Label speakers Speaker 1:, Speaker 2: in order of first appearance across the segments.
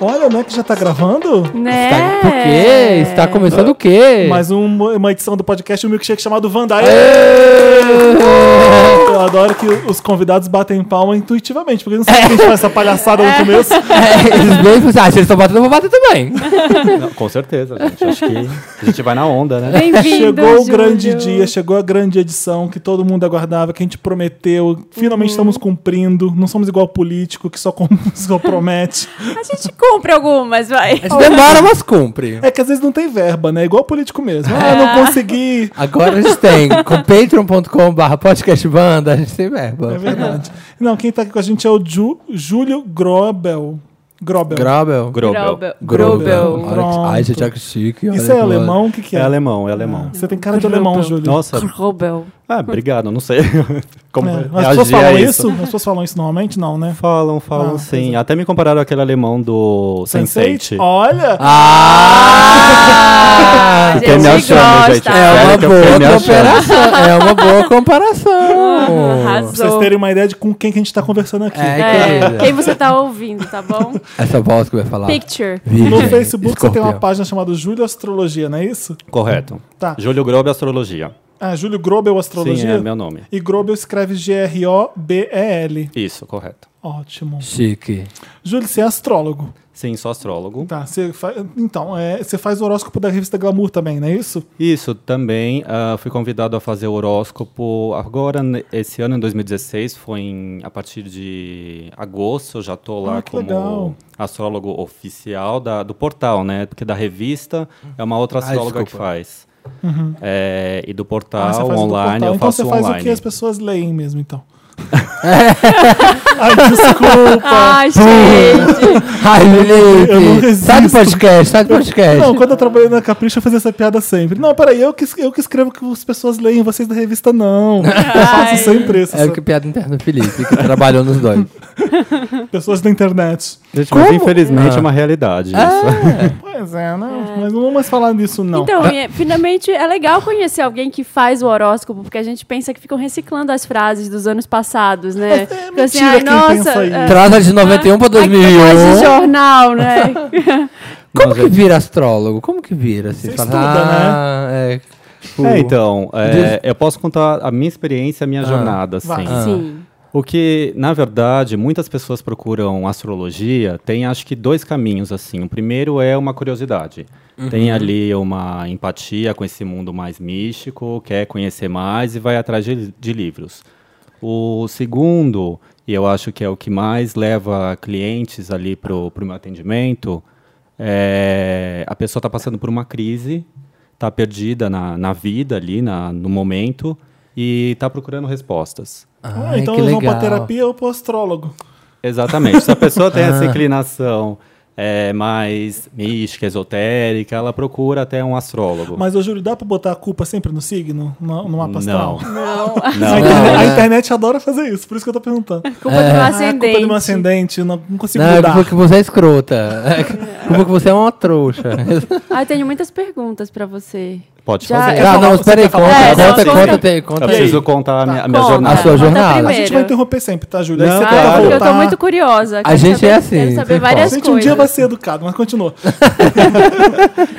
Speaker 1: Olha, né, que já tá gravando?
Speaker 2: Né?
Speaker 3: Está, por quê? Está
Speaker 2: tá
Speaker 3: começando o quê?
Speaker 1: Mais um- uma edição do podcast Um Milkshake chamado Vandai.
Speaker 3: Ê!
Speaker 1: Eu adoro que os convidados batem palma intuitivamente, porque não sei se a gente faz essa palhaçada no começo.
Speaker 3: É, Eles dois falaram assim, ah, se eles estão batendo, eu vou bater também.
Speaker 4: Não, com certeza, gente. Acho que a gente vai na onda, né?
Speaker 2: Bem-vindo,
Speaker 1: Chegou o
Speaker 2: Júlio.
Speaker 1: grande dia, chegou a grande edição que todo mundo aguardava, que a gente prometeu. Finalmente estamos cumprindo. Não somos igual político que só, com- só promete.
Speaker 2: A gente cumpre algumas, vai.
Speaker 3: A gente demora, mas cumpre.
Speaker 1: É que às vezes não tem verba, né? Igual político mesmo. Ah, não consegui.
Speaker 3: Agora a gente tem com patreon.com.br podcastbanda, a gente tem verba.
Speaker 1: É verdade. Não, quem tá aqui com a gente é o Ju, Júlio Grobel. Grobel.
Speaker 3: Grobel.
Speaker 2: Grobel.
Speaker 1: Grobel.
Speaker 3: Olha que- Ai, gente, olha que chique. olha
Speaker 1: Isso é
Speaker 3: que-
Speaker 1: alemão? O que, que
Speaker 4: É
Speaker 1: é?
Speaker 4: alemão, é alemão.
Speaker 1: Você tem cara de alemão,
Speaker 2: Grobel.
Speaker 1: Júlio.
Speaker 4: Nossa,
Speaker 2: Grobel.
Speaker 4: ah, obrigado, não sei como
Speaker 1: É, As pessoas
Speaker 4: reagir
Speaker 1: falam
Speaker 4: a
Speaker 1: isso?
Speaker 4: isso.
Speaker 1: As pessoas falam isso normalmente? Não, né?
Speaker 4: Falam, falam
Speaker 1: Ah,
Speaker 4: sim. Até me compararam aquele alemão do Sense8.
Speaker 1: Olha!
Speaker 3: Ah!
Speaker 2: A
Speaker 4: Quem me
Speaker 2: gente
Speaker 4: achou, gente?
Speaker 2: gosta.
Speaker 3: É uma
Speaker 4: Sério que eu fui me
Speaker 3: boa
Speaker 4: achando.
Speaker 3: comparação. É uma boa comparação.
Speaker 1: Pra vocês
Speaker 2: Arrasou.
Speaker 1: terem uma ideia de com quem que a gente tá conversando aqui.
Speaker 3: É,
Speaker 2: É,
Speaker 3: querida.
Speaker 2: quem você tá ouvindo, tá bom?
Speaker 3: Essa voz que vai falar.
Speaker 2: Picture.
Speaker 1: No
Speaker 3: Virgem,
Speaker 1: Facebook você tem uma
Speaker 3: escorpião.
Speaker 1: página chamada Júlio Astrologia, não é isso?
Speaker 4: Correto.
Speaker 1: Tá.
Speaker 4: Júlio Grobe, Astrologia.
Speaker 1: Ah, Júlio Grobel Astrologia.
Speaker 4: Sim, é meu nome.
Speaker 1: E Grobel escreve G-R-O-B-E-L.
Speaker 4: Isso, correto.
Speaker 1: Ótimo.
Speaker 3: Chique.
Speaker 1: Júlio, você é astrólogo.
Speaker 4: Sim, sou astrólogo.
Speaker 1: Tá, você fa- Então, é, você faz o horóscopo da revista Glamour também, não é isso?
Speaker 4: Isso, também ah, fui convidado a fazer o horóscopo agora, ne- esse ano, em 2016, foi em- a partir de agosto, eu já estou lá
Speaker 1: Ah, que
Speaker 4: como
Speaker 1: legal.
Speaker 4: astrólogo oficial da- do portal, né? Porque da revista é uma outra
Speaker 3: Ah,
Speaker 4: astróloga que
Speaker 3: desculpa.
Speaker 4: faz. É, e do portal,
Speaker 1: Uhum. Ah, você faz o do
Speaker 4: online,
Speaker 1: portal.
Speaker 4: eu
Speaker 1: Então
Speaker 4: faço
Speaker 1: você faz
Speaker 4: online.
Speaker 1: o que as pessoas leem mesmo, então. Ai, desculpa.
Speaker 2: Ai, gente.
Speaker 3: Ai,
Speaker 1: Eu não
Speaker 3: Felipe.
Speaker 1: resisto.
Speaker 3: Sai do podcast, sai do podcast.
Speaker 1: Não, quando eu trabalhei na Capricha, eu fazia essa piada sempre. Não, peraí, eu que, es- eu que escrevo o que as pessoas leem, vocês da revista não. Eu faço
Speaker 2: Ai.
Speaker 1: sempre isso.
Speaker 3: É o
Speaker 1: sabe?
Speaker 3: que piada interna do Felipe, que trabalhou nos dois.
Speaker 1: Pessoas da internet.
Speaker 4: Gente,
Speaker 3: Como?
Speaker 4: mas infelizmente
Speaker 3: Ah.
Speaker 4: é uma realidade isso.
Speaker 1: Pois é, né? Mas não vamos mais falar nisso, não.
Speaker 2: Então, é- finalmente é legal conhecer alguém que faz o horóscopo, porque a gente pensa que ficam reciclando as frases dos anos passados, né? Fica assim,
Speaker 1: É, mentira
Speaker 2: ai,
Speaker 1: quem
Speaker 2: nossa.
Speaker 1: pensa isso.
Speaker 2: é,
Speaker 3: Traz a de 91 pra
Speaker 2: aquele negócio de
Speaker 3: 2001.
Speaker 2: jornal, né?
Speaker 3: Como que vira astrólogo? Como que vira? Assim,
Speaker 1: Você
Speaker 3: fala,
Speaker 1: estuda,
Speaker 3: ah, né?
Speaker 4: É, então, é, eu posso contar a minha experiência, a minha jornada, assim.
Speaker 1: Ah. Vai.
Speaker 2: Sim.
Speaker 4: O que, na verdade, muitas pessoas procuram astrologia, tem acho que dois caminhos assim. O primeiro é uma curiosidade. Tem ali uma empatia com esse mundo mais místico, quer conhecer mais e vai atrás de, de livros. O segundo, e eu acho que é o que mais leva clientes ali para o meu atendimento, é a pessoa está passando por uma crise, está perdida na, na vida ali, na, no momento, e está procurando respostas.
Speaker 1: Ah,
Speaker 3: Ai,
Speaker 1: então
Speaker 3: que
Speaker 1: eles vão pra
Speaker 3: legal.
Speaker 1: terapia ou pro astrólogo.
Speaker 4: Exatamente. Se a pessoa tem
Speaker 3: Ah.
Speaker 4: essa inclinação é, mais mística, esotérica, ela procura até um astrólogo.
Speaker 1: Mas, ô Júlio, dá pra botar a culpa sempre no signo? No, no mapa astral?
Speaker 4: não.
Speaker 2: Não,
Speaker 1: A,
Speaker 4: Não,
Speaker 1: internet,
Speaker 3: não,
Speaker 1: a
Speaker 3: né?
Speaker 1: internet adora fazer isso, por isso que eu tô perguntando.
Speaker 2: a culpa do meu
Speaker 1: Ah, a culpa do meu
Speaker 2: É. ascendente.
Speaker 1: ascendente, não, não consigo
Speaker 3: Não, é
Speaker 1: mudar.
Speaker 3: porque você é escrota. Como que você é uma trouxa.
Speaker 2: Ah, eu tenho muitas perguntas pra você.
Speaker 4: Pode
Speaker 2: Já-
Speaker 4: fazer.
Speaker 2: eu
Speaker 3: Ah,
Speaker 1: falar-
Speaker 3: não,
Speaker 1: você
Speaker 3: espera aí,
Speaker 1: quer falar
Speaker 3: conta,
Speaker 2: É,
Speaker 3: conta,
Speaker 2: não,
Speaker 3: conta,
Speaker 2: conta.
Speaker 3: tem- conta,
Speaker 4: Eu
Speaker 1: E aí?
Speaker 4: preciso contar a minha, a minha
Speaker 2: Conta.
Speaker 3: A
Speaker 4: jornada.
Speaker 3: sua
Speaker 2: Conta
Speaker 1: A
Speaker 3: jornada.
Speaker 1: gente
Speaker 2: primeiro. Ah,
Speaker 1: vai interromper sempre, tá, Júlio? Aí
Speaker 4: Não,
Speaker 1: você
Speaker 4: claro.
Speaker 1: vai
Speaker 2: Porque eu
Speaker 1: voltar.
Speaker 2: tô muito curiosa. quero
Speaker 3: gente é
Speaker 2: saber-
Speaker 3: assim,
Speaker 2: Quero saber
Speaker 3: sem
Speaker 2: várias
Speaker 1: Gente,
Speaker 2: coisas.
Speaker 1: um dia vai ser educado, mas continua.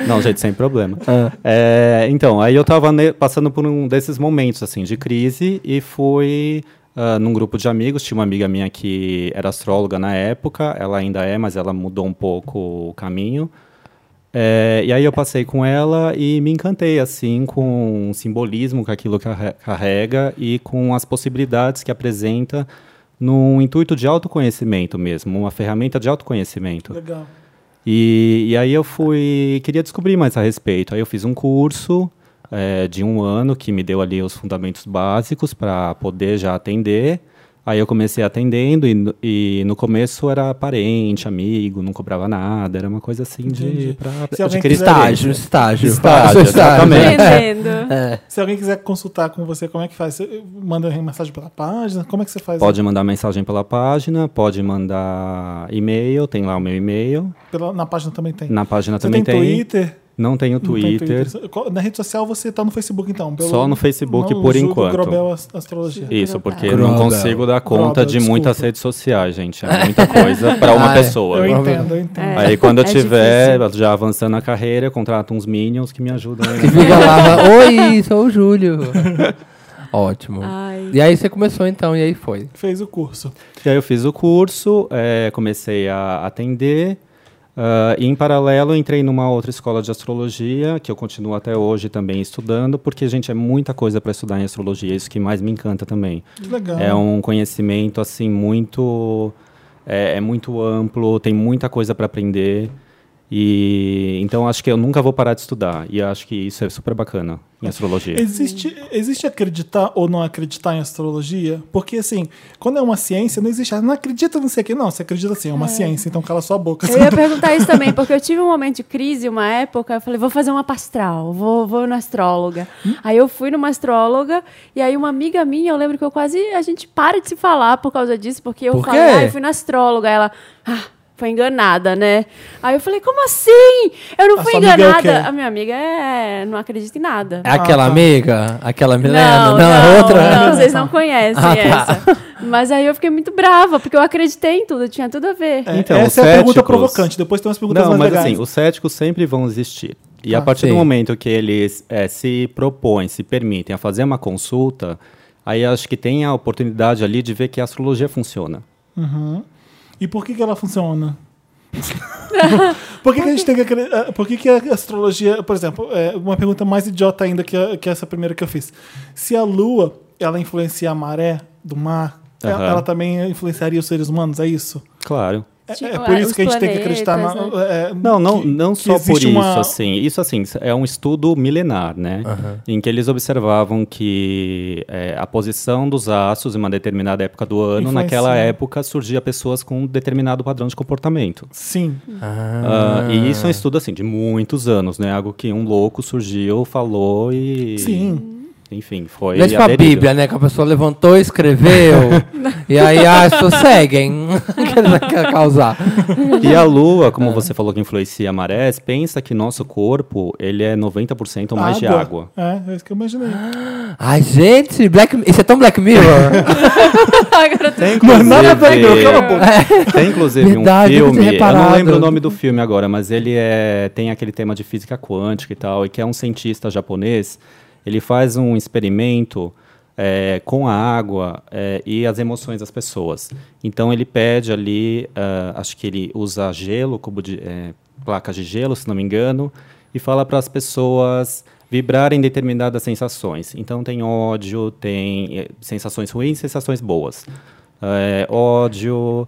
Speaker 4: Não, gente, sem problema. É, então, aí eu tava ne- passando por um desses momentos, assim, de crise e fui ah, num grupo de amigos. Tinha uma amiga minha que era astróloga na época, ela ainda é, mas ela mudou um pouco o caminho. É, e aí eu passei com ela e me encantei, assim, com o simbolismo que aquilo carre- carrega e com as possibilidades que apresenta num intuito de autoconhecimento mesmo, uma ferramenta de autoconhecimento.
Speaker 1: Legal.
Speaker 4: E, e aí eu fui, queria descobrir mais a respeito. Aí eu fiz um curso eh, de um ano que me deu ali os fundamentos básicos para poder já atender. Aí eu comecei atendendo e, no- e no começo era parente, amigo, não cobrava nada, era uma coisa assim de
Speaker 1: Entendi.
Speaker 4: pra
Speaker 1: Se alguém
Speaker 4: adquirir
Speaker 1: quiser-
Speaker 3: Estágio, estágio. né?
Speaker 4: Estágio,
Speaker 3: Faça
Speaker 4: exatamente.
Speaker 2: Entendendo.
Speaker 3: É.
Speaker 1: Se alguém quiser consultar com você, como é que faz? Você manda uma mensagem pela página? Como é que você faz?
Speaker 4: Pode mandar mensagem pela página, pode mandar e-mail, tem lá o meu e-mail.
Speaker 1: Pela- na página também tem.
Speaker 4: Na página
Speaker 1: Você
Speaker 4: também
Speaker 1: tem Twitter?
Speaker 4: Não tenho Twitter.
Speaker 1: Qual- Na rede social você tá no Facebook, então?
Speaker 4: Só no Facebook
Speaker 1: no
Speaker 4: por
Speaker 1: Júlio
Speaker 4: enquanto.
Speaker 1: Grobel Ast- Astrologia.
Speaker 4: Isso, porque
Speaker 3: Grobel.
Speaker 4: não consigo dar conta
Speaker 1: Grobel,
Speaker 4: de muitas
Speaker 1: desculpa.
Speaker 4: redes sociais, gente. É muita coisa pra uma
Speaker 3: Ah, é.
Speaker 1: Eu
Speaker 4: pessoa.
Speaker 1: entendo, eu entendo.
Speaker 2: É.
Speaker 4: Aí quando eu
Speaker 2: É
Speaker 4: tiver já avançando na carreira, eu contrato uns minions que me ajudam. aí,
Speaker 3: Que
Speaker 4: né?
Speaker 3: fica lá, oi, sou o Júlio. Ótimo.
Speaker 2: Ai.
Speaker 3: E aí você começou então, e aí foi.
Speaker 1: Fez o curso.
Speaker 4: E aí eu fiz o curso, eh, comecei a atender. ah, e em paralelo, eu entrei numa outra escola de astrologia, que eu continuo até hoje também estudando, porque, gente, é muita coisa para estudar em astrologia, isso que mais me encanta também.
Speaker 1: Que legal.
Speaker 4: É um conhecimento assim muito é, é muito amplo, tem muita coisa para aprender. E então acho que eu nunca vou parar de estudar e acho que isso é super bacana em astrologia.
Speaker 1: Existe, existe acreditar ou não acreditar em astrologia? Porque, assim, quando é uma ciência, não existe. ah, Não acredita não sei o quê. Não, você acredita assim, é uma ciência, então cala sua boca.
Speaker 2: Eu ia perguntar isso também, porque eu tive um momento de crise, uma época, eu falei, vou fazer uma pastral, vou, vou na astróloga. Aí eu fui numa astróloga, e aí uma amiga minha, eu lembro que eu quase, a gente para de se falar por causa disso, porque eu
Speaker 3: Por
Speaker 2: falei,
Speaker 3: quê?
Speaker 2: ah, eu fui na astróloga, Aí ela, ah, foi enganada, né? Aí eu falei, como assim? Eu não
Speaker 1: A
Speaker 2: fui
Speaker 1: sua amiga é o
Speaker 2: enganada.
Speaker 1: quê?
Speaker 2: a minha amiga é, não acredita em nada.
Speaker 3: É aquela
Speaker 1: tá.
Speaker 3: amiga? Aquela Milena? Não, é outra?
Speaker 2: Ah, não, vocês não conhecem
Speaker 3: Ah, tá.
Speaker 2: essa. Mas aí eu fiquei muito brava, porque eu acreditei em tudo, tinha tudo a ver.
Speaker 1: É,
Speaker 4: Então, os
Speaker 1: essa é a pergunta
Speaker 4: céticos-
Speaker 1: provocante. Depois tem umas perguntas
Speaker 4: Não,
Speaker 1: mais
Speaker 4: mas
Speaker 1: legais.
Speaker 4: assim, os céticos sempre vão existir. E
Speaker 3: Ah,
Speaker 4: a partir
Speaker 3: sim.
Speaker 4: do momento que eles eh, se propõem, se permitem a fazer uma consulta, aí acho que tem a oportunidade ali de ver que a astrologia funciona.
Speaker 1: Uhum. E por que, que ela funciona? por que, que a gente tem que acre- ah, Por que, que a astrologia. Por exemplo, é, uma pergunta mais idiota ainda que, a- que essa primeira que eu fiz. Se a Lua ela influencia a maré do mar, e-
Speaker 4: Aham.
Speaker 1: ela, também influenciaria os seres humanos, é isso?
Speaker 4: Claro.
Speaker 1: É,
Speaker 2: Tipo,
Speaker 1: é por
Speaker 2: é,
Speaker 1: isso
Speaker 2: os
Speaker 1: que a gente tem que acreditar na.
Speaker 2: planetas, né?
Speaker 1: é,
Speaker 4: Não, não,
Speaker 1: que-
Speaker 4: não
Speaker 1: que
Speaker 4: só por
Speaker 1: existe
Speaker 4: isso,
Speaker 1: uma-
Speaker 4: assim. Isso, assim, é um estudo milenar, né? Em que eles observavam que eh, a posição dos astros em uma determinada época do ano,
Speaker 1: Influencia.
Speaker 4: naquela época, surgia pessoas com um determinado padrão de comportamento.
Speaker 1: Sim.
Speaker 3: Ah,
Speaker 4: Ah, e isso é um estudo, assim, de muitos anos, né? Algo que um louco surgiu, falou e...
Speaker 1: Sim.
Speaker 4: Enfim, foi
Speaker 3: não é tipo a
Speaker 4: aderido.
Speaker 3: Bíblia, né? Que a pessoa levantou, escreveu, e aí ah, as pessoas seguem. que quer causar.
Speaker 4: E a lua,
Speaker 1: É.
Speaker 4: como você falou que influencia a marés, pensa que nosso corpo, ele é 90% mais de água.
Speaker 1: É, é isso que eu imaginei.
Speaker 3: Ai, gente, Black... isso é tão Black Mirror.
Speaker 2: Agora tu-
Speaker 1: Mas nada a ver,
Speaker 4: Inclusive-
Speaker 1: cala a boca.
Speaker 3: É.
Speaker 4: Tem inclusive
Speaker 3: Verdade,
Speaker 4: um
Speaker 3: eu nunca tinha
Speaker 4: filme, eu não
Speaker 3: reparado.
Speaker 4: lembro o nome do filme agora, mas ele é, tem aquele tema de física quântica e tal, e que é um cientista japonês, ele faz um experimento é, com a água é, e as emoções das pessoas. Então ele pede ali, ah, acho que ele usa gelo, cubo de, é, placas de gelo, se não me engano, e fala para as pessoas vibrarem determinadas sensações. Então tem ódio, tem eh, sensações ruins, sensações boas. É, ódio,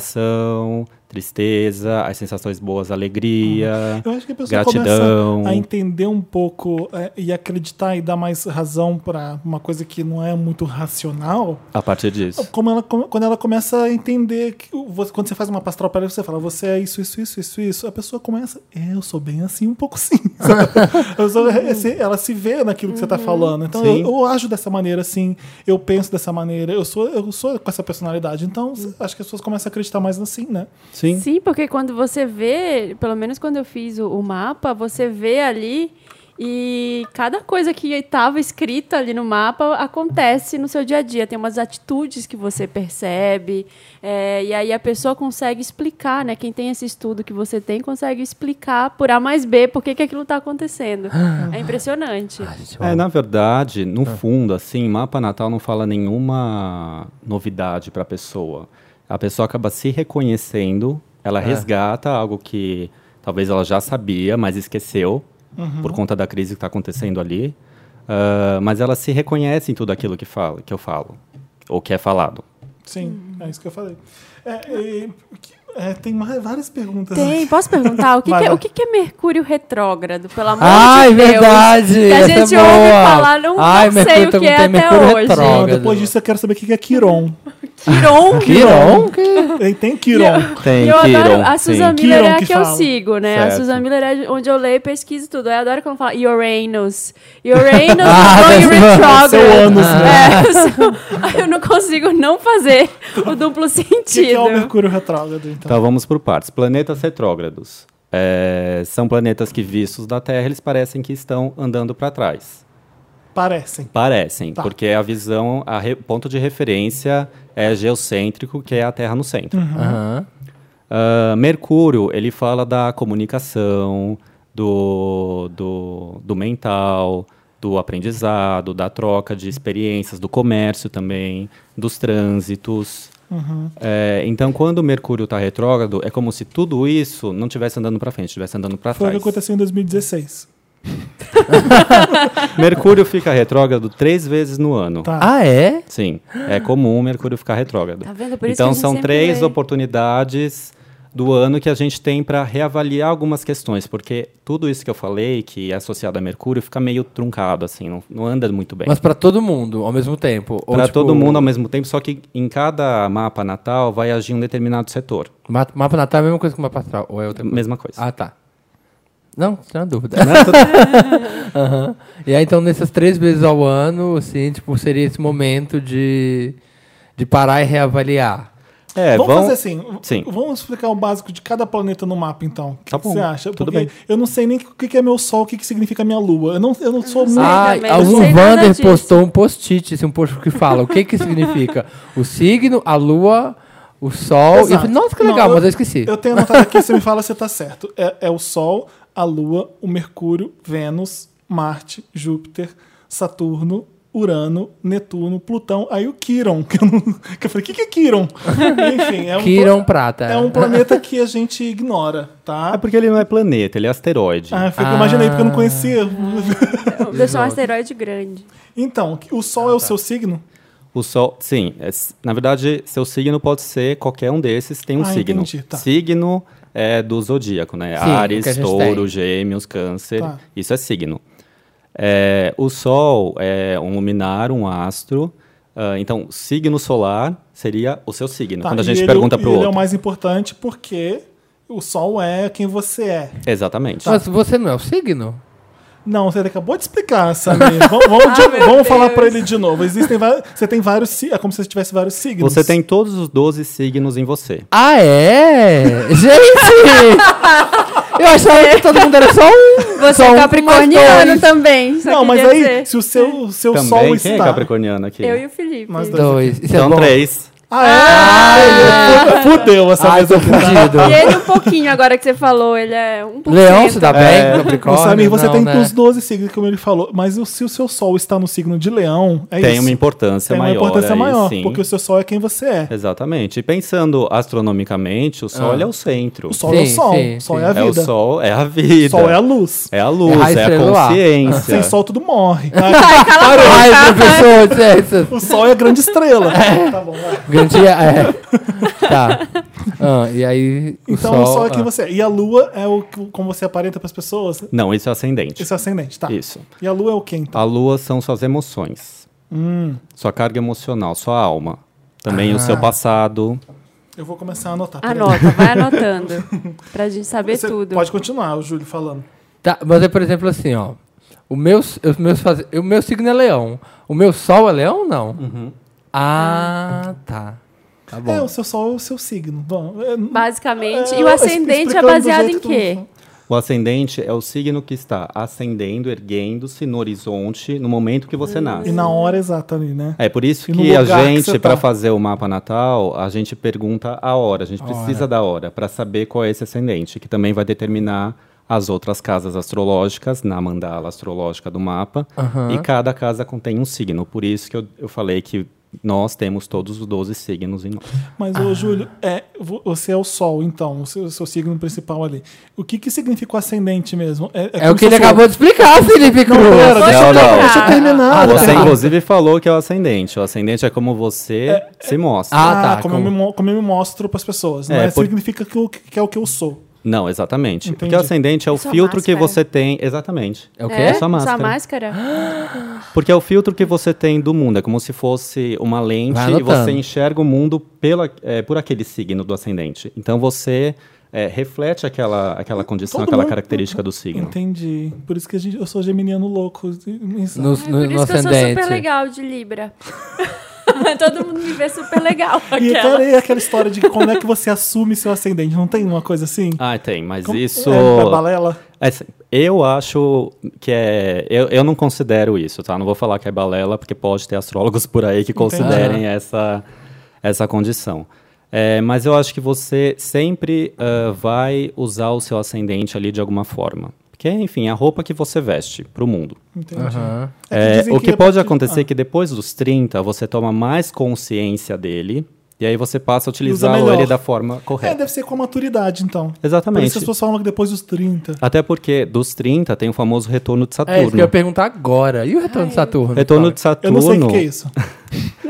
Speaker 4: frustração, tristeza, as sensações boas, alegria.
Speaker 1: Eu acho que a pessoa
Speaker 4: Gratidão.
Speaker 1: começa a entender um pouco é, e acreditar e dar mais razão pra uma coisa que não é muito racional.
Speaker 4: A partir disso.
Speaker 1: Como ela, come- quando ela começa a entender que o- você- quando você faz uma pastoral para ela, você fala, você é isso, isso, isso, isso, isso. A pessoa começa, é, eu sou bem assim, um pouco sim. sabe? A pessoa, é, se- ela se vê naquilo que você tá falando. Então eu,
Speaker 4: Sim.
Speaker 1: eu ajo dessa maneira assim, eu penso dessa maneira, eu sou, eu sou com essa personalidade. Então acho que as pessoas começam a acreditar mais assim, né?
Speaker 4: Sim.
Speaker 2: Sim, porque quando você vê, pelo menos quando eu fiz o, o mapa, você vê ali e cada coisa que estava escrita ali no mapa acontece no seu dia a dia. Tem umas atitudes que você percebe é, e aí a pessoa consegue explicar, né? Quem tem esse estudo que você tem consegue explicar por A mais B por que que aquilo está acontecendo. É impressionante.
Speaker 4: É, na verdade, no fundo, assim, mapa natal não fala nenhuma novidade para a pessoa. A pessoa acaba se reconhecendo, ela resgata algo que talvez ela já sabia, mas esqueceu por conta da crise que está acontecendo ali. Ah, mas ela se reconhece em tudo aquilo que, fala, que eu falo, ou que é falado.
Speaker 1: Sim, é isso que eu falei. É, e- que- é, tem mais- várias perguntas.
Speaker 2: Tem, posso perguntar? O que,
Speaker 1: Vai
Speaker 2: que é,
Speaker 1: lá. Ah, é
Speaker 2: o que que é Mercúrio retrógrado? Pelo amor
Speaker 3: Ai,
Speaker 2: de Deus.
Speaker 3: verdade.
Speaker 2: Que a gente
Speaker 3: essa é
Speaker 2: ouve
Speaker 3: boa.
Speaker 2: falar, não-
Speaker 3: Ai,
Speaker 2: não sei
Speaker 3: Mercúrio
Speaker 2: o que
Speaker 3: tem
Speaker 2: é até
Speaker 3: Mercúrio
Speaker 2: hoje.
Speaker 1: Não,
Speaker 3: retrógrado.
Speaker 1: depois disso é eu quero saber o que é Quiron.
Speaker 2: Quiron.
Speaker 3: Quiron? Que-
Speaker 1: Tem- Tem Quiron.
Speaker 4: Tem,
Speaker 2: E eu adoro, a
Speaker 4: sim.
Speaker 2: Susan
Speaker 1: Kiron
Speaker 2: Miller é a
Speaker 1: que
Speaker 2: que, eu
Speaker 1: fala.
Speaker 2: sigo, né? A
Speaker 4: Certo.
Speaker 2: Susan Miller é onde eu leio e pesquiso tudo. Eu adoro quando fala Uranus. Uranus
Speaker 3: Ah,
Speaker 2: não
Speaker 3: deve
Speaker 2: em
Speaker 3: ser-
Speaker 2: retrógrado.
Speaker 1: seu ânus,
Speaker 2: É, o seu- eu não consigo não fazer o duplo
Speaker 1: O que, que é o
Speaker 2: sentido.
Speaker 1: Mercúrio retrógrado, então?
Speaker 4: Tá. Então vamos por partes. Planetas retrógrados. é, são planetas que, vistos da Terra, eles parecem que estão andando para trás.
Speaker 1: Parecem.
Speaker 4: Parecem,
Speaker 1: Tá.
Speaker 4: porque a visão, a re- ponto de referência é geocêntrico, que é a Terra no centro.
Speaker 3: Aham.
Speaker 4: Ah, Mercúrio, ele fala da comunicação, do, do, do mental, do aprendizado, da troca de experiências, do comércio também, dos trânsitos.
Speaker 1: Uhum.
Speaker 4: É, então, quando Mercúrio está retrógrado, é como se tudo isso não estivesse andando para frente, estivesse andando para
Speaker 1: Foi o que
Speaker 4: trás.
Speaker 1: aconteceu em 2016.
Speaker 4: Mercúrio fica retrógrado três vezes no ano.
Speaker 1: Tá.
Speaker 3: Ah, é?
Speaker 4: Sim, é comum o Mercúrio ficar retrógrado.
Speaker 2: Tá vendo? Por isso que a
Speaker 4: então
Speaker 2: gente
Speaker 4: são
Speaker 2: sempre
Speaker 4: três
Speaker 2: lê.
Speaker 4: oportunidades do ano que a gente tem para reavaliar algumas questões, porque tudo isso que eu falei, que é associado a Mercúrio, fica meio truncado, assim, não, não anda muito bem.
Speaker 3: Mas pra todo mundo, ao mesmo tempo. Ou,
Speaker 4: Para
Speaker 3: tipo,
Speaker 4: todo mundo ao mesmo tempo, só que em cada mapa natal vai agir um determinado setor.
Speaker 3: ma- Mapa natal é a mesma coisa que o mapa astral. Ou é outra coisa?
Speaker 4: Mesma coisa.
Speaker 3: Ah, tá. Não, sem uma dúvida. Aham. E aí, então, nessas três vezes ao ano, assim, tipo, seria esse momento de, de parar e reavaliar.
Speaker 4: É,
Speaker 1: vamos
Speaker 4: vão-
Speaker 1: fazer assim.
Speaker 4: Sim.
Speaker 1: Vamos explicar o básico de cada planeta no mapa, então. O que,
Speaker 4: Tá
Speaker 1: que
Speaker 4: bom,
Speaker 1: você acha?
Speaker 4: tudo
Speaker 1: Porque
Speaker 4: bem.
Speaker 1: Eu não sei nem o que, que é meu sol, o que, que significa minha lua. Eu não, eu não sou muito.
Speaker 3: Ah,
Speaker 2: também, não
Speaker 3: algum
Speaker 2: sei nada
Speaker 3: Vander
Speaker 2: disso.
Speaker 3: postou um post-it, assim, um post que fala o que que significa o signo, a lua, o sol. Oh, E eu
Speaker 1: Exato.
Speaker 3: falei, Nossa, que
Speaker 1: Não,
Speaker 3: legal, mas eu esqueci.
Speaker 1: Eu tenho anotado aqui, você me fala se tá certo. É, é o Sol, a Lua, o Mercúrio, Vênus, Marte, Júpiter, Saturno, Urano, Netuno, Plutão, aí o Quiron. Que eu, não- que eu falei, o que, que é Quiron? Enfim, é um,
Speaker 3: Kiron Prata.
Speaker 1: é um planeta que a gente ignora,
Speaker 4: Ah,
Speaker 1: tá?
Speaker 4: porque ele não é planeta, ele é asteroide.
Speaker 1: Ah, foi o que eu imaginei, porque eu não conhecia.
Speaker 2: Deixa um asteroide grande.
Speaker 1: Então, o Sol é o seu signo?
Speaker 4: O Sol, sim. é s- na verdade, seu signo pode ser qualquer um desses, tem um
Speaker 1: Ah,
Speaker 4: signo.
Speaker 1: entendi, tá.
Speaker 4: Signo é do zodíaco, né?
Speaker 3: Sim, o que a
Speaker 4: Ares,
Speaker 3: gente
Speaker 4: touro,
Speaker 3: tem.
Speaker 4: gêmeos, câncer.
Speaker 1: Tá.
Speaker 4: Isso é signo. É, o Sol é um luminar, um astro. Ah, então, signo solar seria o seu signo.
Speaker 1: Tá,
Speaker 4: Quando a
Speaker 1: e
Speaker 4: gente
Speaker 1: ele-
Speaker 4: pergunta
Speaker 1: e
Speaker 4: pro
Speaker 1: ele
Speaker 4: outro.
Speaker 1: é o mais importante porque o Sol é quem você é.
Speaker 4: Exatamente.
Speaker 3: Mas você não é o signo?
Speaker 1: Não, você acabou de explicar, Samir. vamos vamos de-
Speaker 2: Ah, meu
Speaker 1: vamos falar
Speaker 2: Deus.
Speaker 1: pra ele de novo. Existem va- você tem vários si- é como se você tivesse vários signos.
Speaker 4: Você tem todos os 12 signos em você.
Speaker 3: Ah, é? Gente! Eu achava que todo mundo era só um.
Speaker 2: Você
Speaker 3: só
Speaker 1: Tá
Speaker 3: um
Speaker 2: é
Speaker 3: mais
Speaker 2: capricorniano tá
Speaker 3: dois.
Speaker 2: também. Só
Speaker 3: é
Speaker 1: Não, mas
Speaker 2: queria
Speaker 1: aí
Speaker 2: dizer.
Speaker 1: se o seu o seu
Speaker 4: Também,
Speaker 1: sol
Speaker 4: quem é
Speaker 1: está
Speaker 4: capricorniano aqui?
Speaker 2: Eu e o Felipe.
Speaker 1: Nós dois.
Speaker 3: Dois. Isso é
Speaker 4: São
Speaker 3: bom.
Speaker 4: três.
Speaker 1: é? Ah, é! Fudeu essa
Speaker 3: Ai,
Speaker 1: vez.
Speaker 3: tô fudido.
Speaker 2: E ele um pouquinho agora que você falou, ele é um pouquinho.
Speaker 3: Leão se dá tá bem,
Speaker 4: É.
Speaker 1: O
Speaker 3: Capricórnio.
Speaker 1: Samir, você tá
Speaker 3: não,
Speaker 1: tem
Speaker 3: né?
Speaker 1: os 12 signos, como ele falou, mas o- se o seu sol está no signo de leão, é
Speaker 4: tem
Speaker 1: isso.
Speaker 4: uma importância
Speaker 1: tem uma
Speaker 4: maior.
Speaker 1: importância
Speaker 4: aí,
Speaker 1: maior,
Speaker 4: sim.
Speaker 1: porque o seu sol é quem você é.
Speaker 4: Exatamente. E pensando astronomicamente, o Sol
Speaker 3: Ah.
Speaker 4: ele é o centro.
Speaker 1: O sol é o
Speaker 3: Sim,
Speaker 1: sol,
Speaker 3: sim,
Speaker 1: o sol
Speaker 3: sim.
Speaker 1: é a
Speaker 4: é o
Speaker 1: vida.
Speaker 4: Sol, é a vida.
Speaker 1: Sol é a luz.
Speaker 4: É a luz,
Speaker 3: É a
Speaker 4: é a,
Speaker 3: estrela do ar.
Speaker 4: consciência.
Speaker 1: Sem sol tudo morre. Ah,
Speaker 3: Ai, professor, licença.
Speaker 1: o sol é a grande estrela. tá bom, vai.
Speaker 3: Grande é. Tá. Ah, e aí. O
Speaker 1: Então
Speaker 3: sol,
Speaker 1: o sol é quem
Speaker 3: ah.
Speaker 1: você é. E a lua é o que- como você aparenta pras pessoas?
Speaker 4: Não, isso é ascendente.
Speaker 1: Isso é ascendente, tá.
Speaker 4: Isso.
Speaker 1: E a lua é o quê, então?
Speaker 4: A lua são suas emoções,
Speaker 1: Hum, Ah.
Speaker 4: sua carga emocional, sua alma. Também o seu passado.
Speaker 1: eu vou começar a anotar. peraí.
Speaker 2: Anota, vai anotando. Pra gente saber
Speaker 1: Você
Speaker 2: tudo.
Speaker 1: Pode continuar, o Júlio falando.
Speaker 3: Tá, mas é, por exemplo, assim, ó. O meu, os meus faz... o meu signo é leão. O meu sol é leão ou não? Ah, tá. Tá bom.
Speaker 1: É, o seu sol é o seu signo. Bom, é,
Speaker 2: Basicamente.
Speaker 1: é,
Speaker 2: e o ascendente é
Speaker 1: explicando do
Speaker 2: baseado em
Speaker 1: jeito
Speaker 2: quê?
Speaker 1: do-
Speaker 4: O ascendente é o signo que está ascendendo, erguendo-se no horizonte no momento que você
Speaker 1: E
Speaker 4: nasce.
Speaker 1: na hora exata ali, né?
Speaker 4: É por isso
Speaker 1: E no
Speaker 4: que a
Speaker 1: lugar que
Speaker 4: gente,
Speaker 1: você
Speaker 4: pra
Speaker 1: tá.
Speaker 4: fazer o mapa natal, a gente pergunta a hora. A gente precisa da hora pra saber qual é esse ascendente, que também vai determinar as outras casas astrológicas na mandala astrológica do mapa.
Speaker 3: Aham.
Speaker 4: E cada casa contém um signo. Por isso que eu, eu falei que nós temos todos os 12 signos em nós.
Speaker 1: Mas,
Speaker 3: Ah.
Speaker 1: ô, Júlio, é, vo- você é o sol, então, o seu, o seu signo principal ali. O que, que significa o ascendente mesmo?
Speaker 3: É o
Speaker 1: como
Speaker 3: que
Speaker 1: se fosse-
Speaker 3: ele acabou de explicar, Felipe Cruz.
Speaker 1: pera,
Speaker 2: Deixa eu terminar. Deixa eu
Speaker 1: terminar. Ah,
Speaker 4: você,
Speaker 1: tá.
Speaker 4: inclusive, falou que é o ascendente. O ascendente é como você se mostra.
Speaker 3: Ah,
Speaker 1: Ah,
Speaker 3: tá,
Speaker 1: Como,
Speaker 3: como-
Speaker 1: Eu me, mo- como eu me mostro pras pessoas.
Speaker 4: É,
Speaker 1: né?
Speaker 4: por-
Speaker 1: Significa que, o- que é o que eu sou.
Speaker 4: Não, exatamente.
Speaker 1: Entendi.
Speaker 4: Porque o ascendente é o
Speaker 2: Isso é
Speaker 4: filtro que
Speaker 2: máscara.
Speaker 4: você tem. Exatamente.
Speaker 3: É o quê?
Speaker 2: É?
Speaker 4: Sua máscara. Ah,
Speaker 2: máscara?
Speaker 4: Porque é o filtro que você tem do mundo, é como se fosse uma lente
Speaker 3: Vai
Speaker 4: e você
Speaker 3: anotando.
Speaker 4: enxerga o mundo pela, é, por aquele signo do ascendente. Então você é, reflete aquela, aquela condição,
Speaker 1: Todo
Speaker 4: aquela
Speaker 1: mundo-
Speaker 4: característica do signo.
Speaker 1: Entendi. Por isso que a gente, eu sou geminiano louco.
Speaker 3: No,
Speaker 2: Ai,
Speaker 3: no,
Speaker 2: É por
Speaker 3: no
Speaker 2: isso que eu sou
Speaker 3: ascendente.
Speaker 2: super legal de Libra. Todo mundo me vê super legal.
Speaker 1: E
Speaker 2: aquela.
Speaker 1: cara, é aquela história de como é que você assume seu ascendente. Não tem uma coisa assim?
Speaker 4: Ah, tem, mas
Speaker 1: Como-
Speaker 4: isso.
Speaker 1: É, da balela?
Speaker 4: É assim, eu acho que é. Eu, eu não considero isso, tá? Não vou falar que é balela, porque pode ter astrólogos por aí que considerem essa, essa condição. É, mas eu acho que você sempre ah, vai usar o seu ascendente ali de alguma forma. Porque, enfim, é a roupa que você veste pro mundo.
Speaker 1: Entendi.
Speaker 3: Aham.
Speaker 1: É que
Speaker 4: É,
Speaker 1: dizem
Speaker 4: o
Speaker 1: que
Speaker 4: que
Speaker 1: a
Speaker 4: pode
Speaker 1: partir-
Speaker 4: acontecer é
Speaker 1: ah.
Speaker 4: que depois dos 30 você toma mais consciência dele e aí você passa a utilizar
Speaker 1: melhor.
Speaker 4: ele da forma
Speaker 1: É,
Speaker 4: correta.
Speaker 1: deve ser com a maturidade, então. Por
Speaker 4: Exatamente.
Speaker 1: isso que as pessoas falam que depois dos 30.
Speaker 4: Até porque dos 30 tem o famoso retorno de
Speaker 3: É isso que eu ia
Speaker 4: Saturno.
Speaker 3: perguntar agora. E o retorno de Saturno?
Speaker 4: retorno de
Speaker 1: Eu
Speaker 4: Saturno.
Speaker 1: não sei o que que é isso.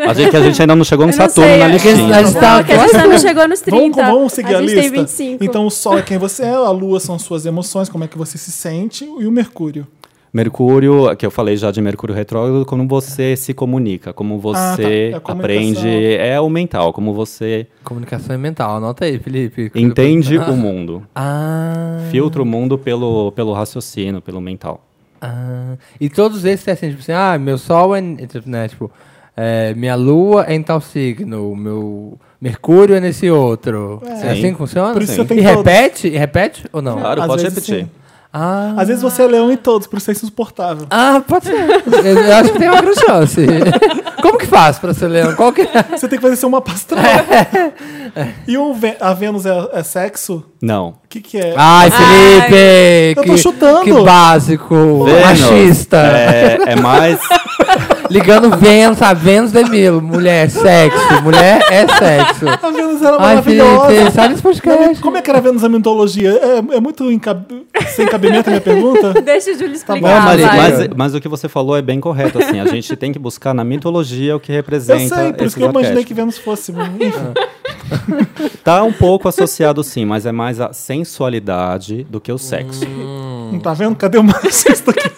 Speaker 4: A gente, que a gente ainda não chegou no
Speaker 2: Eu não
Speaker 4: Saturno né,
Speaker 2: sei,
Speaker 4: tá na
Speaker 2: é-
Speaker 4: listinha.
Speaker 3: A gente tá-
Speaker 2: Não, que a gente ainda chegou nos 30.
Speaker 1: Vamos, vamos seguir a,
Speaker 2: a gente
Speaker 1: lista.
Speaker 2: tem 25.
Speaker 1: Então o Sol é quem você é, a Lua são suas emoções, como é que você se sente, e o Mercúrio.
Speaker 4: Mercúrio, que eu falei já de Mercúrio retrógrado, como você se comunica, como você
Speaker 1: Ah, tá. É a comunicação.
Speaker 4: aprende, é o mental, como você
Speaker 3: Comunicação é mental. Anota aí, Felipe.
Speaker 4: entende o mundo.
Speaker 3: Ah.
Speaker 4: Filtra o mundo pelo, pelo raciocínio, pelo mental.
Speaker 3: Ah, e todos esses é assim, tipo assim, ah, meu sol é, n- tipo, né, tipo, é, minha lua é em tal signo, meu mercúrio é nesse outro. É,
Speaker 4: Sim.
Speaker 3: assim que funciona?
Speaker 1: Por isso
Speaker 4: Sim.
Speaker 1: você tem
Speaker 3: E
Speaker 1: todos.
Speaker 3: repete? E repete ou não?
Speaker 4: Claro,
Speaker 1: Às
Speaker 4: pode
Speaker 1: vezes,
Speaker 4: repetir.
Speaker 1: sim.
Speaker 3: Ah,
Speaker 1: Às vezes você é leão em todos, por isso é insuportável.
Speaker 3: ah, pode ser. Eu, eu acho que tem uma grande chance. Como que faz pra ser leão? Qual que é?
Speaker 1: Você tem que fazer seu mapa astral. E o Vê- a Vênus é, é sexo?
Speaker 4: Não.
Speaker 1: O que, que é?
Speaker 4: Ah.
Speaker 3: Ai, Felipe!
Speaker 1: Eu
Speaker 3: que,
Speaker 1: tô chutando.
Speaker 3: Que básico,
Speaker 4: Vênus
Speaker 3: machista.
Speaker 4: É, é mais.
Speaker 3: Ligando Vênus, a Vênus Demilo. Mulher, sexo. Mulher é sexo.
Speaker 1: A Vênus era
Speaker 3: Ai,
Speaker 1: maravilhosa.
Speaker 3: Felipe, sai desse podcast.
Speaker 1: Como é que era a Vênus a mitologia? É, é muito incab- sem cabimento a minha pergunta?
Speaker 2: Deixa o Júlio explicar.
Speaker 1: Tá bom,
Speaker 4: Não, mas,
Speaker 2: Ah, vai.
Speaker 4: mas, mas o que você falou é bem correto, assim. A gente tem que buscar na mitologia o que
Speaker 1: Eu
Speaker 4: representa.
Speaker 3: então,
Speaker 1: sei, por
Speaker 4: esses
Speaker 1: isso que eu imaginei
Speaker 4: arquétipos.
Speaker 1: que Vênus fosse. Enfim.
Speaker 4: Tá um pouco associado sim, mas é mais a sensualidade do que o sexo. Hum.
Speaker 1: Não tá vendo? Cadê o machista aqui?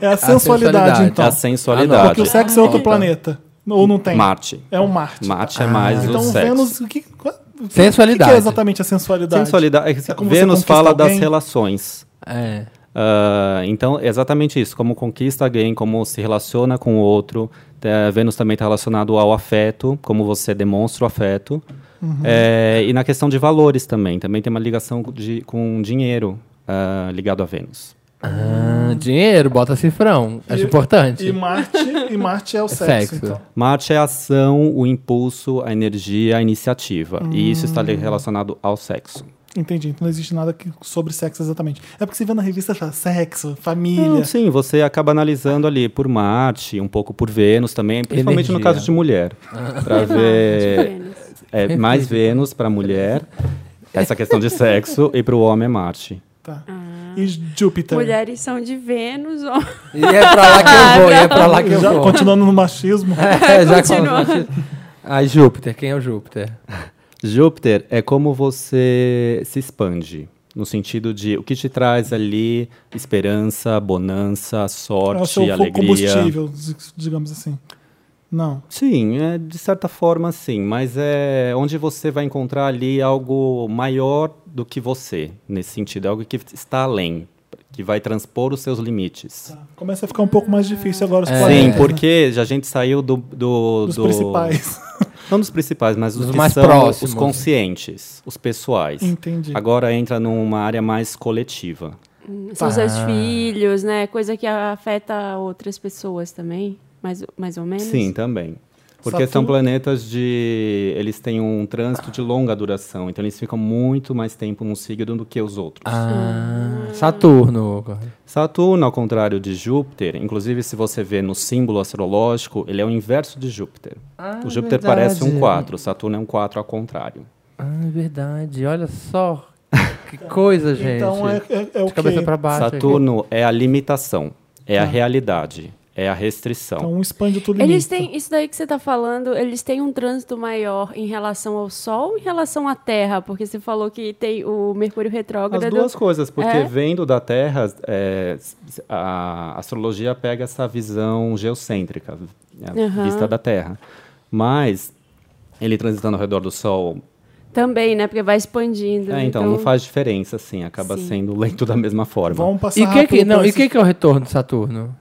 Speaker 1: É a sensualidade,
Speaker 3: sensualidade.
Speaker 1: então.
Speaker 4: É a sensualidade.
Speaker 1: Porque o sexo é outro
Speaker 4: Ah, tá.
Speaker 1: planeta. Ou não tem?
Speaker 4: Marte.
Speaker 1: É um Marte.
Speaker 4: Marte é mais o
Speaker 1: Então,
Speaker 4: sexo.
Speaker 1: Vênus. O que, qual- o que-
Speaker 3: Sensualidade.
Speaker 1: O que é exatamente a sensualidade?
Speaker 4: Sensualidade.
Speaker 1: É como você
Speaker 4: Vênus
Speaker 1: conquista
Speaker 4: fala das
Speaker 1: alguém.
Speaker 4: relações.
Speaker 3: É.
Speaker 4: Ah, então, é exatamente isso. Como conquista alguém, como se relaciona com o outro. Eh, Vênus também está relacionado ao afeto, como você demonstra o afeto.
Speaker 1: Uhum.
Speaker 4: Eh, e na questão de valores também. Também tem uma ligação de, com dinheiro ah, ligado a Vênus.
Speaker 3: Ah, dinheiro, bota cifrão. Acho
Speaker 1: E-
Speaker 3: importante.
Speaker 1: E Marte, e Marte é o sexo,
Speaker 3: sexo.
Speaker 1: então.
Speaker 4: Marte é a ação, o impulso, a energia, a iniciativa. E isso está li- relacionado ao sexo.
Speaker 1: Entendi. Então não existe nada que- sobre sexo exatamente. É porque você vê na revista fala, sexo, família.
Speaker 3: Hum.
Speaker 4: Não, Então, sim, você acaba analisando ali por Marte, um pouco por Vênus também, principalmente no
Speaker 3: Energia.
Speaker 4: caso de mulher. Para
Speaker 2: Marte,
Speaker 4: ver
Speaker 2: Vênus.
Speaker 4: é, mais Vênus para mulher, essa questão de sexo, e para o homem é Marte.
Speaker 1: Tá. E Júpiter.
Speaker 2: Mulheres são de Vênus. ó.
Speaker 3: E é pra lá que eu vou, e é
Speaker 4: Ah,
Speaker 3: pra lá que eu
Speaker 1: Já,
Speaker 3: vou.
Speaker 1: continuando no machismo.
Speaker 3: É, já
Speaker 2: Continua.
Speaker 3: continua. Ai, Júpiter, quem é o Júpiter?
Speaker 4: Júpiter é como você se expande. No sentido de o que te traz ali esperança, bonança,
Speaker 1: É o
Speaker 4: sorte,
Speaker 1: seu
Speaker 4: alegria.
Speaker 1: combustível, digamos assim. Não.
Speaker 4: Sim, é, de certa forma sim, mas é onde você vai encontrar ali algo maior do que você, nesse sentido, é algo que está além, que vai transpor os seus limites.
Speaker 1: Tá. Começa a ficar um pouco mais difícil agora os
Speaker 3: É.
Speaker 1: planetas,
Speaker 4: Sim,
Speaker 1: né?
Speaker 4: porque já a gente saiu do... do
Speaker 1: Dos
Speaker 4: do-
Speaker 1: principais.
Speaker 4: Não dos principais, mas os
Speaker 3: Dos
Speaker 4: que
Speaker 3: mais
Speaker 4: são
Speaker 3: próximos.
Speaker 4: os conscientes, os pessoais.
Speaker 1: Entendi.
Speaker 4: Agora entra numa área mais coletiva.
Speaker 2: São
Speaker 1: Tá.
Speaker 2: seus filhos, né? Coisa que afeta outras pessoas também. Mais, mais ou menos.
Speaker 4: Sim, também. Porque
Speaker 1: Saturno-
Speaker 3: um
Speaker 4: são planetas de. Eles têm um trânsito de longa duração, então eles ficam muito mais tempo num signo do que os outros.
Speaker 3: Ah, Saturno.
Speaker 4: Saturno, ao contrário de Júpiter, inclusive se você vê no símbolo astrológico, ele é o inverso de Júpiter. o Júpiter
Speaker 3: verdade.
Speaker 4: parece um 4, Saturno é um 4 ao contrário.
Speaker 3: Ah, é verdade. Olha só. Que coisa, gente.
Speaker 1: Então é, é, é o
Speaker 3: De cabeça
Speaker 1: quê?
Speaker 3: pra baixo. aqui.
Speaker 4: Saturno é a limitação, é a realidade, é a restrição.
Speaker 1: Então expande tudo
Speaker 2: Eles têm, isso daí que você tá falando, eles têm um trânsito maior em relação ao Sol ou em relação à Terra? Porque você falou que tem o Mercúrio retrógrado.
Speaker 4: As duas coisas, porque
Speaker 2: Então, É?
Speaker 4: vendo da Terra, é, s- a astrologia pega essa visão geocêntrica, a
Speaker 2: Aham.
Speaker 4: vista da Terra. Mas ele transitando ao redor do Sol,
Speaker 2: Também, né? Porque vai expandindo.
Speaker 4: é, então, não faz diferença, assim, acaba
Speaker 2: Sim.
Speaker 4: sendo lento da mesma forma.
Speaker 1: Vamos passar
Speaker 3: E que que,
Speaker 1: rápido
Speaker 3: não,
Speaker 1: por
Speaker 3: e
Speaker 1: esse-
Speaker 3: que que é o retorno de Saturno?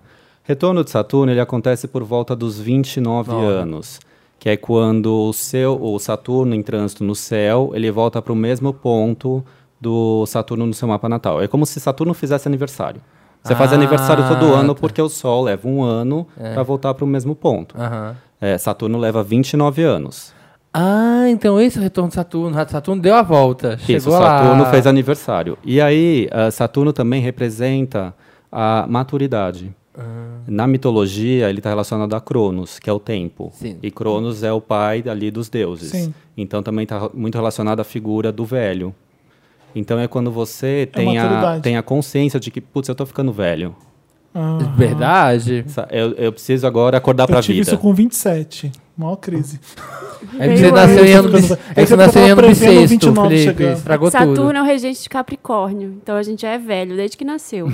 Speaker 4: Retorno de Saturno ele acontece por volta dos 29
Speaker 3: Nove.
Speaker 4: anos, que é quando o seu o Saturno em trânsito no céu, ele volta para o mesmo ponto do Saturno no seu mapa natal. É como se Saturno fizesse aniversário. Você faz
Speaker 3: Ah,
Speaker 4: aniversário todo ano
Speaker 3: tá. É.
Speaker 4: porque o Sol leva um ano para voltar para o mesmo ponto.
Speaker 3: Aham.
Speaker 4: É, Saturno leva 29 anos.
Speaker 3: Ah, então esse é o retorno de Saturno. Ah, Saturno deu a volta.
Speaker 4: Isso,
Speaker 3: Chegou lá.
Speaker 4: Saturno fez aniversário. E aí, ah, Saturno também representa a maturidade.
Speaker 1: Ah.
Speaker 4: Na mitologia, ele está relacionado a Cronos, que é o tempo.
Speaker 3: Sim.
Speaker 4: E Cronos é o pai ali dos deuses.
Speaker 1: Sim.
Speaker 4: Então também está muito relacionado à figura do velho. Então é quando você tem, a,
Speaker 1: maturidade.
Speaker 4: tem a consciência de que, putz, eu tô ficando velho.
Speaker 1: Ah,
Speaker 3: Verdade.
Speaker 4: Sa- Eu, eu preciso agora acordar pra
Speaker 1: eu tive
Speaker 4: vida.
Speaker 1: isso com 27. Maior crise.
Speaker 3: É que
Speaker 2: Veio
Speaker 3: você
Speaker 2: antes
Speaker 3: nasceu em
Speaker 1: do
Speaker 3: ano,
Speaker 1: que eu
Speaker 3: bis-
Speaker 1: tava-
Speaker 3: é que você
Speaker 1: eu tava
Speaker 3: nasceu em ano
Speaker 1: prevendo o
Speaker 3: bissexto,
Speaker 1: 29
Speaker 3: Felipe.
Speaker 1: chegando.
Speaker 3: Estragou
Speaker 2: Saturno
Speaker 3: tudo.
Speaker 2: é o regente de Capricórnio, então a gente já é velho desde que nasceu.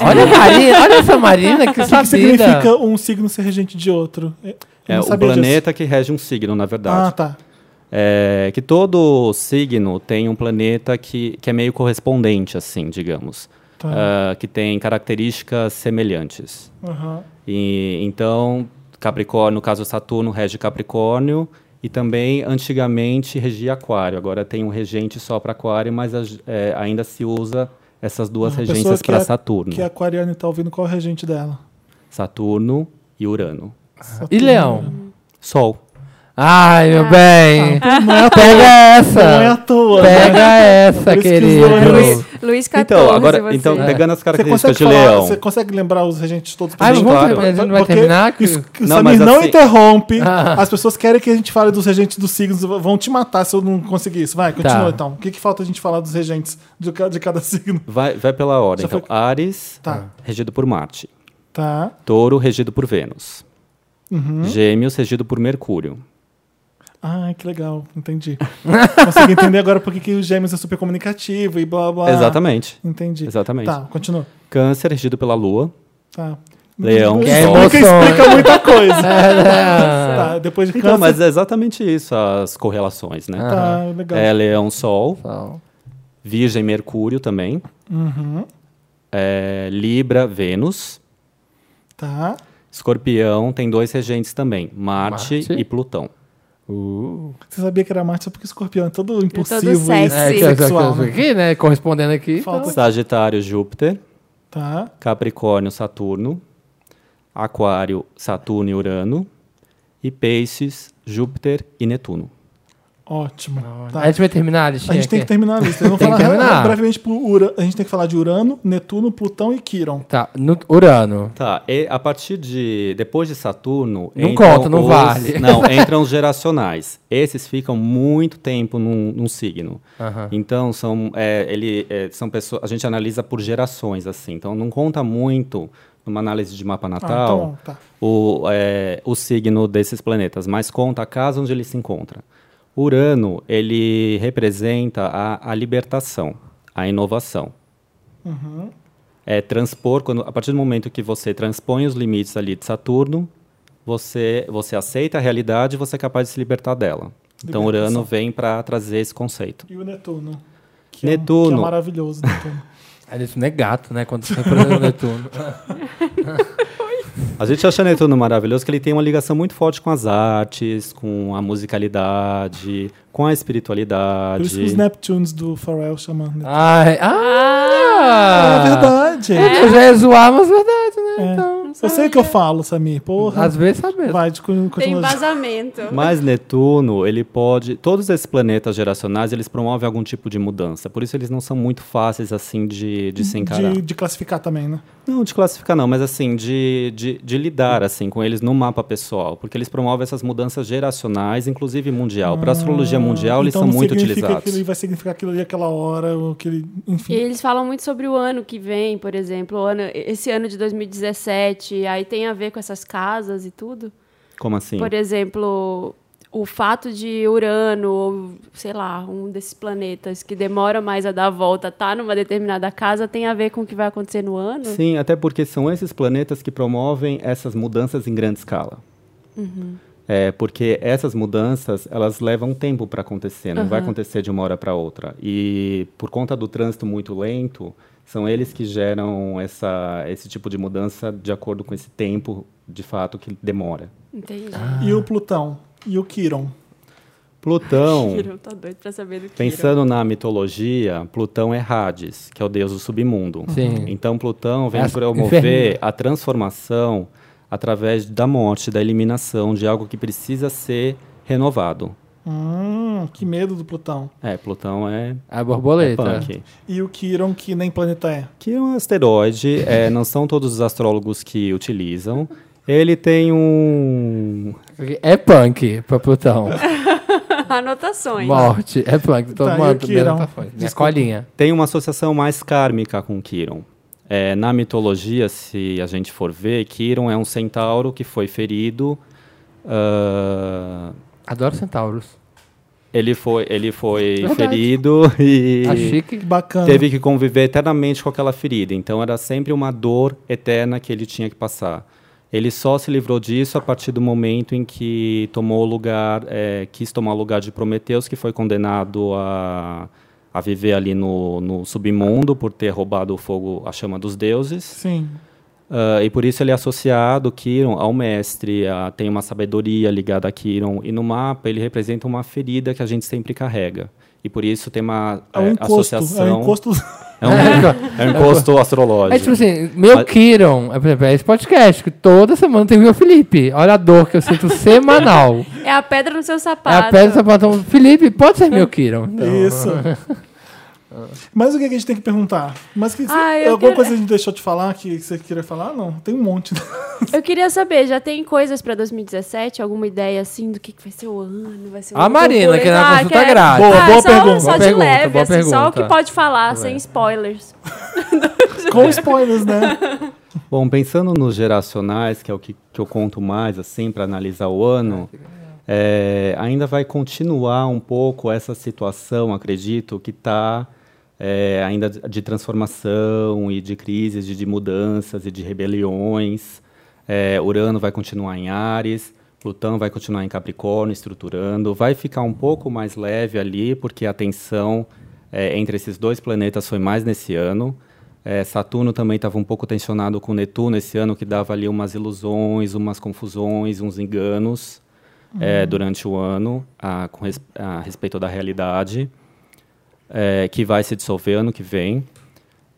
Speaker 3: Olha, a Marina, olha essa Marina que
Speaker 1: O que, que
Speaker 3: sabida.
Speaker 1: significa um signo ser regente de outro? Eu
Speaker 4: É
Speaker 1: não
Speaker 4: o
Speaker 1: sabia disso.
Speaker 4: planeta que rege um signo, na verdade.
Speaker 1: Ah, tá.
Speaker 4: É, que todo signo tem um planeta que, que é meio correspondente, assim, digamos.
Speaker 1: Tá.
Speaker 3: É.
Speaker 4: Ah, que tem características semelhantes.
Speaker 1: Aham.
Speaker 4: E, então, Capricórnio, no caso Saturno, rege Capricórnio. E também, antigamente, regia Aquário. Agora tem um regente só para Aquário, mas as- é, ainda se usa essas duas
Speaker 1: A pessoa
Speaker 4: regências
Speaker 1: que
Speaker 4: para
Speaker 1: é-
Speaker 4: Saturno.
Speaker 1: Que a Aquariana tá ouvindo qual é o regente dela?
Speaker 4: Saturno e Urano.
Speaker 1: Saturno.
Speaker 3: E Leão?
Speaker 4: Sol.
Speaker 3: Ai, meu bem.
Speaker 1: Não é à toa.
Speaker 3: Pega
Speaker 1: Não é à
Speaker 3: essa.
Speaker 1: toa. né?
Speaker 3: Pega essa,
Speaker 1: Por isso que
Speaker 3: querido.
Speaker 1: zoou ele.
Speaker 2: É Luiz, Luiz 14,
Speaker 4: Então, agora,
Speaker 2: Tá você.
Speaker 4: então pegando as
Speaker 1: É. Você
Speaker 4: características
Speaker 1: consegue,
Speaker 4: de
Speaker 1: falar-
Speaker 4: Leão.
Speaker 1: você consegue lembrar os regentes todos
Speaker 3: Ah,
Speaker 1: pra
Speaker 3: vamos
Speaker 1: gente?
Speaker 4: claro.
Speaker 3: terminar, a gente não vai
Speaker 1: Porque
Speaker 3: terminar? que-
Speaker 1: isso- que o
Speaker 4: Não,
Speaker 1: Samir
Speaker 4: mas
Speaker 1: não
Speaker 4: assim-
Speaker 1: interrompe.
Speaker 3: Ah.
Speaker 1: As pessoas querem que a gente fale dos regentes dos signos. Vão te matar se eu não conseguir isso. Vai, continua
Speaker 3: Tá.
Speaker 1: então. O que, que falta a gente falar dos regentes de, ca- de cada signo?
Speaker 4: Vai, vai pela ordem.
Speaker 1: Já
Speaker 4: Então,
Speaker 1: foi-
Speaker 4: Ares,
Speaker 1: Tá.
Speaker 3: Ah.
Speaker 4: regido por Marte.
Speaker 1: Tá. Uhum.
Speaker 4: Touro, regido por Vênus.
Speaker 1: Hum?
Speaker 4: Gêmeos, regido por Mercúrio.
Speaker 1: Ah, que legal. Entendi. Consegui entender agora por que que o Gêmeos é super comunicativo e blá blá.
Speaker 4: Exatamente.
Speaker 1: Entendi.
Speaker 4: Exatamente.
Speaker 1: Tá, continua.
Speaker 4: Câncer, regido pela Lua.
Speaker 1: Tá.
Speaker 4: Leão.
Speaker 1: Isso
Speaker 4: Que é
Speaker 1: explica,
Speaker 3: emoção,
Speaker 1: explica muita coisa.
Speaker 3: É,
Speaker 1: tá, depois de
Speaker 4: Então,
Speaker 1: câncer.
Speaker 4: mas é exatamente isso, as correlações, né?
Speaker 1: Tá, legal.
Speaker 4: É Leão, Sol.
Speaker 3: Então,
Speaker 4: Virgem, Mercúrio também.
Speaker 1: Uhum.
Speaker 4: É, Libra, Vênus.
Speaker 1: Tá.
Speaker 4: Escorpião tem dois regentes também, Marte,
Speaker 3: Marte.
Speaker 4: e Plutão.
Speaker 1: Você sabia que era Marte só porque escorpião é todo impulsivo e
Speaker 2: sexy.
Speaker 3: É, que, que, que,
Speaker 1: sexual, né?
Speaker 3: aqui, né? Correspondendo aqui. então.
Speaker 1: Falta-
Speaker 4: Sagitário, Júpiter.
Speaker 1: Tá.
Speaker 4: Capricórnio, Saturno. Aquário, Saturno e Urano. E Peixes, Júpiter e Netuno.
Speaker 1: Ótimo. Tá.
Speaker 3: A gente vai terminar, Alexandre.
Speaker 1: A gente tem que terminar a lista. Eu vou
Speaker 3: Tem que
Speaker 1: falar
Speaker 3: terminar.
Speaker 1: brevemente por Ura- A gente tem que falar de Urano, Netuno, Plutão e Quiron.
Speaker 3: Tá, no Urano.
Speaker 4: Tá, e a partir de. Depois de Saturno.
Speaker 3: Não
Speaker 4: entram
Speaker 3: conta, não
Speaker 4: os-
Speaker 3: vale.
Speaker 4: Não, entram os geracionais. Esses ficam muito tempo num, num signo.
Speaker 3: Aham.
Speaker 4: Então, são, é, ele, é, são pessoas. A gente analisa por gerações, assim. Então, não conta muito numa análise de
Speaker 3: Ah,
Speaker 4: mapa natal
Speaker 1: então, tá.
Speaker 4: o, é, o signo desses planetas, mas conta a casa onde ele se encontra. Urano, ele representa a, a libertação, a inovação.
Speaker 1: Uhum.
Speaker 4: É transpor, quando, a partir do momento que você transpõe os limites ali de Saturno, você, você aceita a realidade e você é capaz de se libertar dela. Então,
Speaker 1: Libertação.
Speaker 4: Urano vem para trazer esse conceito.
Speaker 1: E o Netuno. Que É, um- que é
Speaker 4: Netuno.
Speaker 1: maravilhoso, Netuno.
Speaker 3: Isso não é gato, né? Quando você representa o Netuno.
Speaker 4: A gente acha né, Netuno maravilhoso que ele tem uma ligação muito forte com as artes, com a musicalidade, com a espiritualidade.
Speaker 1: Por isso que os Neptunes do Pharrell chamam Netuno.
Speaker 3: Ai,
Speaker 1: É
Speaker 3: ah!
Speaker 1: verdade.
Speaker 3: Eu já ia zoar, mas verdade, né?
Speaker 1: É.
Speaker 3: Então,
Speaker 1: Eu sei o que eu falo, Samir. Porra.
Speaker 3: às vezes é sabemos.
Speaker 1: Vai, de-
Speaker 2: Tem
Speaker 1: continua.
Speaker 2: embasamento.
Speaker 4: Mas Netuno, ele pode. Todos esses planetas geracionais, eles promovem algum tipo de mudança. Por isso eles não são muito fáceis assim de, de se encarar.
Speaker 1: De, de classificar também, né?
Speaker 4: Não de classificar, não, mas assim, de, de, de lidar assim com eles no mapa pessoal. Porque eles promovem essas mudanças geracionais, inclusive mundial. Para a astrologia mundial, eles
Speaker 1: então
Speaker 4: são
Speaker 1: não
Speaker 4: muito
Speaker 1: significa
Speaker 4: utilizados.
Speaker 1: que ele vai significar aquilo ali aquela hora, ou aquele. Enfim.
Speaker 2: E eles falam muito sobre o ano que vem, por exemplo, o ano, esse ano de 2017, aí tem a ver com essas casas e tudo.
Speaker 4: Como assim?
Speaker 2: Por exemplo, o fato de Urano, ou sei lá, um desses planetas que demora mais a dar a volta, tá numa determinada casa, tem a ver com o que vai acontecer no ano?
Speaker 4: Sim, até porque são esses planetas que promovem essas mudanças em grande escala. É, porque essas mudanças, elas levam tempo para acontecer, não vai acontecer de uma hora para outra. E por conta do trânsito muito lento, são eles que geram essa, esse tipo de mudança de acordo com esse tempo, de fato, que demora.
Speaker 3: Ah.
Speaker 2: Entendi.
Speaker 1: E o Plutão? e o Quiron.
Speaker 4: Plutão,
Speaker 2: Kiron, tá doido pra saber do Kiron.
Speaker 4: pensando na mitologia, Plutão é Hades, que é o deus do submundo.
Speaker 3: Sim.
Speaker 4: Então Plutão vem
Speaker 3: As-
Speaker 4: promover
Speaker 3: inferninho.
Speaker 4: a transformação através da morte, da eliminação de algo que precisa ser renovado.
Speaker 1: Hum, que medo do Plutão.
Speaker 4: É, Plutão é,
Speaker 3: A
Speaker 4: é
Speaker 3: borboleta.
Speaker 4: punk.
Speaker 1: E o Quiron, que nem planeta é.
Speaker 4: que é um asteroide, é, não são todos os astrólogos que utilizam. Ele tem um.
Speaker 3: É punk pra Plutão.
Speaker 2: Anotações.
Speaker 3: Morte. É punk. Tô
Speaker 1: Tá, e o
Speaker 3: tomando primeiro
Speaker 1: Quirón?
Speaker 3: tapão. Minha
Speaker 1: Desculpa.
Speaker 3: colinha.
Speaker 4: Tem uma associação mais kármica com Quiron. É, na mitologia, se a gente for ver, Quiron é um centauro que foi ferido. ah,
Speaker 3: Adoro centauros.
Speaker 4: ele foi, ele foi
Speaker 3: Verdade.
Speaker 4: ferido e
Speaker 3: A chique.
Speaker 1: Que bacana.
Speaker 4: teve que conviver eternamente com aquela ferida. Então era sempre uma dor eterna que ele tinha que passar. Ele só se livrou disso a partir do momento em que tomou o lugar, eh, quis tomar o lugar de Prometeus, que foi condenado a, a viver ali no, no submundo por ter roubado o fogo, a chama dos deuses.
Speaker 1: Sim.
Speaker 4: Ah, e por isso ele é associado, Kiron, ao mestre, a- tem uma sabedoria ligada a Kiron. E no mapa ele representa uma ferida que a gente sempre carrega. E por isso tem uma
Speaker 1: É um
Speaker 4: eh,
Speaker 1: encosto.
Speaker 4: associação.
Speaker 1: É um encosto.
Speaker 4: É um, é um encosto astrológico.
Speaker 3: É tipo assim, meu
Speaker 4: Mas-
Speaker 3: Kiron, é, por exemplo, é esse podcast que toda semana tem o meu Felipe. Olha a dor que eu sinto semanal.
Speaker 2: É a pedra no seu
Speaker 3: É
Speaker 2: sapato.
Speaker 3: a pedra do sapatão. Felipe, pode ser meu Kiron. Então,
Speaker 1: Isso. Mas o que a gente tem que perguntar? Mas que,
Speaker 2: Ah, eu
Speaker 1: alguma
Speaker 2: quero-
Speaker 1: coisa a gente deixou de falar que você queria falar? Não, tem um monte.
Speaker 2: Eu queria saber, já tem coisas pra 2017? Alguma ideia assim do que, que vai ser o ano? Vai ser o
Speaker 3: A Marina, que é na
Speaker 2: Ah,
Speaker 3: consulta
Speaker 2: quero-
Speaker 3: grátis.
Speaker 1: Boa,
Speaker 2: Ah,
Speaker 1: boa
Speaker 2: só,
Speaker 1: pergunta.
Speaker 2: Só
Speaker 3: Boa
Speaker 2: de
Speaker 3: pergunta,
Speaker 2: leve,
Speaker 3: boa
Speaker 2: assim, só o que
Speaker 3: pergunta.
Speaker 2: pode falar, sem spoilers.
Speaker 1: Com spoilers, né?
Speaker 4: Bom, pensando nos geracionais, que é o que, que eu conto mais, assim, para analisar o ano, é, ainda vai continuar um pouco essa situação, acredito, que está ainda de de transformação e de crises, de, de mudanças e de rebeliões. É, Urano vai continuar em Ares, Plutão vai continuar em Capricórnio, estruturando. Vai ficar um pouco mais leve ali, porque a tensão é, entre esses dois planetas foi mais nesse ano. É, Saturno também estava um pouco tensionado com Netuno esse ano, que dava ali umas ilusões, umas confusões, uns enganos é, durante o ano a, com res- a respeito da realidade, é, que vai se dissolver ano que vem.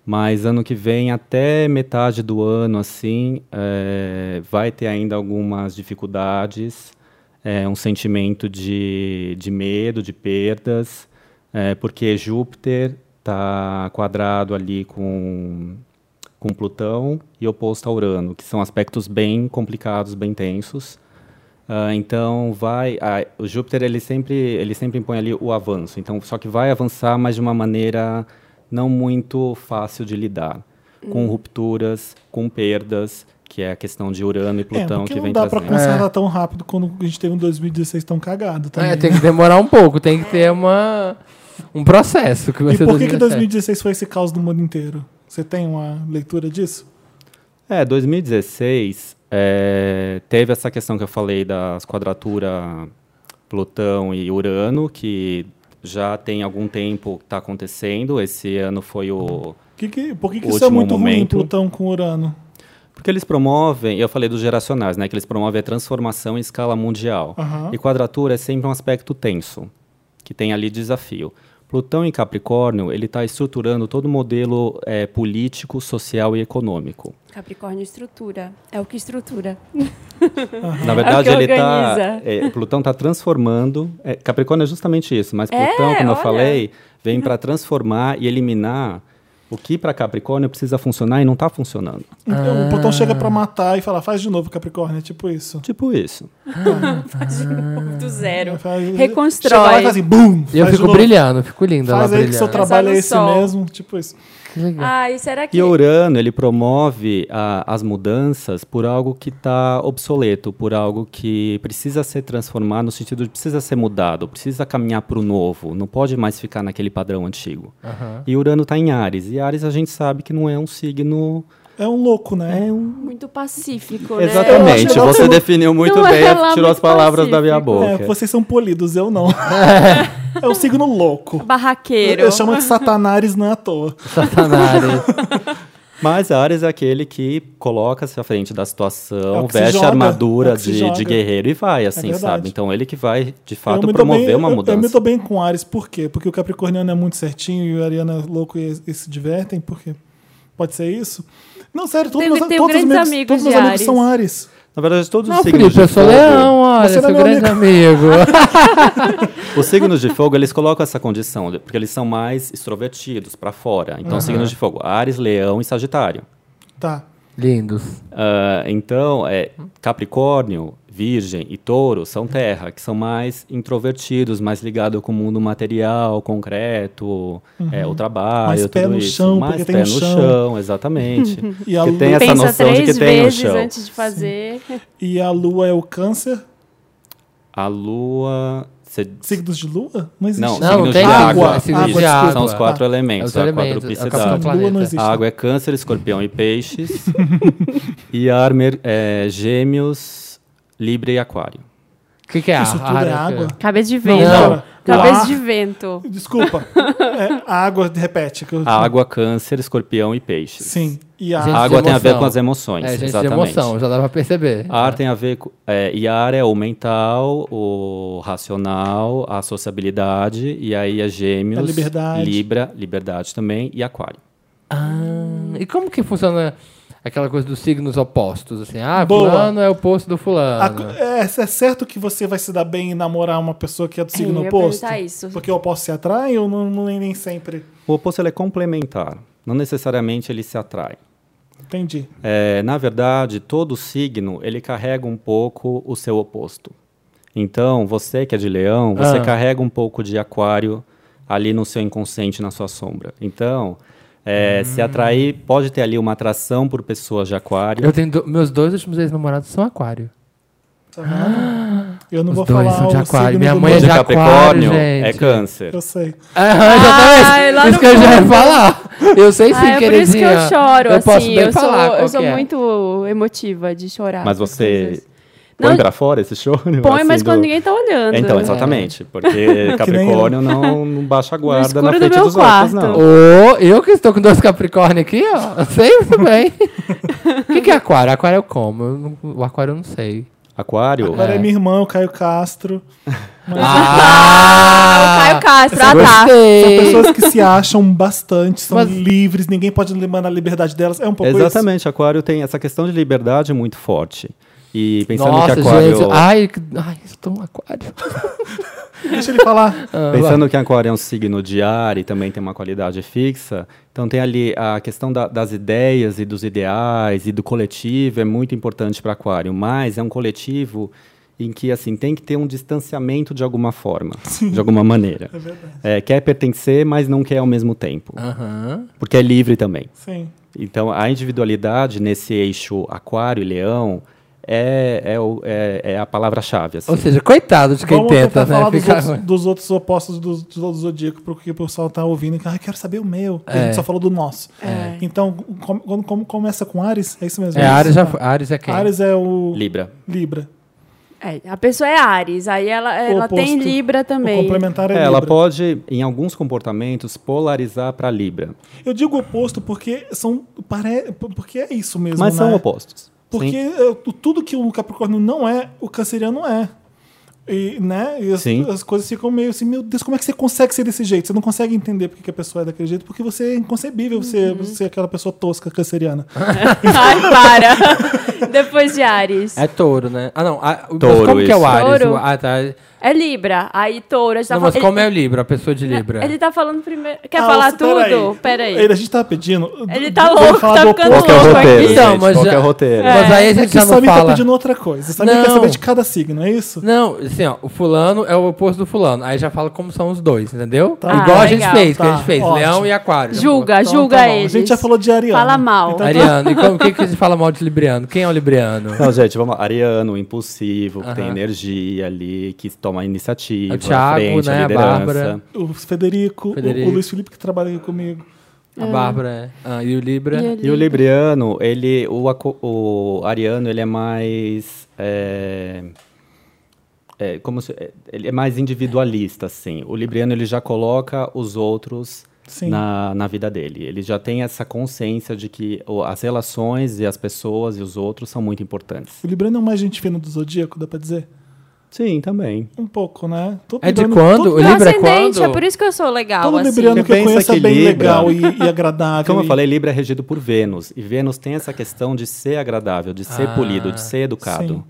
Speaker 4: Mas ano que vem, até metade do ano, assim, é, vai ter ainda algumas dificuldades, é, um sentimento de, de medo, de perdas, é, porque Júpiter está quadrado ali com, com Plutão e oposto a Urano, que são aspectos bem complicados, bem tensos. Ah, então vai, ah, o Júpiter ele sempre ele sempre impõe ali o avanço. Então só que vai avançar, mas de uma maneira não muito fácil de lidar, com rupturas, com perdas, que é a questão de Urano e
Speaker 1: é,
Speaker 4: Plutão
Speaker 1: porque
Speaker 4: que
Speaker 1: não
Speaker 4: vem
Speaker 1: dá pra
Speaker 4: trazendo.
Speaker 1: consertar tão rápido quando a gente teve um 2016 tão cagado também.
Speaker 3: É, tem que demorar um pouco, tem que ter uma, um processo que vai
Speaker 1: E
Speaker 3: ser
Speaker 1: por que, que
Speaker 3: 2017.
Speaker 1: 2016 foi esse caos do mundo inteiro? Você tem uma leitura disso?
Speaker 4: É, 2016 é, teve essa questão que eu falei das quadratura Plutão e Urano, que já tem algum tempo que está acontecendo. Esse ano foi o.
Speaker 1: Que que- por que, que
Speaker 4: O
Speaker 1: isso é
Speaker 4: último
Speaker 1: muito ruim,
Speaker 4: momento.
Speaker 1: Plutão com Urano?
Speaker 4: Porque eles promovem, eu falei dos geracionais, né? Que eles promovem a transformação em escala mundial.
Speaker 1: Aham.
Speaker 4: E quadratura é sempre um aspecto tenso, que tem ali desafio. Plutão em Capricórnio, ele está estruturando todo o modelo eh, político, social e econômico.
Speaker 2: Capricórnio estrutura. É o que estrutura.
Speaker 4: Na verdade,
Speaker 2: É o que
Speaker 4: ele tá.
Speaker 2: organiza.
Speaker 4: é, Plutão está transformando. é, Capricórnio é justamente isso, mas
Speaker 2: É,
Speaker 4: Plutão, como eu
Speaker 2: olha. Uhum.
Speaker 4: falei, vem para transformar e eliminar o que para Capricórnio precisa funcionar e não está funcionando.
Speaker 1: Então, O Plutão chega pra matar e fala, faz de novo, Capricórnio. É tipo isso.
Speaker 4: Tipo isso.
Speaker 2: Faz de novo, do zero.
Speaker 1: Faz-
Speaker 2: Reconstrói.
Speaker 1: Chega lá e faz assim, bum!
Speaker 3: E eu
Speaker 1: faz de
Speaker 3: fico
Speaker 1: novo.
Speaker 3: brilhando, né? fico linda lá
Speaker 1: Faz aí que seu
Speaker 3: brilhando.
Speaker 1: trabalho é
Speaker 2: no
Speaker 1: esse
Speaker 2: sol.
Speaker 1: mesmo. Tipo isso.
Speaker 3: Que legal.
Speaker 2: Ai, será que... é
Speaker 4: E Urano, ele promove a- as mudanças por algo que está obsoleto, por algo que precisa ser transformado, no sentido de precisa ser mudado, precisa caminhar para o novo, não pode mais ficar naquele padrão antigo.
Speaker 3: Aham.
Speaker 4: E Urano está em Ares, e Ares a gente sabe que não é um signo...
Speaker 1: É um louco, né?
Speaker 4: É um...
Speaker 2: Muito pacífico, né?
Speaker 1: Eu
Speaker 4: Exatamente,
Speaker 1: acho
Speaker 4: você
Speaker 1: ótimo.
Speaker 4: definiu muito
Speaker 2: Não é
Speaker 4: bem,
Speaker 2: lá
Speaker 4: tirou as
Speaker 2: muito
Speaker 4: palavras da minha
Speaker 2: pacífico.
Speaker 4: boca.
Speaker 1: É, vocês são polidos, eu não. é um signo louco.
Speaker 2: Barraqueiro.
Speaker 1: Eu chamo de Satanares não é à toa.
Speaker 3: Satanás.
Speaker 4: Mas Ares é aquele que coloca-se à frente da
Speaker 1: É
Speaker 4: situação,
Speaker 1: o que se
Speaker 4: veste
Speaker 1: joga,
Speaker 4: a armadura
Speaker 1: é o que se
Speaker 4: de,
Speaker 1: joga. É
Speaker 4: de guerreiro e vai, assim,
Speaker 1: verdade.
Speaker 4: sabe? Então ele que vai, de
Speaker 1: Eu
Speaker 4: fato,
Speaker 1: me dou
Speaker 4: promover
Speaker 1: bem-
Speaker 4: uma
Speaker 1: eu- Eu, me
Speaker 4: mudança.
Speaker 1: dou bem com Ares, por quê? Porque o Capricorniano é muito certinho e o Ariano é louco e, e se divertem, porque pode ser isso? Não, sério, todos,
Speaker 2: Tem-
Speaker 1: meus,
Speaker 2: tem
Speaker 1: todos, os
Speaker 2: grandes
Speaker 1: meus,
Speaker 2: amigos
Speaker 1: todos meus
Speaker 2: de
Speaker 1: amigos são Ares.
Speaker 4: Na verdade, todos
Speaker 3: Não,
Speaker 4: os signos
Speaker 3: Felipe, eu
Speaker 4: de
Speaker 3: sou
Speaker 4: fogo,
Speaker 3: leão, olha,
Speaker 1: é Você não
Speaker 3: seu
Speaker 1: é meu
Speaker 3: grande amigo.
Speaker 4: os signos de fogo, eles colocam essa condição, de- porque eles são mais extrovertidos, pra fora. Então, signos de fogo, Ares, Leão e Sagitário.
Speaker 1: Tá.
Speaker 3: Lindos.
Speaker 4: Ah, então, é, Capricórnio, Virgem e Touro são terra, que são mais introvertidos, mais ligados com o mundo material, concreto, é, o trabalho,
Speaker 1: Mais
Speaker 4: tudo
Speaker 1: pé no
Speaker 4: isso.
Speaker 1: chão,
Speaker 4: mais
Speaker 1: porque
Speaker 4: pé
Speaker 1: tem
Speaker 4: no
Speaker 1: o chão.
Speaker 4: chão, exatamente.
Speaker 1: E a,
Speaker 4: Porque
Speaker 1: Lu-
Speaker 4: tem essa
Speaker 2: Pensa
Speaker 4: noção de
Speaker 2: três
Speaker 4: que tem no
Speaker 2: vezes
Speaker 4: chão.
Speaker 2: antes de fazer.
Speaker 1: e a Lua é o câncer?
Speaker 4: A Lua... cê-
Speaker 1: Signos de Lua? Não existe.
Speaker 4: Não,
Speaker 3: Não,
Speaker 4: signos
Speaker 3: não
Speaker 4: de
Speaker 3: tem
Speaker 4: água.
Speaker 3: água. é signo
Speaker 1: Água,
Speaker 3: de
Speaker 1: desculpa.
Speaker 3: água.
Speaker 4: São os quatro
Speaker 3: É
Speaker 4: elementos,
Speaker 3: os
Speaker 4: a
Speaker 3: elementos. A
Speaker 4: quadruplicidade.
Speaker 3: capital
Speaker 1: Lua não
Speaker 3: planeta.
Speaker 1: existe.
Speaker 4: A água é câncer, escorpião e peixes. e ar mer- é, gêmeos, libra e aquário.
Speaker 3: O que, que é
Speaker 1: Isso
Speaker 3: a- a
Speaker 1: tudo é
Speaker 3: área?
Speaker 1: água?
Speaker 2: Cabeça de
Speaker 1: Não,
Speaker 2: vento.
Speaker 1: não.
Speaker 2: Cabeça
Speaker 4: Ah.
Speaker 1: Ar-
Speaker 2: de vento.
Speaker 1: Desculpa. É, a água, repete. que eu-
Speaker 4: Água, câncer, escorpião e peixes.
Speaker 1: Sim. E a
Speaker 3: Gente,
Speaker 4: A água tem a ver
Speaker 3: emoção.
Speaker 4: com as emoções,
Speaker 3: É, gente, de
Speaker 4: exatamente. Ah.
Speaker 3: emoção, já dá pra perceber.
Speaker 4: Ar tem a ver com. É, e ar é o mental, o racional, a sociabilidade, e aí é gêmeos.
Speaker 1: A liberdade.
Speaker 4: Libra, liberdade também, e aquário.
Speaker 3: Ah, e como que funciona aquela coisa dos signos opostos? Assim, ah,
Speaker 1: Boa.
Speaker 3: fulano é o oposto do
Speaker 1: A-
Speaker 3: fulano.
Speaker 1: é, é certo que você vai se dar bem em namorar uma pessoa que é do signo
Speaker 2: eu ia
Speaker 1: oposto?
Speaker 2: perguntar isso.
Speaker 1: Porque o oposto se atrai ou não, não- nem, nem sempre?
Speaker 4: O oposto ele é complementar, não necessariamente ele se atrai.
Speaker 1: Entendi.
Speaker 4: É, na verdade, todo signo ele carrega um pouco o seu oposto. Então, você que é de leão, você
Speaker 3: Ah.
Speaker 4: carrega um pouco de aquário ali no seu inconsciente, na sua sombra. Então, é, se
Speaker 2: Hum.
Speaker 4: atrair, pode ter ali uma atração por pessoas de aquário.
Speaker 3: Eu tenho do- meus dois últimos ex-namorados são aquário.
Speaker 1: Tá vendo? Eu não
Speaker 3: Os
Speaker 1: vou
Speaker 3: dois
Speaker 1: falar
Speaker 3: são de
Speaker 1: o
Speaker 3: aquário.
Speaker 1: signo
Speaker 3: Minha
Speaker 1: do
Speaker 3: mãe é
Speaker 1: meu.
Speaker 4: O de
Speaker 3: de aquário,
Speaker 4: Capricórnio é
Speaker 3: gente.
Speaker 4: câncer.
Speaker 1: Eu sei.
Speaker 3: Ah,
Speaker 4: tá
Speaker 2: Ai,
Speaker 3: exatamente.
Speaker 2: É lá
Speaker 3: isso
Speaker 2: no
Speaker 3: que eu já ia
Speaker 2: fundo.
Speaker 3: falar. Eu sei sim,
Speaker 2: Ah, é por isso que
Speaker 3: queridinha.
Speaker 2: eu choro, assim.
Speaker 3: posso bem
Speaker 2: eu sou,
Speaker 3: falar qual
Speaker 2: eu sou
Speaker 3: que é.
Speaker 2: muito emotiva de chorar.
Speaker 4: Mas
Speaker 2: essas
Speaker 4: você
Speaker 2: coisas.
Speaker 4: põe
Speaker 2: Não,
Speaker 4: pra fora esse choro?
Speaker 2: põe,
Speaker 4: Assim,
Speaker 2: mas
Speaker 4: do-
Speaker 2: quando ninguém tá olhando.
Speaker 4: Então, exatamente. Porque Capricórnio não, não baixa a guarda na
Speaker 2: escuro do
Speaker 4: frente
Speaker 2: meu
Speaker 4: dos
Speaker 2: quarto.
Speaker 4: outros, não.
Speaker 3: Ô, eu que estou com dois Capricórnio aqui, ó. eu Sei isso bem. O que, que é aquário? Aquário eu como. eu não- o aquário eu não sei.
Speaker 4: Aquário,
Speaker 1: Agora é.
Speaker 3: É.
Speaker 1: minha irmã, o Caio Castro.
Speaker 2: Ah, o Caio Castro, ah tá.
Speaker 1: São
Speaker 3: Gostei.
Speaker 1: pessoas que se acham bastante, são
Speaker 3: É. Mas-
Speaker 1: livres, ninguém pode limar na liberdade delas. É um pouco
Speaker 4: Exatamente, Aquário tem essa questão de liberdade muito forte. E pensando
Speaker 3: Nossa,
Speaker 4: que Aquário,
Speaker 3: gente. Ai, que- ai, estou um aquário.
Speaker 1: isso. Deixa ele falar.
Speaker 3: Ah, vai.
Speaker 4: pensando que Aquário é um signo de ar e também tem uma qualidade fixa, então tem ali a questão da- das ideias e dos ideais e do coletivo é muito importante para Aquário, mas é um coletivo em que assim tem que ter um distanciamento de alguma forma, de alguma maneira.
Speaker 1: É verdade.
Speaker 4: É, quer pertencer, mas não quer ao mesmo tempo,
Speaker 3: Aham.
Speaker 4: porque é livre também.
Speaker 1: Sim.
Speaker 4: Então, a individualidade nesse eixo aquário e leão é, é, o- é- é a palavra-chave. assim.
Speaker 3: Ou seja, coitado de quem
Speaker 1: Vamos
Speaker 3: tenta,
Speaker 1: tentar falar
Speaker 3: né?
Speaker 1: dos,
Speaker 3: Ficar...
Speaker 1: outros, dos outros opostos do, do Zodíaco, porque o pessoal tá ouvindo e ah, quero saber o meu. A
Speaker 3: É.
Speaker 1: gente só falou do nosso.
Speaker 2: É.
Speaker 1: Então, com- quando como começa com Ares, é isso mesmo?
Speaker 3: É, Ares, já,
Speaker 1: foi.
Speaker 3: Ares é quem?
Speaker 1: Ares é o
Speaker 4: Libra.
Speaker 1: Libra.
Speaker 2: É, a pessoa é Ares, aí ela, ela tem
Speaker 1: oposto.
Speaker 2: Libra
Speaker 1: O
Speaker 2: também.
Speaker 1: complementar é,
Speaker 4: É, ela
Speaker 1: Libra.
Speaker 4: pode, em alguns comportamentos, polarizar para Libra.
Speaker 1: Eu digo oposto porque são pare... porque é isso mesmo,
Speaker 4: mas são
Speaker 1: né?
Speaker 4: opostos.
Speaker 1: Porque
Speaker 4: Sim.
Speaker 1: eh, tu- tudo que o Capricórnio não é, o Canceriano é. E, né? e as,
Speaker 4: Sim.
Speaker 1: as coisas ficam meio assim, meu Deus, como é que você consegue ser desse jeito? Você não consegue entender porque que a pessoa é daquele jeito, porque você é inconcebível você,
Speaker 2: Uhum.
Speaker 1: você é aquela pessoa tosca canceriana.
Speaker 2: Ai, para. Depois de Ares.
Speaker 3: É touro, né? Ah, não. a- o-
Speaker 4: Touro,
Speaker 3: mas como que é o
Speaker 4: isso.
Speaker 3: Ares?
Speaker 2: Touro.
Speaker 3: O- Ah, tá.
Speaker 2: É Libra. Aí Touro. a gente tá
Speaker 3: Não, mas
Speaker 2: falando-
Speaker 3: como é o
Speaker 2: ele,
Speaker 3: Libra? A pessoa de Libra.
Speaker 2: Ele tá falando primeiro. Quer
Speaker 1: Ah,
Speaker 2: falar
Speaker 1: você-
Speaker 2: tudo? Peraí.
Speaker 1: Ele, a gente tava pedindo.
Speaker 2: Ele
Speaker 1: do-
Speaker 2: tá
Speaker 1: do-
Speaker 2: louco,
Speaker 1: vamos falar
Speaker 2: tá
Speaker 1: do
Speaker 2: ficando
Speaker 1: oposto.
Speaker 4: Qual que é o
Speaker 2: louco
Speaker 4: roteiro,
Speaker 2: aqui.
Speaker 4: gente?
Speaker 3: Então, mas
Speaker 4: Qual
Speaker 3: já-
Speaker 4: que é o roteiro?
Speaker 3: Mas aí a gente
Speaker 1: Aqui
Speaker 3: já não
Speaker 1: Sammy tá
Speaker 3: fala.
Speaker 1: pedindo outra coisa. Sammy quer
Speaker 3: Não.
Speaker 1: saber de cada signo, é isso?
Speaker 3: Não, assim, ó, o fulano é o oposto do fulano. Aí já fala como são os dois, entendeu?
Speaker 1: Tá.
Speaker 3: Igual
Speaker 2: Ah,
Speaker 3: a gente
Speaker 2: legal.
Speaker 3: fez, que a
Speaker 1: Tá,
Speaker 3: gente fez,
Speaker 1: ótimo.
Speaker 3: leão e aquário.
Speaker 2: Julga,
Speaker 1: Então
Speaker 2: julga
Speaker 1: tá bom.
Speaker 2: ele.
Speaker 1: A gente já falou de Ariano.
Speaker 2: Fala mal.
Speaker 1: Então,
Speaker 3: Ariano, e como o que, que se fala mal de Libriano? Quem é o Libriano?
Speaker 4: Não, gente, vamos lá. Ariano, impulsivo, que tem
Speaker 3: Aham.
Speaker 4: energia ali, que toma iniciativa,
Speaker 3: É o Thiago,
Speaker 4: à frente,
Speaker 3: né,
Speaker 4: a
Speaker 3: a
Speaker 4: liderança.
Speaker 3: Bárbara.
Speaker 1: então, o Federico, o-
Speaker 3: Federico.
Speaker 1: o Luiz Felipe que trabalha aqui comigo.
Speaker 3: A Bárbara é. Ah, e o Libra?
Speaker 2: E ele-
Speaker 4: E o Libriano, ele, o, aquo- o Ariano, ele é mais. é, é, como se- é, ele é mais individualista, assim. O Libriano, ele já coloca os outros
Speaker 1: Sim.
Speaker 4: na, na vida dele. Ele já tem essa consciência de que o- as relações e as pessoas e os outros são muito importantes.
Speaker 1: O Librando é o mais gente fina do Zodíaco, dá pra dizer?
Speaker 4: Sim, também.
Speaker 1: Um pouco, né? Todo
Speaker 3: É de
Speaker 1: librano-
Speaker 3: quando?
Speaker 1: Todo,
Speaker 3: O
Speaker 2: Meu
Speaker 3: Libra é
Speaker 2: ascendente,
Speaker 3: quando?
Speaker 2: é por isso que eu sou legal,
Speaker 1: todo
Speaker 2: assim.
Speaker 1: libriano que
Speaker 4: Você
Speaker 1: eu
Speaker 4: pensa
Speaker 1: conheço é
Speaker 4: que
Speaker 1: bem
Speaker 4: Libra-
Speaker 1: legal e, e agradável.
Speaker 4: Como eu
Speaker 1: e-
Speaker 4: falei, Libra é regido por Vênus. E Vênus tem essa questão de ser agradável, de ser
Speaker 3: Ah,
Speaker 4: polido, de ser educado.
Speaker 1: sim.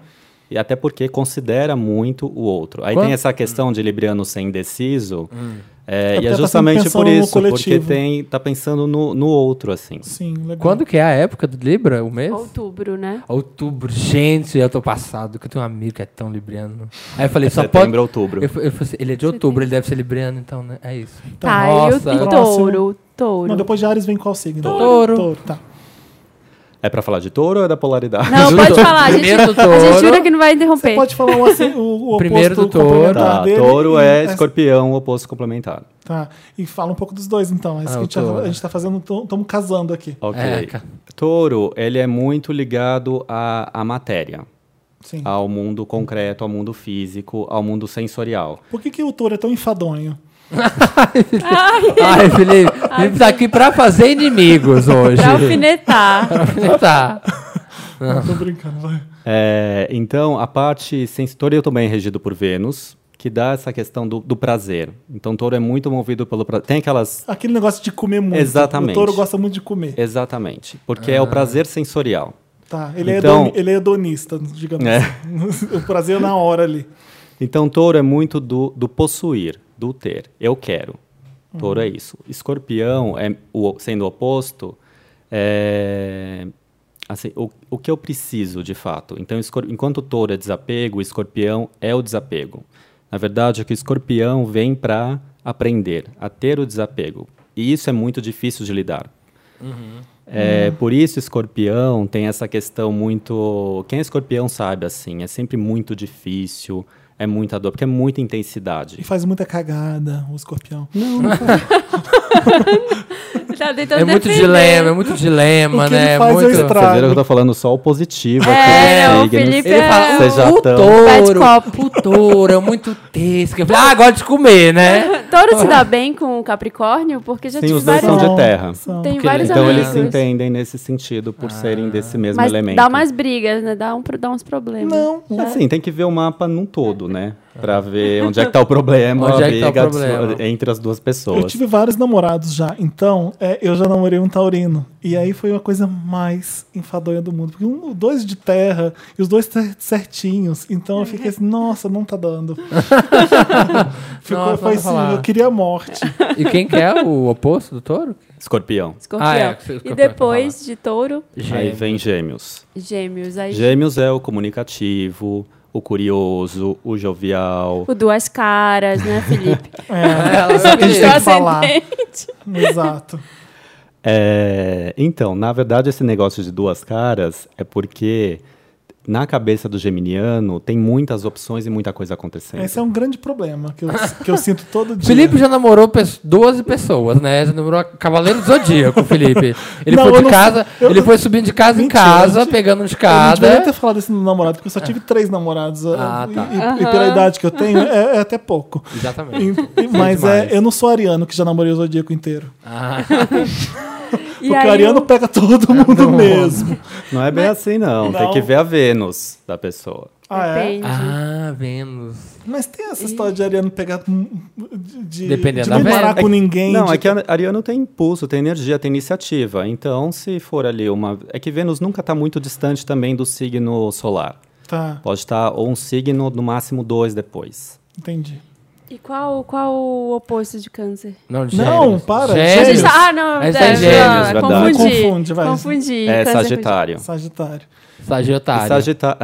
Speaker 4: E até porque considera muito o outro. Aí
Speaker 3: Quan-
Speaker 4: tem essa questão de Libriano ser indeciso.
Speaker 1: É
Speaker 4: É,
Speaker 1: porque
Speaker 4: e
Speaker 1: ela
Speaker 4: é
Speaker 1: tá
Speaker 4: justamente
Speaker 1: sempre
Speaker 4: por
Speaker 1: pensando no
Speaker 4: isso, porque
Speaker 1: coletivo.
Speaker 4: tem, tá pensando no, no outro, assim.
Speaker 1: Sim, legal.
Speaker 3: Quando que é a época do Libra? O mês?
Speaker 2: Outubro, né?
Speaker 3: Outubro, gente, eu tô passado, que eu tenho um amigo que é tão libriano. Aí eu falei, só
Speaker 4: Setembro,
Speaker 3: pode.
Speaker 4: outubro.
Speaker 3: Eu, fa- eu falei assim, ele é de outubro, ele deve ser libriano, então, né? É isso.
Speaker 2: Tá,
Speaker 3: Nossa.
Speaker 2: e, o, e
Speaker 1: Próximo.
Speaker 2: touro, touro.
Speaker 1: Não, depois de Ares vem qual signo?
Speaker 3: Touro.
Speaker 1: Touro, tá.
Speaker 4: É pra falar de touro ou é da polaridade?
Speaker 2: Não,
Speaker 3: Primeiro
Speaker 2: pode
Speaker 3: do-
Speaker 2: falar, a gente,
Speaker 3: primeiro do
Speaker 2: a gente
Speaker 3: touro.
Speaker 2: jura que não vai interromper.
Speaker 1: Você pode falar o, assim, o, o
Speaker 3: Primeiro
Speaker 1: oposto
Speaker 3: do touro.
Speaker 1: complementar
Speaker 4: Tá,
Speaker 1: dele né?
Speaker 4: touro
Speaker 1: e-
Speaker 4: é escorpião, oposto complementar.
Speaker 1: Tá, e fala um pouco dos dois então. É isso
Speaker 3: Ah,
Speaker 1: que a
Speaker 3: o
Speaker 1: gente, tá,
Speaker 3: touro.
Speaker 1: a gente tá fazendo, estamos casando aqui.
Speaker 4: Ok.
Speaker 3: É, ca-
Speaker 4: Touro, ele é muito ligado à, à matéria,
Speaker 1: Sim.
Speaker 4: ao mundo concreto, ao mundo físico, ao mundo sensorial.
Speaker 1: Por que, que o touro é tão enfadonho?
Speaker 3: Ai, Felipe, Felipe tá aqui pra fazer inimigos hoje. tá.
Speaker 2: Pra alfinetar.
Speaker 3: Pra alfinetar. Ah.
Speaker 1: Tô brincando, vai.
Speaker 4: É, então, a parte sensorial também é regido por Vênus, que dá essa questão do, do prazer. Então, touro é muito movido pelo prazer. Tem aquelas.
Speaker 1: Aquele negócio de comer muito.
Speaker 4: Exatamente.
Speaker 1: O touro gosta muito de comer.
Speaker 4: Exatamente. Porque é o prazer sensorial.
Speaker 1: Tá, ele, é
Speaker 4: Então-
Speaker 1: hedoni- ele é hedonista, digamos
Speaker 4: É.
Speaker 1: assim. o prazer é na hora ali.
Speaker 4: Então, touro é muito do, do possuir, do ter. Eu quero. Touro é isso. Escorpião, é o, sendo o oposto, é assim, o, o que eu preciso de fato. Então, escor- enquanto touro é desapego, o escorpião é o desapego. Na verdade, é que o escorpião vem para aprender a ter o desapego. E isso é muito difícil de lidar. É, Por isso, escorpião tem essa questão muito. Quem é escorpião sabe, assim, é sempre muito difícil, é muita dor, porque é muita intensidade.
Speaker 1: E faz muita cagada, o escorpião. Não,
Speaker 2: Tá tentando
Speaker 3: É muito
Speaker 2: defender.
Speaker 3: dilema, é muito
Speaker 1: O
Speaker 3: dilema,
Speaker 1: que
Speaker 3: né?
Speaker 1: ele faz é
Speaker 3: muito...
Speaker 1: o estra-
Speaker 4: Vocês
Speaker 1: Trago.
Speaker 4: viram que eu tô falando só o positivo aqui.
Speaker 2: É,
Speaker 4: dos
Speaker 2: o
Speaker 4: signos.
Speaker 2: Felipe
Speaker 3: Ele fala,
Speaker 4: Vocês já
Speaker 3: o
Speaker 4: tão-
Speaker 2: Bad
Speaker 3: touro,
Speaker 2: cop.
Speaker 3: o touro é muito tesco. Eu falei, Ah, gosto de comer, né?
Speaker 2: Touro se dá bem com o Capricórnio? Porque já
Speaker 4: Sim,
Speaker 2: tive
Speaker 4: os dois
Speaker 2: vários...
Speaker 4: são de terra.
Speaker 2: Tem
Speaker 3: Porque
Speaker 2: vários
Speaker 3: eles-
Speaker 4: Então eles
Speaker 2: amigos.
Speaker 4: se entendem nesse sentido
Speaker 3: Ah.
Speaker 4: por serem desse mesmo
Speaker 2: Mas
Speaker 4: elemento.
Speaker 2: dá mais né? brigas, né? Dá, um, pro- dá uns problemas.
Speaker 1: não.
Speaker 4: Assim, tem que ver o mapa num todo, né? Pra ver onde é que tá o problema,
Speaker 3: Onde
Speaker 4: a
Speaker 3: é que tá o
Speaker 4: briga
Speaker 3: problema.
Speaker 4: entre as duas pessoas.
Speaker 1: Eu tive vários namorados já, então é, eu já namorei um taurino. E aí foi uma coisa mais enfadonha do mundo. Porque um, dois de terra e os dois cer- certinhos. Então eu fiquei assim, nossa, não tá dando. Ficou,
Speaker 3: Nossa,
Speaker 1: foi
Speaker 3: vamos
Speaker 1: assim,
Speaker 3: falar.
Speaker 1: eu queria a morte.
Speaker 3: E quem que é o oposto do touro?
Speaker 4: Escorpião.
Speaker 2: Escorpião.
Speaker 3: Ah, é, que você-
Speaker 2: e
Speaker 3: escorpião,
Speaker 2: depois de touro,
Speaker 4: Aí vem gêmeos.
Speaker 2: gêmeos. Aí
Speaker 4: Gêmeos é o comunicativo, o curioso, o jovial.
Speaker 2: o tipo, duas caras, né, Felipe?
Speaker 1: tem
Speaker 3: Ela
Speaker 1: que
Speaker 2: Seu
Speaker 1: falar.
Speaker 2: ascendente.
Speaker 1: É, Exato.
Speaker 4: É, então, na verdade, esse negócio de duas caras é porque na cabeça do geminiano tem muitas opções e muita coisa acontecendo.
Speaker 1: Esse é um grande problema que eu, que eu sinto todo dia.
Speaker 3: Felipe já namorou pes- 12 pessoas, né? Já namorou a Cavaleiro do Zodíaco, Felipe. Ele
Speaker 1: Não, eu
Speaker 3: foi de
Speaker 1: não
Speaker 3: casa,
Speaker 1: sei. Eu
Speaker 3: ele
Speaker 1: não-
Speaker 3: foi subindo de casa em
Speaker 1: Mentira,
Speaker 3: casa,
Speaker 1: gente.
Speaker 3: pegando de
Speaker 1: Eu não deveria
Speaker 3: cada.
Speaker 1: ter falado isso no namorado, porque eu só tive três namorados. eh,
Speaker 3: Ah, tá.
Speaker 1: e, e- e pela idade que eu tenho, é, é até pouco.
Speaker 3: Exatamente.
Speaker 1: E- e- mas
Speaker 3: demais.
Speaker 1: é, eu não sou ariano, que já namorei o zodíaco inteiro.
Speaker 3: Ah,
Speaker 2: E
Speaker 1: porque
Speaker 2: aí
Speaker 1: o ariano
Speaker 2: o-
Speaker 1: pega todo mundo mesmo.
Speaker 4: Não é bem assim, não.
Speaker 1: Não.
Speaker 4: Tem que ver a Vênus da pessoa.
Speaker 1: Ah, é?
Speaker 2: Depende.
Speaker 3: ah, Vênus.
Speaker 1: Mas tem essa história de ariano pegar hum, de, de,
Speaker 3: Dependendo
Speaker 1: de
Speaker 3: da
Speaker 1: não parar
Speaker 3: velha.
Speaker 1: com ninguém. tipo,
Speaker 4: Não,
Speaker 1: de-
Speaker 4: é que a Ariano tem impulso, tem energia, tem iniciativa. Então, se for ali uma. É que Vênus nunca está muito distante também do signo solar.
Speaker 1: Tá,
Speaker 4: Pode estar ou um signo, no máximo dois depois.
Speaker 1: entendi.
Speaker 2: E qual, qual o oposto de câncer?
Speaker 3: Não, gêmeos.
Speaker 1: Não, para,
Speaker 2: A gente
Speaker 1: Gêmeos.
Speaker 2: tá- Ah, não,
Speaker 3: Essa
Speaker 2: deve,
Speaker 3: é gêmeos,
Speaker 2: ah,
Speaker 4: verdade.
Speaker 2: confundi.
Speaker 1: Confunde, vai.
Speaker 2: Confundi.
Speaker 4: é
Speaker 2: câncer
Speaker 4: Sagitário.
Speaker 1: Sagitário.
Speaker 4: E
Speaker 3: Sagitário.
Speaker 4: Sagitário.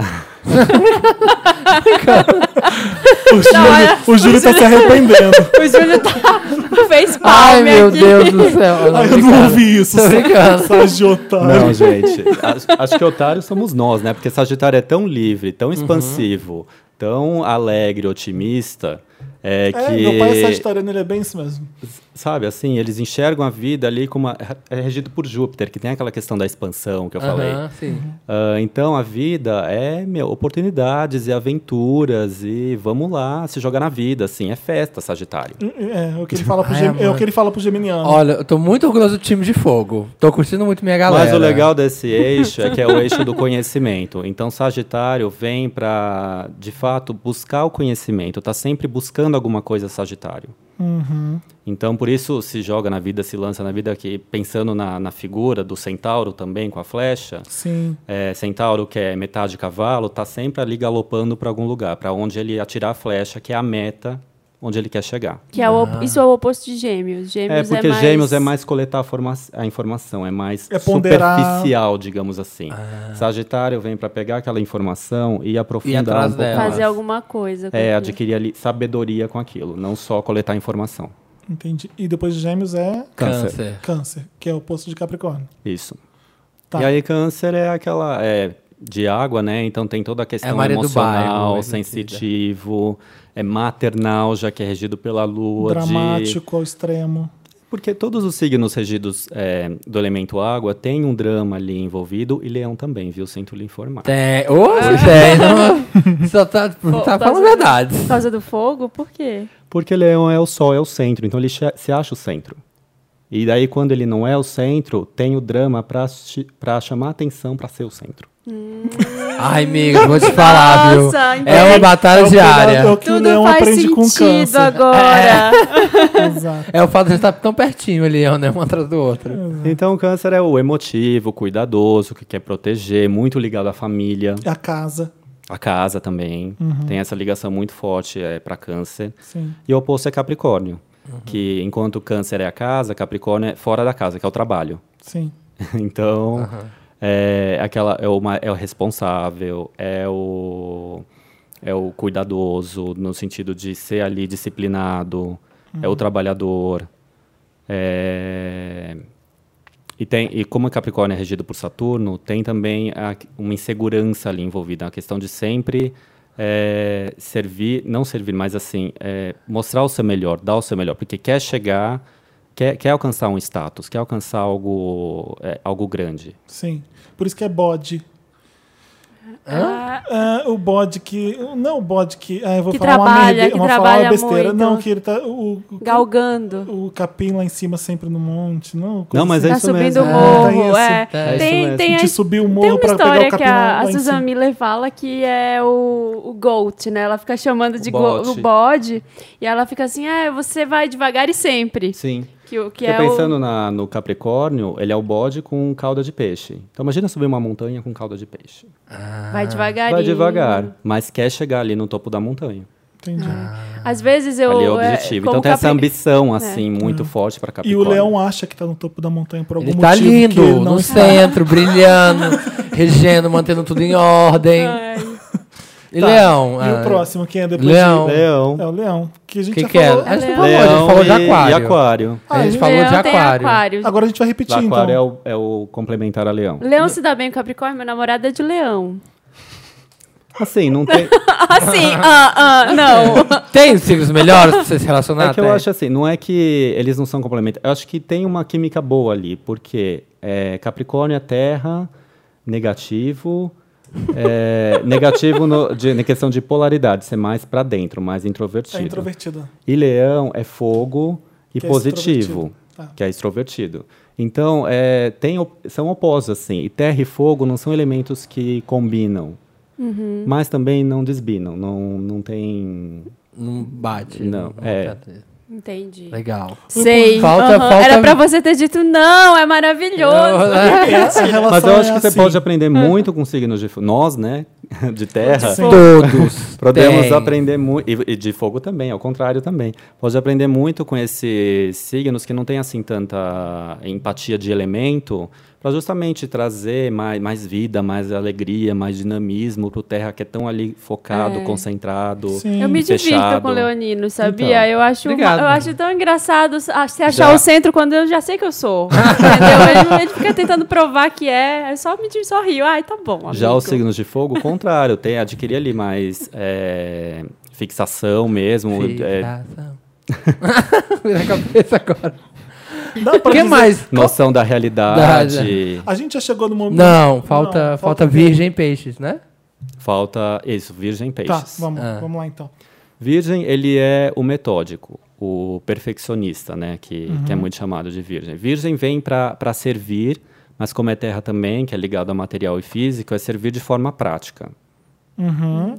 Speaker 1: O Júlio,
Speaker 2: olha,
Speaker 1: o Júlio tá se arrependendo.
Speaker 2: com- O Júlio tá... fez palme
Speaker 3: Ai, meu
Speaker 2: aqui.
Speaker 3: Deus do céu.
Speaker 1: Ai, eu
Speaker 3: Tá brincando.
Speaker 1: não ouvi isso.
Speaker 3: Tô brincando.
Speaker 1: Sagiotário.
Speaker 4: Não, gente. Acho, acho que otário somos nós, né? Porque
Speaker 1: Uhum.
Speaker 4: Sagitário é tão livre, tão expansivo, tão alegre, otimista. É,
Speaker 1: É,
Speaker 4: que,
Speaker 1: meu pai é sagitariano, ele é bem isso mesmo.
Speaker 4: sabe, assim, eles enxergam a vida ali como a- é regido por Júpiter, que tem aquela questão da expansão que eu falei.
Speaker 3: Aham, sim.
Speaker 4: Ah, então a vida é, meu, oportunidades e aventuras e vamos lá, se jogar na vida, assim, é festa, Sagitário.
Speaker 1: É, é o que ele fala pro,
Speaker 3: Ai,
Speaker 1: gem- é o
Speaker 3: amor.
Speaker 1: que ele fala pro Geminiano.
Speaker 3: Olha, eu tô muito orgulhoso do time de fogo. Tô curtindo muito minha galera.
Speaker 4: Mas o legal desse eixo é que é o eixo do conhecimento. Então, Sagitário vem para, de fato, buscar o conhecimento. Tá sempre buscando alguma coisa, Sagitário. Então, por isso se joga na vida, se lança na vida, que pensando na, na figura do centauro também com a flecha.
Speaker 1: Sim.
Speaker 4: é, centauro, que é metade cavalo, tá sempre ali galopando para algum lugar, para onde ele atirar a flecha, que é a meta onde ele quer chegar.
Speaker 2: Que é o, isso é o oposto de gêmeos.
Speaker 4: É,
Speaker 2: Gêmeos é,
Speaker 4: porque
Speaker 2: mais...
Speaker 4: gêmeos é mais coletar a, forma- a informação, é mais
Speaker 1: É ponderar.
Speaker 4: superficial, digamos assim.
Speaker 3: Ah.
Speaker 4: Sagitário vem para pegar aquela informação e aprofundar
Speaker 3: atrás
Speaker 4: um pouco
Speaker 3: dela.
Speaker 4: mais.
Speaker 2: Fazer alguma coisa. com
Speaker 4: É,
Speaker 2: aquilo.
Speaker 4: adquirir ali sabedoria com aquilo, não só coletar informação.
Speaker 1: Entendi. E depois de Gêmeos é
Speaker 3: câncer.
Speaker 1: Câncer, que é o oposto de Capricórnio.
Speaker 4: Isso.
Speaker 1: Tá.
Speaker 4: E aí câncer é aquela é, de água, né? Então tem toda a
Speaker 3: É a
Speaker 4: questão
Speaker 3: Maria do Bairro,
Speaker 4: emocional,
Speaker 3: mais
Speaker 4: sensitivo, é maternal, já que é regido pela lua, de-
Speaker 1: Dramático ao extremo.
Speaker 4: Porque todos os signos regidos é, do elemento água têm um drama ali envolvido e leão também, viu? Sinto lhe informar.
Speaker 3: Tem. Ô, tem. não- Só tá, tá falando verdade.
Speaker 2: Por causa do fogo? Por quê?
Speaker 4: Porque leão é o sol, é o centro, então ele che- se acha o centro. E daí, quando ele não é o centro, tem o drama pra, chi- pra chamar atenção pra ser o centro.
Speaker 3: Ai, amigo, vou te falar, viu?
Speaker 2: Nossa,
Speaker 3: É uma
Speaker 2: entendi.
Speaker 3: batalha
Speaker 1: É o
Speaker 3: diária.
Speaker 1: cuidado- é o que o
Speaker 2: Tudo
Speaker 1: leão
Speaker 2: faz
Speaker 1: aprende com o
Speaker 2: sentido
Speaker 1: câncer.
Speaker 2: agora.
Speaker 4: É.
Speaker 1: Exato.
Speaker 3: É o fato de estar tão pertinho ali, né? Um atrás do outro.
Speaker 4: Então, o câncer é o emotivo, cuidadoso, que quer proteger, muito ligado à família,
Speaker 1: A casa,
Speaker 4: à casa também. Tem essa ligação muito forte é, para câncer.
Speaker 1: sim.
Speaker 4: E o oposto é Capricórnio, que enquanto câncer é a casa, Capricórnio é fora da casa, que é o trabalho.
Speaker 1: Sim.
Speaker 4: Então, é aquela é, uma, é o responsável, é o é o cuidadoso no sentido de ser ali disciplinado, é o trabalhador. É, e tem e como Capricórnio é regido por Saturno, tem também a- uma insegurança ali envolvida, a questão de sempre é, servir, não servir, mas assim é, mostrar o seu melhor, dar o seu melhor, porque quer chegar, quer, quer alcançar um status, quer alcançar algo é, algo grande.
Speaker 1: Sim. Por isso que é bode. Ah, o bode que. Não, o bode que. Ah, eu vou
Speaker 2: Que
Speaker 1: falar uma,
Speaker 2: trabalha,
Speaker 1: merda,
Speaker 2: que
Speaker 1: eu vou falar uma
Speaker 2: trabalha
Speaker 1: besteira.
Speaker 2: muito.
Speaker 1: Não, que ele tá. O, o-
Speaker 2: Galgando.
Speaker 1: o capim lá em cima sempre no monte. Não, assim?
Speaker 4: Não, mas é
Speaker 2: Tá
Speaker 4: isso
Speaker 2: subindo
Speaker 4: mesmo.
Speaker 2: o
Speaker 1: Ah,
Speaker 2: morro.
Speaker 1: é
Speaker 2: é.
Speaker 3: isso. É
Speaker 4: isso
Speaker 2: Tem,
Speaker 4: mesmo.
Speaker 2: tem,
Speaker 1: A
Speaker 2: a-
Speaker 1: gente subiu o
Speaker 2: tem
Speaker 1: morro
Speaker 2: uma
Speaker 1: pra pegar o
Speaker 2: história
Speaker 1: capim
Speaker 2: que a,
Speaker 1: lá
Speaker 2: a
Speaker 1: em
Speaker 2: Susan
Speaker 1: cima.
Speaker 2: Miller fala que é o, o GOAT, né? Ela fica chamando de
Speaker 4: O
Speaker 2: go-
Speaker 4: bode.
Speaker 2: o bode. E ela fica assim, ah, você vai devagar e sempre.
Speaker 4: Sim.
Speaker 2: Que, o- que
Speaker 4: Porque
Speaker 2: é
Speaker 4: pensando
Speaker 2: o...
Speaker 4: na- no Capricórnio, ele é o bode com cauda de peixe. Então imagina subir uma montanha com cauda de peixe.
Speaker 2: Vai devagarinho.
Speaker 4: "Ah, Vai devagar, mas quer chegar ali no topo da montanha.
Speaker 1: Entendi.
Speaker 2: Às vezes eu...
Speaker 4: ali é o
Speaker 2: é,
Speaker 4: objetivo.
Speaker 2: como É.
Speaker 4: então tem essa
Speaker 2: Capri-
Speaker 4: ambição, assim, muito forte pra
Speaker 1: E
Speaker 4: Capricórnio.
Speaker 1: o leão acha que tá no topo da montanha por algum
Speaker 3: Ele
Speaker 1: motivo.
Speaker 3: tá
Speaker 1: que ele
Speaker 3: lindo,
Speaker 1: não
Speaker 3: no
Speaker 1: está.
Speaker 3: centro, brilhando, regendo, mantendo tudo em ordem.
Speaker 4: Ah.
Speaker 2: Ai.
Speaker 3: E Leão.
Speaker 1: Tá. E
Speaker 3: ah,
Speaker 1: o próximo, quem é depois?
Speaker 3: Leão.
Speaker 4: Leão.
Speaker 1: de- É o leão. Que a gente
Speaker 3: Que
Speaker 1: já
Speaker 3: que é?
Speaker 1: falou. né?
Speaker 3: A gente não falou, a gente
Speaker 4: Leão
Speaker 3: falou de
Speaker 4: e-
Speaker 3: aquário.
Speaker 4: E aquário.
Speaker 3: A gente
Speaker 1: Ah,
Speaker 3: falou de
Speaker 2: Leão tem
Speaker 3: aquário.
Speaker 1: Agora a gente vai repetir,
Speaker 4: Aquário
Speaker 1: então.
Speaker 4: é, o, é o complementar a leão.
Speaker 2: Leão se dá bem com Capricórnio, meu namorado é de leão.
Speaker 4: Assim, não tem.
Speaker 2: Ah, sim, ah, ah, não.
Speaker 3: Tem signos melhores pra você se relacionar?
Speaker 4: é que eu
Speaker 3: Ah, Tem.
Speaker 4: acho assim, não é que eles não são complementares. Eu acho que tem uma química boa ali, porque é, Capricórnio é terra, negativo. é, negativo no, de, na questão de polaridade, ser mais pra dentro, mais
Speaker 1: É
Speaker 4: introvertido.
Speaker 1: introvertido.
Speaker 4: E leão é fogo e
Speaker 1: Que é
Speaker 4: positivo,
Speaker 1: extrovertido. Tá.
Speaker 4: que é extrovertido. Então, é, tem, op- são opostos, assim. E terra e fogo não são elementos que combinam. Mas também não desbinam, não, não tem...
Speaker 3: Não bate.
Speaker 4: Não, é.
Speaker 2: Entendi.
Speaker 3: Legal.
Speaker 2: Sei.
Speaker 3: Falta-
Speaker 2: aham.
Speaker 3: falta- né?
Speaker 2: Era pra você ter dito, não, é maravilhoso.
Speaker 1: É, a relação
Speaker 4: Mas eu acho
Speaker 1: é
Speaker 4: que você
Speaker 1: assim.
Speaker 4: pode aprender muito com signos de... fo- Nós, né? De terra.
Speaker 1: Sim.
Speaker 3: Todos.
Speaker 4: Podemos
Speaker 3: tem.
Speaker 4: aprender muito. E, e de fogo também, ao contrário também. Pode aprender muito com esses signos que não tem assim tanta empatia de elemento, para justamente trazer mais, mais vida, mais alegria, mais dinamismo para o Terra que é tão ali focado,
Speaker 2: É.
Speaker 4: concentrado.
Speaker 1: Sim.
Speaker 2: Eu me divirto
Speaker 4: Fechado.
Speaker 2: com o Leonino, sabia?
Speaker 4: Então.
Speaker 2: eu, acho uma-
Speaker 3: Obrigado.
Speaker 2: eu acho tão engraçado a- se achar
Speaker 4: Já.
Speaker 2: o centro quando eu já sei que eu sou. entendeu? Ele, ele fica tentando provar que é, eu só me di- só rio. Ai, tá bom.
Speaker 4: Já
Speaker 2: amigo.
Speaker 4: os signos de fogo, o contrário, tem adquirir ali mais é, fixação mesmo. é,
Speaker 3: Fixação. Vira a cabeça agora.
Speaker 1: Dá
Speaker 3: O
Speaker 1: pra
Speaker 3: que
Speaker 1: dizer-
Speaker 3: mais?
Speaker 4: noção da realidade.
Speaker 1: A gente já chegou no momento.
Speaker 3: Não, falta,
Speaker 1: Não,
Speaker 3: falta virgem peixes, né?
Speaker 4: Falta isso, Virgem
Speaker 1: Tá,
Speaker 4: Peixes.
Speaker 1: vamos,
Speaker 3: Ah.
Speaker 1: vamos lá então.
Speaker 4: Virgem, ele é o metódico, o perfeccionista, né, que, que é muito chamado de Virgem. Virgem vem para servir, mas como é terra também, que é ligado a material e físico, é servir de forma prática.
Speaker 1: Uhum.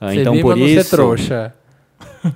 Speaker 4: Ah,
Speaker 3: Você
Speaker 4: então
Speaker 3: viva,
Speaker 4: por
Speaker 3: não
Speaker 4: isso
Speaker 3: ser trouxa.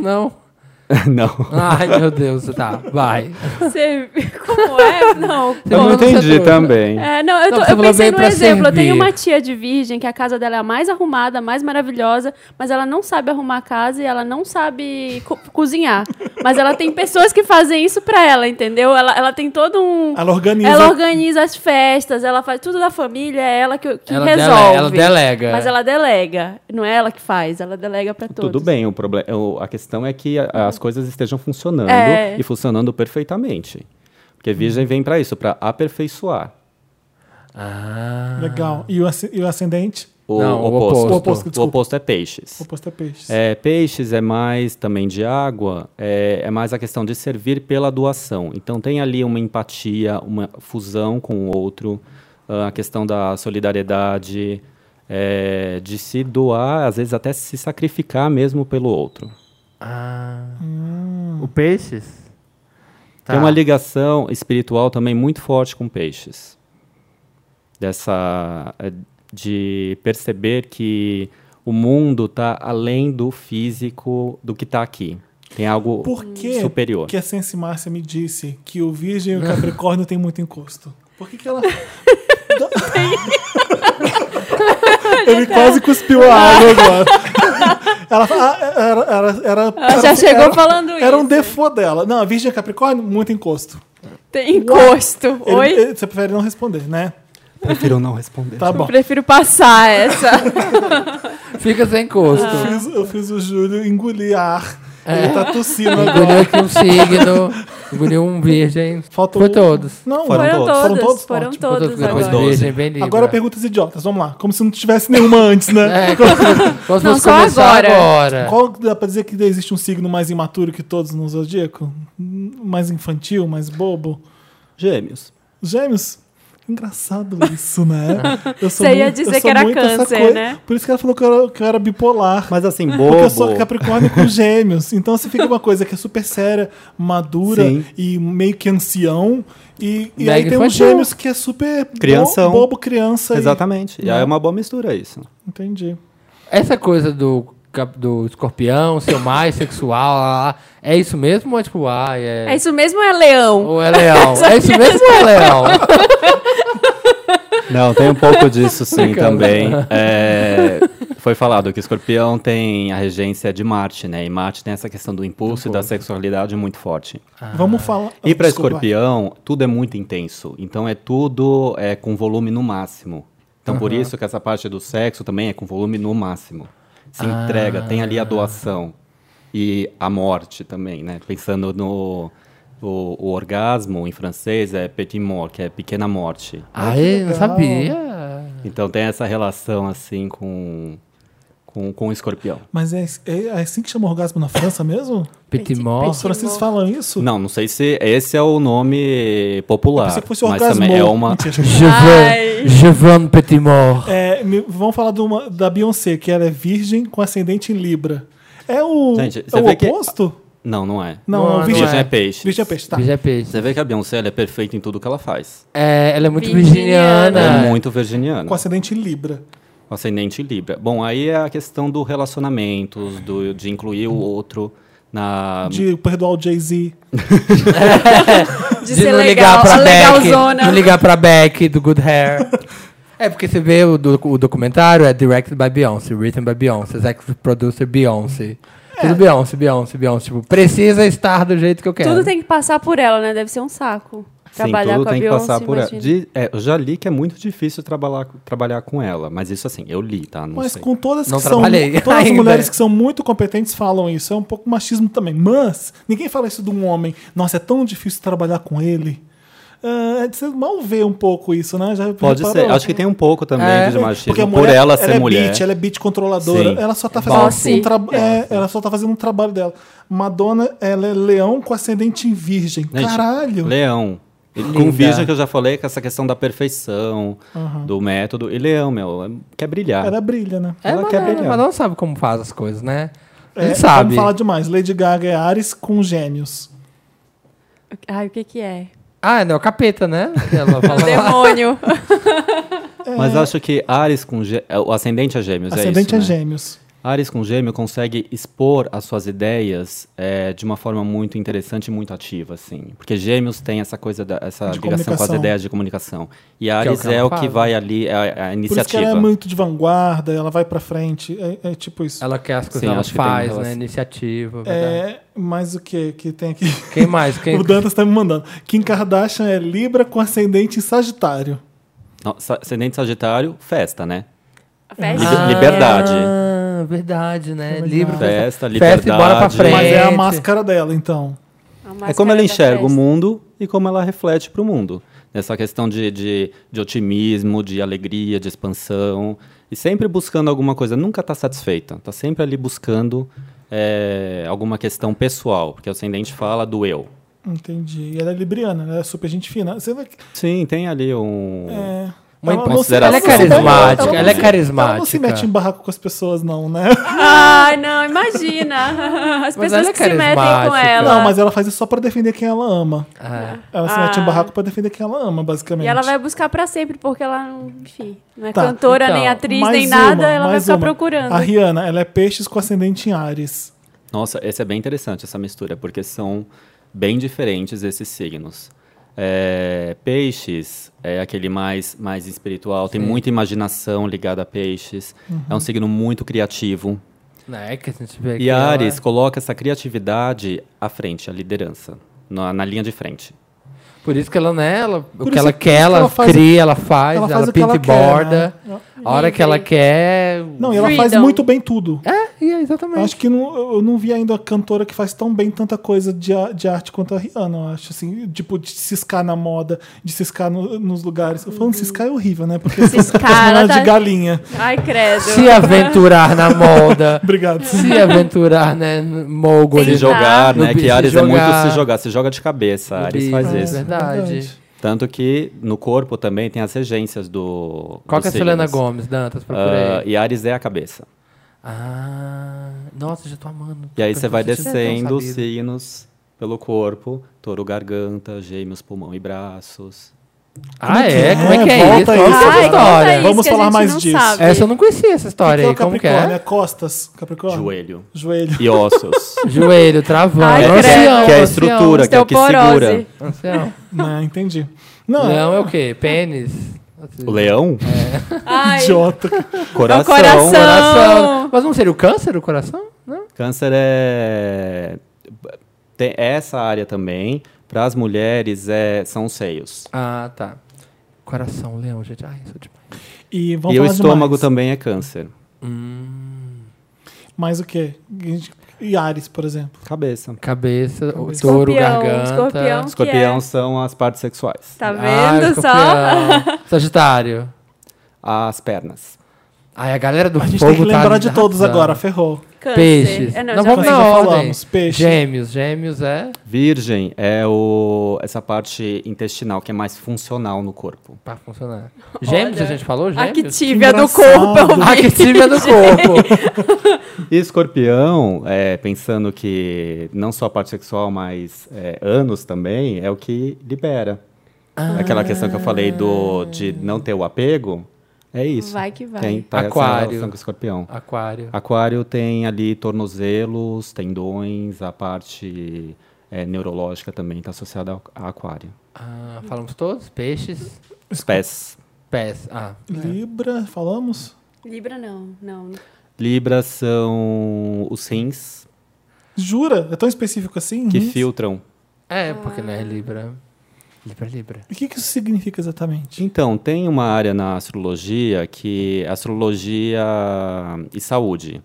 Speaker 3: não.
Speaker 4: não.
Speaker 3: Ai, meu Deus, tá, vai.
Speaker 2: Ser- Como é? Não.
Speaker 3: Você
Speaker 4: Eu não
Speaker 3: viva, ser
Speaker 4: entendi
Speaker 3: trouxa.
Speaker 4: também.
Speaker 2: É, não, eu,
Speaker 3: Não,
Speaker 2: tô-
Speaker 3: você
Speaker 2: eu
Speaker 3: falou
Speaker 2: pensei
Speaker 3: bem
Speaker 2: num
Speaker 3: pra
Speaker 2: exemplo. Eu tenho
Speaker 3: servir.
Speaker 2: uma tia de virgem que a casa dela é a mais arrumada, a mais maravilhosa, mas ela não sabe arrumar a casa e ela não sabe co- cozinhar. Mas ela tem pessoas que fazem isso pra ela, entendeu? Ela, ela tem todo um.
Speaker 1: Ela organiza.
Speaker 2: Ela organiza as festas, ela faz tudo da família, é ela que, que
Speaker 3: Ela
Speaker 2: resolve.
Speaker 3: dele- ela delega.
Speaker 2: Mas ela delega. Não é ela que faz, ela delega pra todos.
Speaker 4: Tudo bem, o problema, a questão é que a- as coisas estejam funcionando
Speaker 2: É.
Speaker 4: e funcionando perfeitamente. Porque Virgem vem para isso, para aperfeiçoar.
Speaker 3: Ah.
Speaker 1: Legal. E o, asc- e o ascendente?
Speaker 4: O
Speaker 3: Não, o
Speaker 4: oposto.
Speaker 3: oposto.
Speaker 1: O oposto,
Speaker 4: O
Speaker 1: desculpa.
Speaker 4: oposto é peixes.
Speaker 1: O oposto é peixes.
Speaker 4: É, peixes é mais também de água, é, é mais a questão de servir pela doação. Então tem ali uma empatia, uma fusão com o outro, ah, a questão da solidariedade, é, de se doar, às vezes até se sacrificar mesmo pelo outro.
Speaker 3: Ah. O peixes?
Speaker 1: Tá.
Speaker 4: Tem uma ligação espiritual também muito forte com peixes. Dessa eh, de perceber que o mundo está além do físico do que está aqui. Tem algo
Speaker 1: Por que,
Speaker 4: superior.
Speaker 1: que a Sense Márcia me disse que o virgem e o capricórnio têm muito encosto? Por que, que ela... Ele quase cuspiu a água agora. Ela fala, ah, era, era, era,
Speaker 2: Ela já
Speaker 1: era-
Speaker 2: chegou
Speaker 1: era-
Speaker 2: falando isso.
Speaker 1: Era um default dela. Não, a Virgem e Capricórnio, muito encosto.
Speaker 2: Tem encosto.
Speaker 1: Ele-
Speaker 2: Oi?
Speaker 1: ele- você prefere não responder, né?
Speaker 4: Prefiro não responder.
Speaker 1: Tá
Speaker 2: Eu
Speaker 1: bom.
Speaker 2: prefiro passar essa.
Speaker 3: Fica sem encosto.
Speaker 1: Eu fiz, eu fiz o Júlio engolir ar.
Speaker 3: É.
Speaker 1: Ele tá tossindo
Speaker 3: Engoliu
Speaker 1: agora.
Speaker 3: aqui um signo, engoliu um virgem.
Speaker 1: Faltou
Speaker 3: Foi
Speaker 1: um-
Speaker 3: todos.
Speaker 1: Não,
Speaker 4: Foram
Speaker 2: Foram
Speaker 4: todos.
Speaker 2: todos.
Speaker 1: Foram todos?
Speaker 2: Foram
Speaker 1: Ótimo.
Speaker 3: Foi
Speaker 2: todos
Speaker 3: todos
Speaker 2: agora.
Speaker 3: depois
Speaker 4: agora.
Speaker 3: virgem, bem livre.
Speaker 1: Agora perguntas idiotas, vamos lá. Como se não tivesse nenhuma antes, né?
Speaker 3: É, como se
Speaker 2: Não,
Speaker 3: fosse
Speaker 2: só
Speaker 3: começar
Speaker 2: agora.
Speaker 3: agora.
Speaker 1: Qual dá pra dizer que existe um signo mais imaturo que todos no zodíaco? Hum, Mais infantil, mais bobo?
Speaker 4: Gêmeos.
Speaker 1: é Gêmeos? Engraçado isso, né? Eu sou
Speaker 2: Você ia
Speaker 1: muito- eu
Speaker 2: dizer
Speaker 1: sou
Speaker 2: que era
Speaker 1: muito essa
Speaker 2: câncer,
Speaker 1: coisa.
Speaker 2: né?
Speaker 1: Por isso que ela falou que eu era, que eu era bipolar.
Speaker 4: Mas assim,
Speaker 1: Porque
Speaker 4: bobo.
Speaker 1: eu sou capricórnio com gêmeos. Então você fica uma coisa que é super séria, madura
Speaker 4: Sim.
Speaker 1: e meio que ancião. E, e
Speaker 3: Mega
Speaker 1: aí tem uns
Speaker 3: infantil.
Speaker 1: gêmeos que é super bo-
Speaker 4: Crianção.
Speaker 1: bobo criança. e-
Speaker 4: Exatamente.
Speaker 1: Né?
Speaker 4: E aí é uma boa mistura isso.
Speaker 1: Entendi.
Speaker 3: Essa coisa do, cap- do escorpião, seu mais sexual, lá, lá, lá, é isso mesmo ou é tipo, ah, é...
Speaker 2: É isso mesmo, é leão.
Speaker 3: Ou é leão? é isso mesmo ou é leão?
Speaker 4: Não, tem um pouco disso sim
Speaker 3: Bacana.
Speaker 4: também. É, foi falado que o escorpião tem a regência de Marte, né? E Marte tem essa questão do impulso e da sexualidade muito forte.
Speaker 3: Ah.
Speaker 1: Vamos falar.
Speaker 4: E para
Speaker 1: Desculpa.
Speaker 4: escorpião, tudo é muito intenso. Então é tudo é, com volume no máximo. Então por isso que essa parte do sexo também é com volume no máximo. Se
Speaker 1: Ah.
Speaker 4: entrega, tem ali a doação. E a morte também, né? Pensando no... O, o orgasmo em francês é petit mort, que é pequena morte.
Speaker 1: Ah.
Speaker 3: Ai, não
Speaker 1: legal.
Speaker 3: sabia.
Speaker 4: Então tem essa relação assim com com, com o escorpião.
Speaker 1: Mas é, é- é assim que chama orgasmo na França mesmo?
Speaker 3: Petit
Speaker 2: Petit-
Speaker 3: mort.
Speaker 1: Os franceses falam isso?
Speaker 4: Não, não sei se esse é o nome popular,
Speaker 1: Se fosse um
Speaker 4: mas
Speaker 1: orgasmo.
Speaker 4: também é uma
Speaker 1: Mentira.
Speaker 3: Je veux,
Speaker 2: Ai.
Speaker 3: je veux un petit mort.
Speaker 1: É, me- vamos falar de uma- da Beyoncé, que ela é virgem com ascendente em Libra. É o,
Speaker 4: Gente,
Speaker 1: é
Speaker 4: você
Speaker 1: o
Speaker 4: vê que-
Speaker 1: oposto?
Speaker 4: Não, não é.
Speaker 1: Não,
Speaker 3: Não,
Speaker 1: é o
Speaker 3: não
Speaker 1: virgem.
Speaker 4: Virgem
Speaker 3: é.
Speaker 4: é peixe.
Speaker 1: Virgem é peixe, tá.
Speaker 3: Veja peixe.
Speaker 4: Você vê que a Beyoncé ela é perfeita em tudo que ela faz.
Speaker 3: É, ela é muito virginiana.
Speaker 2: Virginiana.
Speaker 4: Ela é
Speaker 3: muito...
Speaker 4: muito virginiana.
Speaker 1: Com ascendente em Libra.
Speaker 4: O ascendente em Libra. Bom, aí é a questão do relacionamentos, do, de incluir o outro na
Speaker 1: De perdoar o Jay-Z.
Speaker 2: De, ser legal, a
Speaker 3: Beck.
Speaker 2: legalzona.
Speaker 3: Não ligar pra Beck do Good Hair. é porque você vê o, do, o documentário, é directed by Beyoncé, written by Beyoncé, executive producer Beyoncé.
Speaker 2: É.
Speaker 3: Tudo Beyoncé, Beyoncé, Beyoncé. Tipo, precisa estar do jeito que eu quero.
Speaker 2: Tudo tem que passar por ela, né? Deve ser um saco.
Speaker 4: Sim,
Speaker 2: Trabalhar
Speaker 4: tudo
Speaker 2: com a
Speaker 4: tem que
Speaker 2: Beyoncé,
Speaker 4: passar por ela.
Speaker 2: imagina.
Speaker 4: De- é, eu já li que é muito difícil trabalhar, trabalhar com ela, mas isso assim, eu li, tá? Não
Speaker 1: Mas
Speaker 4: sei.
Speaker 1: com todas
Speaker 3: Não
Speaker 1: que são.
Speaker 3: trabalhei
Speaker 1: Todas as
Speaker 3: ainda.
Speaker 1: mulheres que são muito competentes falam isso. É um pouco machismo também. Mas ninguém fala isso de um homem. Nossa, é tão difícil trabalhar com ele. ah, você mal vê um pouco isso, né? Já
Speaker 4: Pode
Speaker 1: reparou?
Speaker 4: ser. Acho que tem um pouco também
Speaker 3: É.
Speaker 4: de machismo.
Speaker 1: Porque a
Speaker 4: por
Speaker 1: mulher,
Speaker 4: ela ser
Speaker 1: é
Speaker 4: mulher.
Speaker 1: Beat, ela é beat controladora.
Speaker 4: Sim.
Speaker 1: Ela só tá
Speaker 2: bossy.
Speaker 1: fazendo um trabalho. ela só tá fazendo um trabalho dela. Madonna, ela é leão com ascendente em virgem.
Speaker 4: Gente,
Speaker 1: é Caralho.
Speaker 4: Leão. E
Speaker 3: Linda.
Speaker 4: com Virgem que eu já falei, com essa questão da perfeição, do método. E Leão, meu, é- quer brilhar.
Speaker 1: Ela brilha, né?
Speaker 3: É,
Speaker 4: Ela
Speaker 3: mas,
Speaker 4: quer
Speaker 3: não-
Speaker 4: brilhar.
Speaker 3: mas não sabe como faz as coisas, né? Ele
Speaker 1: É,
Speaker 3: sabe.
Speaker 1: Vamos falar demais. Lady Gaga é Ares com gêmeos.
Speaker 2: Ai, o que que é?
Speaker 3: Ah, não, é o capeta, né? Que ela fala lá.
Speaker 2: Demônio.
Speaker 4: Mas acho que Ares com gê... é, o ascendente é gêmeos,
Speaker 1: É. ascendente
Speaker 4: é
Speaker 1: é,
Speaker 4: isso, né?
Speaker 1: gêmeos.
Speaker 4: Ares com gêmeo consegue expor as suas ideias é, de uma forma muito interessante e muito ativa, assim. Porque gêmeos tem essa coisa, da, essa
Speaker 1: De
Speaker 4: ligação com as
Speaker 1: comunicação.
Speaker 4: ideias de comunicação. E Ares
Speaker 3: que
Speaker 4: é,
Speaker 3: ela
Speaker 4: o que
Speaker 3: faz,
Speaker 4: vai ali, é a, a
Speaker 1: Por isso que
Speaker 4: iniciativa.
Speaker 1: ela é muito de vanguarda, ela vai pra frente. É, é tipo isso.
Speaker 3: Ela quer as coisas,
Speaker 4: Sim,
Speaker 3: ela
Speaker 4: acho que tem
Speaker 3: faz, né?
Speaker 4: relação.
Speaker 3: Iniciativa. verdade.
Speaker 1: É, mas o que que tem aqui?
Speaker 3: Quem mais? Quem...
Speaker 1: O Dantas tá me mandando. Kim Kardashian é Libra com ascendente em Sagitário.
Speaker 4: Não, sa- ascendente Sagitário, festa, né?
Speaker 2: Festa.
Speaker 4: Liber- liberdade.
Speaker 3: Ah, verdade, né? Livre.
Speaker 4: Festa,
Speaker 3: Festa e bora pra
Speaker 4: liberdade.
Speaker 3: frente.
Speaker 1: Mas é a
Speaker 3: Gente.
Speaker 1: máscara dela, então.
Speaker 2: A
Speaker 4: É
Speaker 2: máscara
Speaker 4: como ela
Speaker 2: da
Speaker 4: enxerga o
Speaker 2: festa.
Speaker 4: mundo e como ela reflete para o mundo. Nessa questão de, de, de otimismo, de alegria, de expansão. E sempre buscando alguma coisa. Nunca está satisfeita. Está sempre ali buscando é, alguma questão pessoal. Porque o ascendente fala do eu.
Speaker 1: Entendi. E ela é libriana, ela é super gente fina. Você vai...
Speaker 4: Sim, tem ali um...
Speaker 1: É.
Speaker 3: Uma
Speaker 1: Ela não
Speaker 4: impossível-
Speaker 1: se-
Speaker 4: ela
Speaker 1: não
Speaker 4: é
Speaker 1: se-
Speaker 4: carismática,
Speaker 1: não
Speaker 4: ela é
Speaker 1: se-
Speaker 3: carismática.
Speaker 1: Ela não se mete em barraco com as pessoas, não, né?
Speaker 2: Ai, não, imagina. As
Speaker 3: Mas
Speaker 2: pessoas
Speaker 3: ela é
Speaker 2: que se metem com
Speaker 3: carismática.
Speaker 2: ela.
Speaker 1: Não, mas ela faz isso só pra defender quem ela ama.
Speaker 3: Ah,
Speaker 1: Ela se
Speaker 2: Ah.
Speaker 1: mete em barraco pra defender quem ela ama, basicamente.
Speaker 2: E ela vai buscar pra sempre, porque ela, não- enfim, não é
Speaker 1: Tá,
Speaker 2: cantora,
Speaker 3: então,
Speaker 2: nem atriz,
Speaker 1: Mais
Speaker 2: nem
Speaker 1: uma,
Speaker 2: nada. Ela vai
Speaker 1: mais
Speaker 2: ficar
Speaker 1: uma.
Speaker 2: procurando.
Speaker 1: A Rihanna, ela é peixes com ascendente em Ares.
Speaker 4: Nossa, esse é bem interessante, essa mistura, porque são bem diferentes esses signos. É, peixes é aquele mais, mais espiritual, tem muita imaginação ligada a peixes. É um signo muito criativo.
Speaker 3: não Uhum. é que é. a gente vê
Speaker 4: E Ares coloca essa criatividade à frente, à liderança, na, na linha de frente.
Speaker 3: Por isso que ela, né? Ela, o que
Speaker 1: isso
Speaker 3: ela
Speaker 1: que-
Speaker 3: quer,
Speaker 1: isso que
Speaker 3: ela,
Speaker 1: ela faz-
Speaker 3: cria, ela faz,
Speaker 1: ela
Speaker 3: ela,
Speaker 1: faz o que
Speaker 3: pinta
Speaker 1: ela
Speaker 3: e
Speaker 1: quer,
Speaker 3: borda.
Speaker 1: né?
Speaker 3: A hora que ela quer.
Speaker 1: Não, e ela faz
Speaker 2: Freedom.
Speaker 1: muito bem tudo.
Speaker 3: É, e é exatamente.
Speaker 1: Eu Acho que não- eu não vi ainda a cantora que faz tão bem tanta coisa de, a- de arte quanto a Rihanna, eu acho, assim, tipo, de ciscar na moda, de ciscar no- nos lugares. Eu falando ciscar é horrível, né? Porque
Speaker 2: Ciscar,
Speaker 1: personagem
Speaker 2: ela tá-
Speaker 1: de galinha.
Speaker 2: Ai, credo.
Speaker 3: Se aventurar na molda.
Speaker 1: Obrigado.
Speaker 3: se aventurar, né? no Mogul.
Speaker 2: Sim,
Speaker 4: Se
Speaker 2: Tá.
Speaker 4: jogar,
Speaker 3: No
Speaker 4: né?
Speaker 3: bi- se
Speaker 4: Que Ares é
Speaker 3: jogar.
Speaker 4: muito se jogar, se joga de cabeça.
Speaker 3: No
Speaker 4: Ares
Speaker 3: bi-
Speaker 4: faz
Speaker 3: é.
Speaker 4: isso.
Speaker 3: verdade.
Speaker 4: Tanto que no corpo também tem as regências do.
Speaker 3: Qual
Speaker 4: dos
Speaker 3: que é a Selena
Speaker 4: signos.
Speaker 3: Gomes, Dantas?
Speaker 4: Ah,
Speaker 3: Procurei.
Speaker 4: e Ares é a cabeça.
Speaker 3: Ah. Nossa, já tô amando.
Speaker 4: E aí você vai
Speaker 3: Pensei que tinha
Speaker 4: descendo
Speaker 3: tão
Speaker 4: os
Speaker 3: sabido.
Speaker 4: signos pelo corpo, touro, garganta, gêmeos, pulmão e braços.
Speaker 3: Ah, é? Como é que é,
Speaker 1: Volta
Speaker 3: isso?
Speaker 1: aí,
Speaker 3: Olha
Speaker 1: volta
Speaker 3: essa
Speaker 1: aí.
Speaker 3: história.
Speaker 2: Ai, conta
Speaker 1: Vamos
Speaker 2: isso que a
Speaker 1: falar
Speaker 2: gente
Speaker 1: mais
Speaker 2: não
Speaker 1: disso.
Speaker 2: sabe.
Speaker 3: Essa eu não conhecia essa
Speaker 1: O que
Speaker 3: história
Speaker 1: é
Speaker 3: aí.
Speaker 1: o
Speaker 3: Como que
Speaker 1: Capricórnio? É
Speaker 3: é?
Speaker 1: costas. Capricórnio?
Speaker 4: Joelho
Speaker 1: Joelho.
Speaker 4: e ossos.
Speaker 3: Joelho, travando.
Speaker 2: Ai,
Speaker 3: Ancião,
Speaker 2: credo.
Speaker 4: que é a
Speaker 3: ancião,
Speaker 4: estrutura, que é o que segura.
Speaker 2: Osteoporose.
Speaker 3: ancião.
Speaker 1: Não, entendi. Não,
Speaker 3: Leão é
Speaker 1: é
Speaker 3: o quê? Pênis? Assim,
Speaker 4: O leão?
Speaker 2: Ai,
Speaker 1: idiota.
Speaker 4: Coração.
Speaker 2: coração.
Speaker 3: Coração. Mas não seria o câncer o coração? Não?
Speaker 4: Câncer é. Tem essa área também. Para as mulheres é... são os seios.
Speaker 3: Ah, tá. Coração, leão, gente. Ai, isso é demais.
Speaker 1: E, vamos
Speaker 4: e o
Speaker 1: falar de
Speaker 4: estômago
Speaker 1: mais.
Speaker 4: também é câncer.
Speaker 1: Mais o quê? E Ares, por exemplo.
Speaker 4: Cabeça.
Speaker 3: é? Cabeça,
Speaker 1: Cabeça.
Speaker 3: o touro,
Speaker 2: Escorpião,
Speaker 3: garganta.
Speaker 2: escorpião. que
Speaker 4: Escorpião
Speaker 2: é?
Speaker 4: são as partes sexuais.
Speaker 2: Tá
Speaker 3: Ah,
Speaker 2: vendo só?
Speaker 3: escorpião. Sagitário.
Speaker 4: As pernas.
Speaker 3: Ai, a galera do
Speaker 1: A gente
Speaker 3: fogo
Speaker 1: tem que
Speaker 3: tá
Speaker 1: lembrar de todos
Speaker 3: arrasando.
Speaker 1: agora, ferrou.
Speaker 2: Câncer.
Speaker 3: Peixes.
Speaker 2: É, não,
Speaker 3: não,
Speaker 2: já
Speaker 3: vamos
Speaker 1: foi.
Speaker 3: na
Speaker 1: Já
Speaker 3: ordem.
Speaker 1: falamos, peixe.
Speaker 3: Gêmeos. Gêmeos é...
Speaker 4: Virgem é o... essa parte intestinal que é mais funcional no corpo.
Speaker 3: Pra funcionar. Gêmeos, a gente falou?
Speaker 2: A
Speaker 3: Gêmeos?
Speaker 2: quitíbia do
Speaker 1: engraçado.
Speaker 2: corpo. é eu vi.
Speaker 3: Actíbia do corpo.
Speaker 4: E escorpião, é, pensando que não só a parte sexual, mas é, anos também, é o que libera.
Speaker 2: Ah.
Speaker 4: Aquela questão que eu falei do, de não ter o apego, é isso.
Speaker 2: Vai que vai.
Speaker 4: Tem, tá essa
Speaker 3: Aquário.
Speaker 4: relação com escorpião.
Speaker 3: Aquário.
Speaker 4: Aquário tem ali tornozelos, tendões, a parte é, neurológica também está associada ao a aquário.
Speaker 3: Ah, falamos todos? Peixes,
Speaker 4: Os pés.
Speaker 3: pés. Ah, é.
Speaker 1: Libra, falamos?
Speaker 2: Libra não, não.
Speaker 4: Libra são os rins
Speaker 1: Jura? É tão específico assim?
Speaker 4: que
Speaker 1: Uhum.
Speaker 4: filtram.
Speaker 3: É, porque não é Libra. Libra é Libra.
Speaker 1: O que, que isso significa exatamente?
Speaker 4: Então, tem uma área na astrologia que astrologia e é saúde.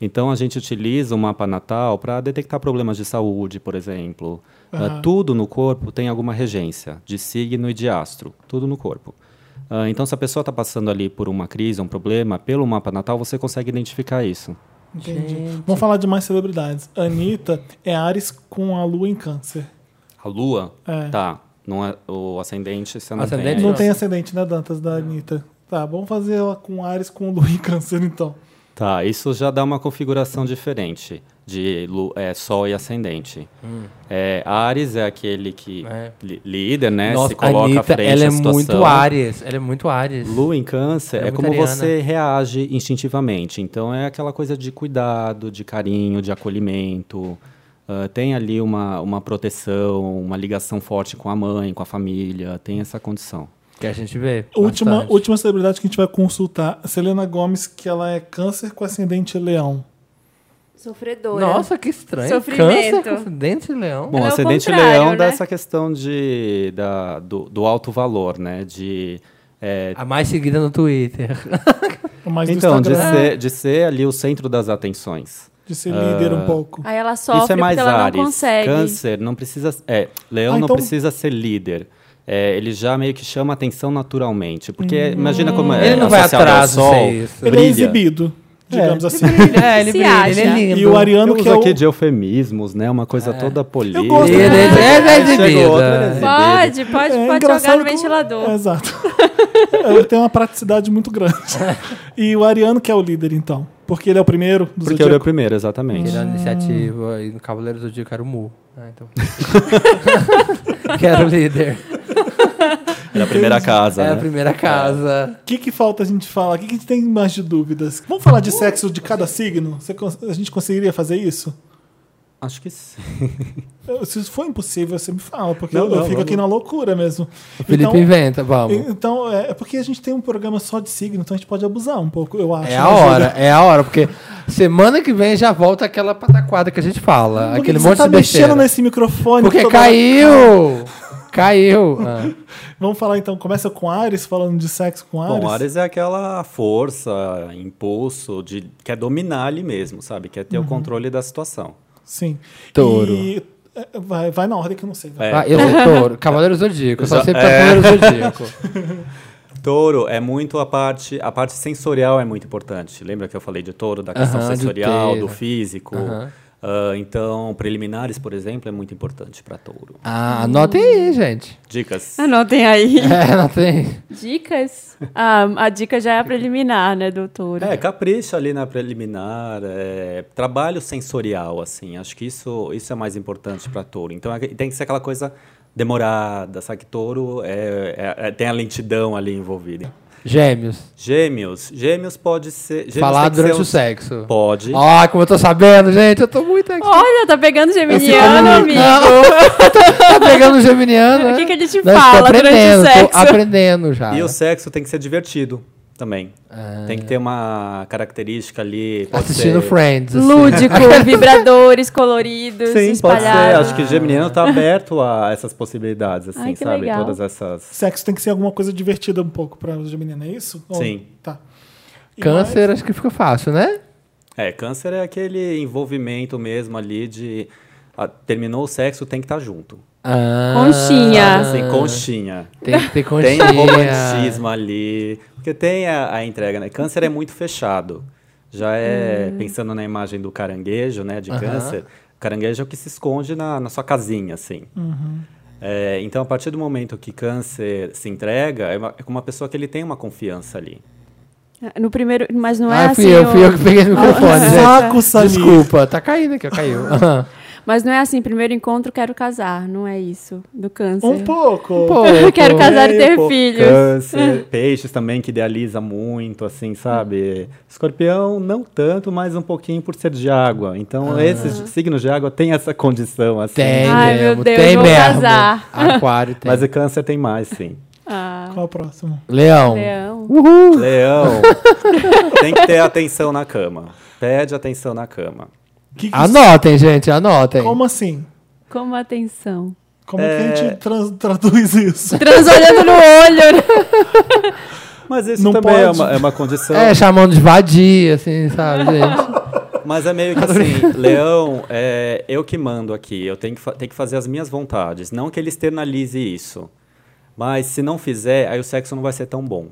Speaker 4: Então a gente utiliza o mapa natal para detectar problemas de saúde, por exemplo. Ah, tudo no corpo tem alguma regência, de signo e de astro, tudo no corpo. Ah, então se a pessoa está passando ali por uma crise, um problema, pelo mapa natal você consegue identificar isso.
Speaker 1: Entendi. Vamos falar de mais celebridades. Anitta é Ares com a lua em câncer.
Speaker 4: A lua?
Speaker 1: É.
Speaker 4: Tá. Não é, o ascendente você não
Speaker 3: Ascendente
Speaker 4: tem.
Speaker 1: Não
Speaker 4: ainda.
Speaker 1: tem ascendente, né, Dantas, da Anitta? Tá, vamos fazer ela com Ares com lua em câncer, então.
Speaker 4: Tá, isso já dá uma configuração diferente de lu- é, Sol e Ascendente. É, Ares é aquele que
Speaker 3: Hum. É.
Speaker 4: li- líder, né?
Speaker 3: Nossa,
Speaker 4: se coloca à
Speaker 3: Anitta,
Speaker 4: frente
Speaker 3: ela
Speaker 4: à
Speaker 3: é
Speaker 4: situação.
Speaker 3: muito Ares. Ela é muito Ares.
Speaker 4: Lua em câncer
Speaker 3: Ela é
Speaker 4: é,
Speaker 3: muito
Speaker 4: como
Speaker 3: ariana.
Speaker 4: você reage instintivamente. Então é aquela coisa de cuidado, de carinho, de acolhimento. Ah, tem ali uma, uma proteção, uma ligação forte com a mãe, com a família. Tem essa condição.
Speaker 3: Que a gente vê.
Speaker 1: Última,
Speaker 3: bastante.
Speaker 1: última celebridade que a gente vai consultar. Selena Gomes, que ela é câncer com ascendente leão.
Speaker 2: Sofredora.
Speaker 3: Nossa, que estranho.
Speaker 2: Sofrimento.
Speaker 3: Câncer com dente de leão.
Speaker 4: Bom,
Speaker 2: Ela é o
Speaker 4: ascendente
Speaker 2: contrário,
Speaker 4: leão dá
Speaker 2: né?
Speaker 4: essa questão de, da, do, do alto valor, né? De é,
Speaker 3: A mais seguida no Twitter.
Speaker 1: Mas É
Speaker 4: Então,
Speaker 1: do
Speaker 4: de
Speaker 1: Instagram,
Speaker 4: ser, de ser ali o centro das atenções.
Speaker 1: de ser líder
Speaker 4: Ah.
Speaker 1: um pouco.
Speaker 2: Aí ela sofre
Speaker 4: Isso é mais
Speaker 2: porque ela
Speaker 4: Ares.
Speaker 2: não consegue.
Speaker 4: Câncer não precisa. É, Leão
Speaker 1: Ah,
Speaker 4: não
Speaker 1: então-
Speaker 4: precisa ser líder. É, ele já meio que chama atenção naturalmente. Porque imagina como é.
Speaker 3: Ele não vai
Speaker 4: associado ao
Speaker 3: atrás de
Speaker 4: sol,
Speaker 3: ser isso.
Speaker 1: Ele
Speaker 4: Brilha.
Speaker 1: é exibido, digamos assim.
Speaker 3: é, ele
Speaker 2: Se
Speaker 3: brilha, ele é
Speaker 2: acha.
Speaker 3: lindo.
Speaker 1: E o Ariano,
Speaker 4: Temos
Speaker 1: que é o...
Speaker 4: aqui de eufemismos, né? Uma coisa toda polida.
Speaker 1: gosto,
Speaker 3: Ele é, ele é
Speaker 4: Chega
Speaker 3: exibido.
Speaker 4: outro, ele é exibido.
Speaker 2: Pode, pode,
Speaker 1: É
Speaker 2: pode
Speaker 1: engraçado
Speaker 2: jogar no
Speaker 1: como-
Speaker 2: ventilador.
Speaker 1: É, exato. É, Ele tem uma praticidade muito grande. E o Ariano que é o líder, então. Porque ele é o primeiro dos
Speaker 4: Porque eu era o primeiro, exatamente.
Speaker 3: Ele é iniciativa. E no Cavaleiros do Dia eu quero o Mu. Ah, então. quero o líder.
Speaker 4: Era a primeira casa.
Speaker 3: É a
Speaker 4: né?
Speaker 3: primeira casa.
Speaker 1: O que, que falta a gente falar? O que, que a gente tem mais de dúvidas? Vamos falar de sexo de cada signo? Você cons- a gente conseguiria fazer isso?
Speaker 4: Acho que sim.
Speaker 1: Eu- Se for impossível, você me fala, porque
Speaker 4: Não,
Speaker 1: eu,
Speaker 4: não,
Speaker 1: eu fico
Speaker 4: não,
Speaker 1: aqui na loucura mesmo.
Speaker 3: O Felipe inventa, vamos.
Speaker 1: então, é é porque a gente tem um programa só de signo, então a gente pode abusar um pouco, eu acho. né,
Speaker 3: É a
Speaker 1: Júlia?
Speaker 3: hora, é a hora, porque semana que vem já volta aquela pataquada que a gente fala.
Speaker 1: Por que
Speaker 3: aquele
Speaker 1: que
Speaker 3: monte
Speaker 1: você tá
Speaker 3: de besteira.
Speaker 1: mexendo nesse microfone.
Speaker 3: Porque
Speaker 1: toda hora?
Speaker 3: caiu! caiu! Ah,
Speaker 1: Vamos falar então, começa com Ares, falando de sexo com Ares.
Speaker 4: Bom, Ares é aquela força, impulso, de quer dominar ali mesmo, sabe? Quer
Speaker 3: Uhum.
Speaker 4: ter o controle da situação.
Speaker 1: Sim.
Speaker 3: Touro.
Speaker 1: E- é, vai, vai na ordem que eu não sei. vai.
Speaker 4: É,
Speaker 3: ah, eu sou touro. Cavaleiro Zodíaco. Eu só
Speaker 4: Já-
Speaker 3: sei porque é Cavaleiro Zodíaco.
Speaker 4: Touro é muito a parte, a parte sensorial é muito importante. Lembra que eu falei de touro, da questão
Speaker 3: Aham, de
Speaker 4: sensorial,
Speaker 3: ter.
Speaker 4: do físico?
Speaker 3: Aham.
Speaker 4: Ah, então, preliminares, por exemplo, é muito importante para touro.
Speaker 3: Ah, anotem aí, gente.
Speaker 4: Dicas.
Speaker 2: Anotem Ah, aí.
Speaker 3: É, anotem.
Speaker 2: Dicas? Ah, a dica já é a preliminar, né, doutora?
Speaker 4: É, capricha ali na preliminar, é, trabalho sensorial, assim. Acho que isso, isso é mais importante para touro. Então, é que- tem que ser aquela coisa demorada, sabe? Que touro é- é- é- tem a lentidão ali envolvida.
Speaker 3: Gêmeos.
Speaker 4: Gêmeos. Gêmeos pode ser. Gêmeos
Speaker 3: falar
Speaker 4: tem que ser
Speaker 3: durante o
Speaker 4: uns-
Speaker 3: sexo.
Speaker 4: Pode.
Speaker 3: Ó, como eu tô sabendo, gente. Eu tô muito aqui.
Speaker 2: Olha, tá pegando geminiano, amigo.
Speaker 3: é. tá pegando o geminiano, né?
Speaker 2: O que que ele te
Speaker 3: estou
Speaker 2: fala durante o
Speaker 3: aprendendo, tô
Speaker 2: sexo?
Speaker 3: aprendendo já.
Speaker 4: E o sexo tem que ser divertido também. Tem que ter uma característica ali. Pode
Speaker 3: É. Assistindo
Speaker 4: ser...
Speaker 3: Friends. assim.
Speaker 2: Lúdico, vibradores coloridos,
Speaker 4: Sim, pode ser.
Speaker 2: espalhados.
Speaker 4: Acho que Geminiano tá aberto a essas possibilidades, assim,
Speaker 2: Ai, que
Speaker 4: sabe?
Speaker 2: legal.
Speaker 4: Todas essas.
Speaker 1: Sexo tem que ser alguma coisa divertida um pouco pra os geminianos, é isso? Ou-
Speaker 4: Sim.
Speaker 1: Tá. E
Speaker 3: Câncer, acho que fica fácil, né?
Speaker 4: É, câncer é aquele envolvimento mesmo ali de. ah, terminou o sexo, tem que estar junto.
Speaker 3: Ah,
Speaker 2: Conchinha.
Speaker 4: Assim, conchinha.
Speaker 3: Tem que ter conchinha.
Speaker 4: Tem um romantismo ali. Porque tem a, a entrega, né? Câncer é muito fechado. Já é, pensando na imagem do caranguejo, né? De
Speaker 3: Hum. Aham.
Speaker 4: câncer. O caranguejo é o que se esconde na, na sua casinha, assim.
Speaker 3: Uhum.
Speaker 4: É, então, a partir do momento que câncer se entrega, é, uma, é com uma pessoa que ele tem uma confiança ali.
Speaker 2: No primeiro, mas não é
Speaker 3: ah,
Speaker 2: assim.
Speaker 3: fui eu,
Speaker 2: o-
Speaker 3: fui eu que peguei o microfone,
Speaker 1: mais-
Speaker 3: gente.
Speaker 1: Saco, Samir.
Speaker 3: Desculpa, tá caindo aqui, ó, caiu. Ah,
Speaker 2: Mas não é assim, primeiro encontro, quero casar. Não é isso, do câncer.
Speaker 1: Um pouco.
Speaker 3: Pô,
Speaker 2: quero
Speaker 3: pô.
Speaker 2: casar e ter
Speaker 4: Pô,
Speaker 2: filhos.
Speaker 4: Câncer, peixes também que idealiza muito, assim, sabe? Escorpião, não tanto, mas um pouquinho por ser de água. Então,
Speaker 2: Ah.
Speaker 4: esses signos de água têm essa condição, assim.
Speaker 3: Tem
Speaker 2: Ai, meu
Speaker 3: mesmo,
Speaker 2: Deus,
Speaker 3: tem
Speaker 2: vou
Speaker 3: mesmo.
Speaker 2: casar.
Speaker 3: Aquário tem.
Speaker 4: Mas o câncer tem mais, sim.
Speaker 2: Ah,
Speaker 1: Qual é o próximo?
Speaker 3: Leão.
Speaker 2: leão.
Speaker 4: Leão, tem que ter atenção na cama. Pede atenção na cama.
Speaker 1: Que
Speaker 3: Ah,
Speaker 1: que-
Speaker 3: Anotem, gente, anotem.
Speaker 1: Como assim?
Speaker 2: Como atenção.
Speaker 1: Como é que a gente trans- traduz isso?
Speaker 2: Trans olhando no olho, né?
Speaker 4: Mas isso
Speaker 1: Não
Speaker 4: também é
Speaker 1: pode. Então-
Speaker 4: uma, é uma condição.
Speaker 3: É, chamando de vadia, assim, sabe, gente?
Speaker 4: Mas é meio que assim, Leão, é, eu que mando aqui, eu tenho que, fa- tenho que fazer as minhas vontades. Não que ele externalize isso. Mas se não fizer, aí o sexo não vai ser tão bom.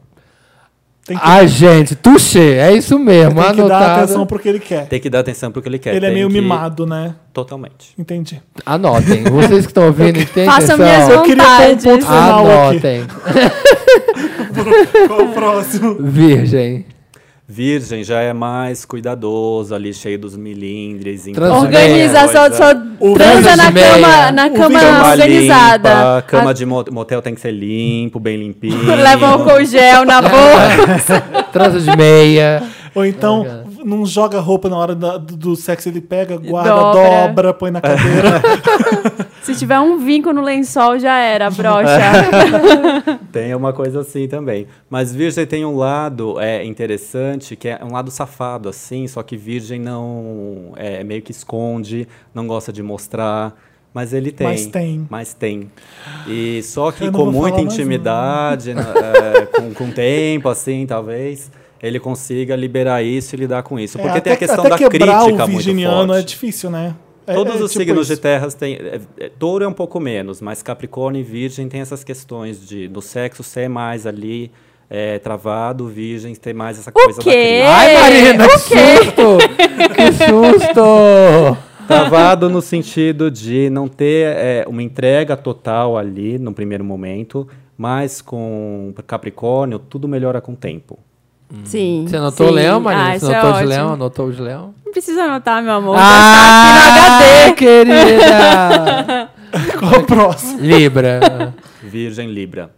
Speaker 1: Tem que,
Speaker 3: Ai, gente, tuxê, é isso mesmo.
Speaker 1: tem que dar
Speaker 3: Ah, Anotado.
Speaker 1: atenção pro que ele quer.
Speaker 4: Tem que dar atenção pro que ele quer.
Speaker 1: Ele é
Speaker 4: tem
Speaker 1: meio
Speaker 4: que-
Speaker 1: mimado, né?
Speaker 4: Totalmente.
Speaker 1: Entendi.
Speaker 3: Anotem. Vocês que estão ouvindo, tem
Speaker 2: Façam minhas
Speaker 3: atenção.
Speaker 1: queria
Speaker 2: vontades. Ah,
Speaker 1: pôr um ponto- Final aqui.
Speaker 3: Anotem.
Speaker 1: Qual o próximo?
Speaker 3: Virgem.
Speaker 4: Virgem já é mais cuidadoso, ali cheio dos milindres. então-
Speaker 3: Transa
Speaker 2: Organização,
Speaker 4: é.
Speaker 2: só
Speaker 1: O
Speaker 2: transa
Speaker 3: Vênus
Speaker 2: na
Speaker 3: de meia.
Speaker 2: cama, na
Speaker 1: O
Speaker 2: cama
Speaker 1: Vênus de
Speaker 4: Cama
Speaker 2: organizada.
Speaker 4: limpa, cama
Speaker 2: A-
Speaker 4: de mo- motel tem que ser limpo, bem limpinho.
Speaker 2: Leva um álcool gel na boca.
Speaker 3: Transa de meia.
Speaker 1: Ou então,
Speaker 3: Obrigado.
Speaker 1: não joga roupa na hora da- do, do sexo, ele pega, guarda, dobra,
Speaker 2: dobra.
Speaker 1: põe na cadeira.
Speaker 2: Se tiver um vinco no lençol, já era, brocha.
Speaker 4: Tem uma coisa assim também. Mas Virgem tem um lado é interessante, que é um lado safado, assim, só que Virgem não. É, meio que esconde, não gosta de mostrar. Mas ele tem.
Speaker 1: Mas tem.
Speaker 4: Mas tem. E só que
Speaker 1: Eu não
Speaker 4: com
Speaker 1: vou
Speaker 4: muita
Speaker 1: falar mais
Speaker 4: intimidade, na- é, com, com tempo, assim, talvez, ele consiga liberar isso e lidar com isso.
Speaker 1: É,
Speaker 4: Porque
Speaker 1: até,
Speaker 4: tem a questão
Speaker 1: até
Speaker 4: da
Speaker 1: quebrar
Speaker 4: crítica
Speaker 1: o
Speaker 4: muito
Speaker 1: virginiano
Speaker 4: forte.
Speaker 1: é difícil, né? É-
Speaker 4: Todos
Speaker 1: é
Speaker 4: os
Speaker 1: tipo
Speaker 4: signos de
Speaker 1: isso.
Speaker 4: terras têm. é, é, touro é um pouco menos, mas Capricórnio e Virgem tem essas questões de do sexo ser mais ali é, travado, Virgem ter mais essa
Speaker 2: quê?
Speaker 4: coisa da crise.
Speaker 3: Ai,
Speaker 2: Ei,
Speaker 3: Marina, que
Speaker 2: o quê?
Speaker 3: susto! Que susto!
Speaker 4: Travado no sentido de não ter é, uma entrega total ali no primeiro momento, mas com Capricórnio tudo melhora com o tempo.
Speaker 2: Sim.
Speaker 3: Você anotou
Speaker 2: sim.
Speaker 3: o leão,
Speaker 2: Ah,
Speaker 3: Marina? Você
Speaker 2: isso é
Speaker 3: anotou os
Speaker 2: ótimo.
Speaker 3: leão? Anotou os leão?
Speaker 2: Não precisa anotar, meu amor.
Speaker 3: Ah, querida!
Speaker 1: Qual o próximo?
Speaker 3: Ah, Libra.
Speaker 4: Virgem Libra.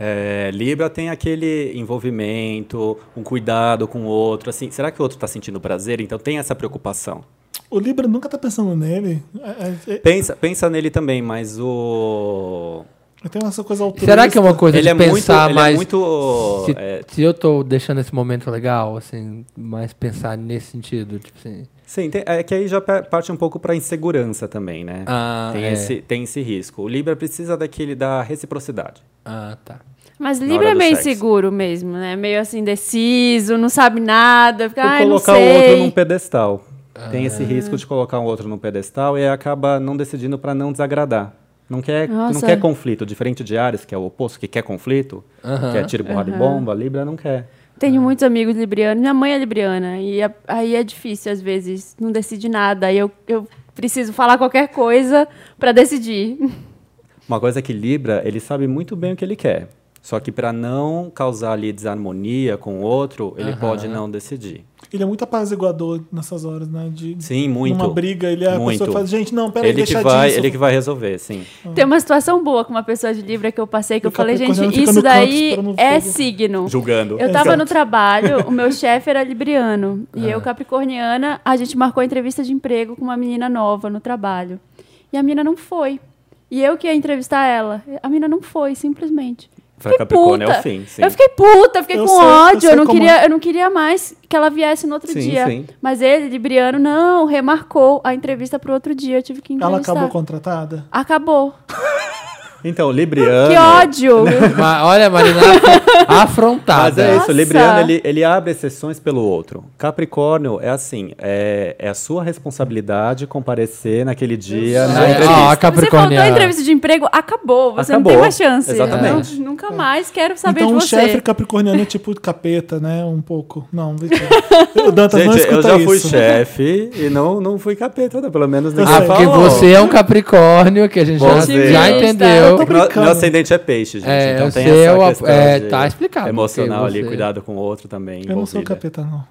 Speaker 4: É, Libra tem aquele envolvimento, um cuidado com o outro, assim, será que o outro está sentindo prazer? Então tem essa preocupação.
Speaker 1: O Libra nunca tá pensando nele. É- é- é-
Speaker 4: Pensa, pensa nele também, mas o.
Speaker 1: Eu tenho é, essa coisa altruísta.
Speaker 3: Será que é uma coisa
Speaker 4: Ele
Speaker 3: de
Speaker 4: é muito-
Speaker 3: pensar
Speaker 4: ele é
Speaker 3: mais...
Speaker 4: muito,
Speaker 3: se,
Speaker 4: é-
Speaker 3: se eu tô deixando esse momento legal, assim, mais pensar nesse sentido, tipo assim...
Speaker 4: Sim, tem- é que aí já pe- parte um pouco para insegurança também, né?
Speaker 3: Ah,
Speaker 4: tem,
Speaker 3: é.
Speaker 4: esse, tem esse risco. O Libra precisa daquele da reciprocidade.
Speaker 3: Ah, tá.
Speaker 2: Mas
Speaker 4: Na
Speaker 2: Libra
Speaker 4: hora
Speaker 2: é
Speaker 4: do
Speaker 2: meio
Speaker 4: sexo.
Speaker 2: seguro mesmo, né? Meio assim, indeciso, não sabe nada, fica,
Speaker 4: Por
Speaker 2: ai, Ah, não
Speaker 4: colocar
Speaker 2: sei.
Speaker 4: o outro num pedestal. Tem
Speaker 3: Ah.
Speaker 4: esse risco de colocar o outro num pedestal e acaba não decidindo para não desagradar. Não quer, não
Speaker 2: Nossa.
Speaker 4: quer conflito, diferente de Ares, que é o oposto, que quer conflito,
Speaker 3: Aham.
Speaker 4: que é tiro, porrada e bomba, Libra não quer.
Speaker 2: Tenho muitos amigos librianos. Minha mãe é libriana. E a- aí é difícil, às vezes. Não decide nada. Aí eu, eu preciso falar qualquer coisa pra decidir.
Speaker 4: Uma coisa é que Libra, ele sabe muito bem o que ele quer. Só que para não causar ali desarmonia com o outro, ele pode não decidir.
Speaker 1: Ele é muito apaziguador nessas horas, né? De,
Speaker 4: Sim, muito.
Speaker 1: Numa briga, ele é a
Speaker 4: Muito.
Speaker 1: pessoa que fala, gente, não, peraí,
Speaker 4: Ele que,
Speaker 1: deixa
Speaker 4: vai,
Speaker 1: disso.
Speaker 4: ele que vai resolver, sim.
Speaker 2: Tem uma situação boa com uma pessoa de Libra que eu passei, que
Speaker 1: E
Speaker 2: eu falei, gente,
Speaker 1: Capricorniano fica
Speaker 2: isso
Speaker 1: no canto
Speaker 2: daí
Speaker 1: esperando o
Speaker 2: é
Speaker 1: fogo.
Speaker 2: signo.
Speaker 4: Julgando.
Speaker 2: Eu tava
Speaker 1: Exato. Ah.
Speaker 2: no trabalho, o meu chefe era libriano. E eu, capricorniana, a gente marcou entrevista de emprego com uma menina nova no trabalho. E a menina não foi. E eu que ia entrevistar ela. A menina não foi, simplesmente.
Speaker 4: Pra
Speaker 2: Fiquei
Speaker 4: Capricórnio é o
Speaker 2: puta.
Speaker 4: fim, sim.
Speaker 2: Eu fiquei puta, fiquei
Speaker 1: Eu
Speaker 2: com
Speaker 1: sei, eu
Speaker 2: ódio.
Speaker 1: sei
Speaker 2: Eu, não
Speaker 1: como é.
Speaker 2: queria, eu não queria mais que ela viesse no outro
Speaker 4: Sim,
Speaker 2: dia.
Speaker 4: sim.
Speaker 2: Mas ele, libriano, não, remarcou a entrevista pro outro dia. Eu tive que
Speaker 1: Ela
Speaker 2: entrevistar.
Speaker 1: acabou contratada?
Speaker 2: Acabou.
Speaker 4: Então, Libriano.
Speaker 2: Que ódio!
Speaker 3: Ma- olha, Marina, afro-
Speaker 4: Mas
Speaker 3: afrontada.
Speaker 4: é
Speaker 2: Nossa.
Speaker 4: isso, Libriano ele, ele abre exceções pelo outro. Capricórnio é assim, é, é a sua responsabilidade comparecer naquele dia na
Speaker 3: É,
Speaker 1: Ah,
Speaker 4: entrevista.
Speaker 2: Você
Speaker 3: ó,
Speaker 2: faltou a
Speaker 3: Capricorniana.
Speaker 2: entrevista de emprego, acabou. Você não
Speaker 4: Acabou.
Speaker 2: tem mais chance.
Speaker 4: Exatamente.
Speaker 2: Não- nunca mais quero saber
Speaker 1: então
Speaker 2: de
Speaker 1: um
Speaker 2: você.
Speaker 1: chefe capricorniano é tipo capeta, né? Um pouco. Não, vê aqui. o Dantas não
Speaker 4: Gente,
Speaker 1: escuta
Speaker 4: eu já
Speaker 1: isso.
Speaker 4: fui chefe e não, não fui capeta, né? pelo menos ninguém
Speaker 1: Ah,
Speaker 3: Ah, porque
Speaker 4: falou.
Speaker 3: você é um capricórnio, que a gente já,
Speaker 4: Você.
Speaker 3: já
Speaker 2: Otimista.
Speaker 3: entendeu.
Speaker 1: Eu tô
Speaker 4: Meu,
Speaker 1: brincando.
Speaker 4: meu ascendente é peixe, gente.
Speaker 3: É,
Speaker 4: então
Speaker 3: o
Speaker 4: tem
Speaker 3: seu,
Speaker 4: essa questão
Speaker 3: é,
Speaker 4: de
Speaker 3: tá explicado,
Speaker 4: emocional
Speaker 3: porque
Speaker 4: ali,
Speaker 3: você-
Speaker 4: cuidado com o outro também.
Speaker 1: Eu não sou
Speaker 4: envolvida.
Speaker 1: capeta, não.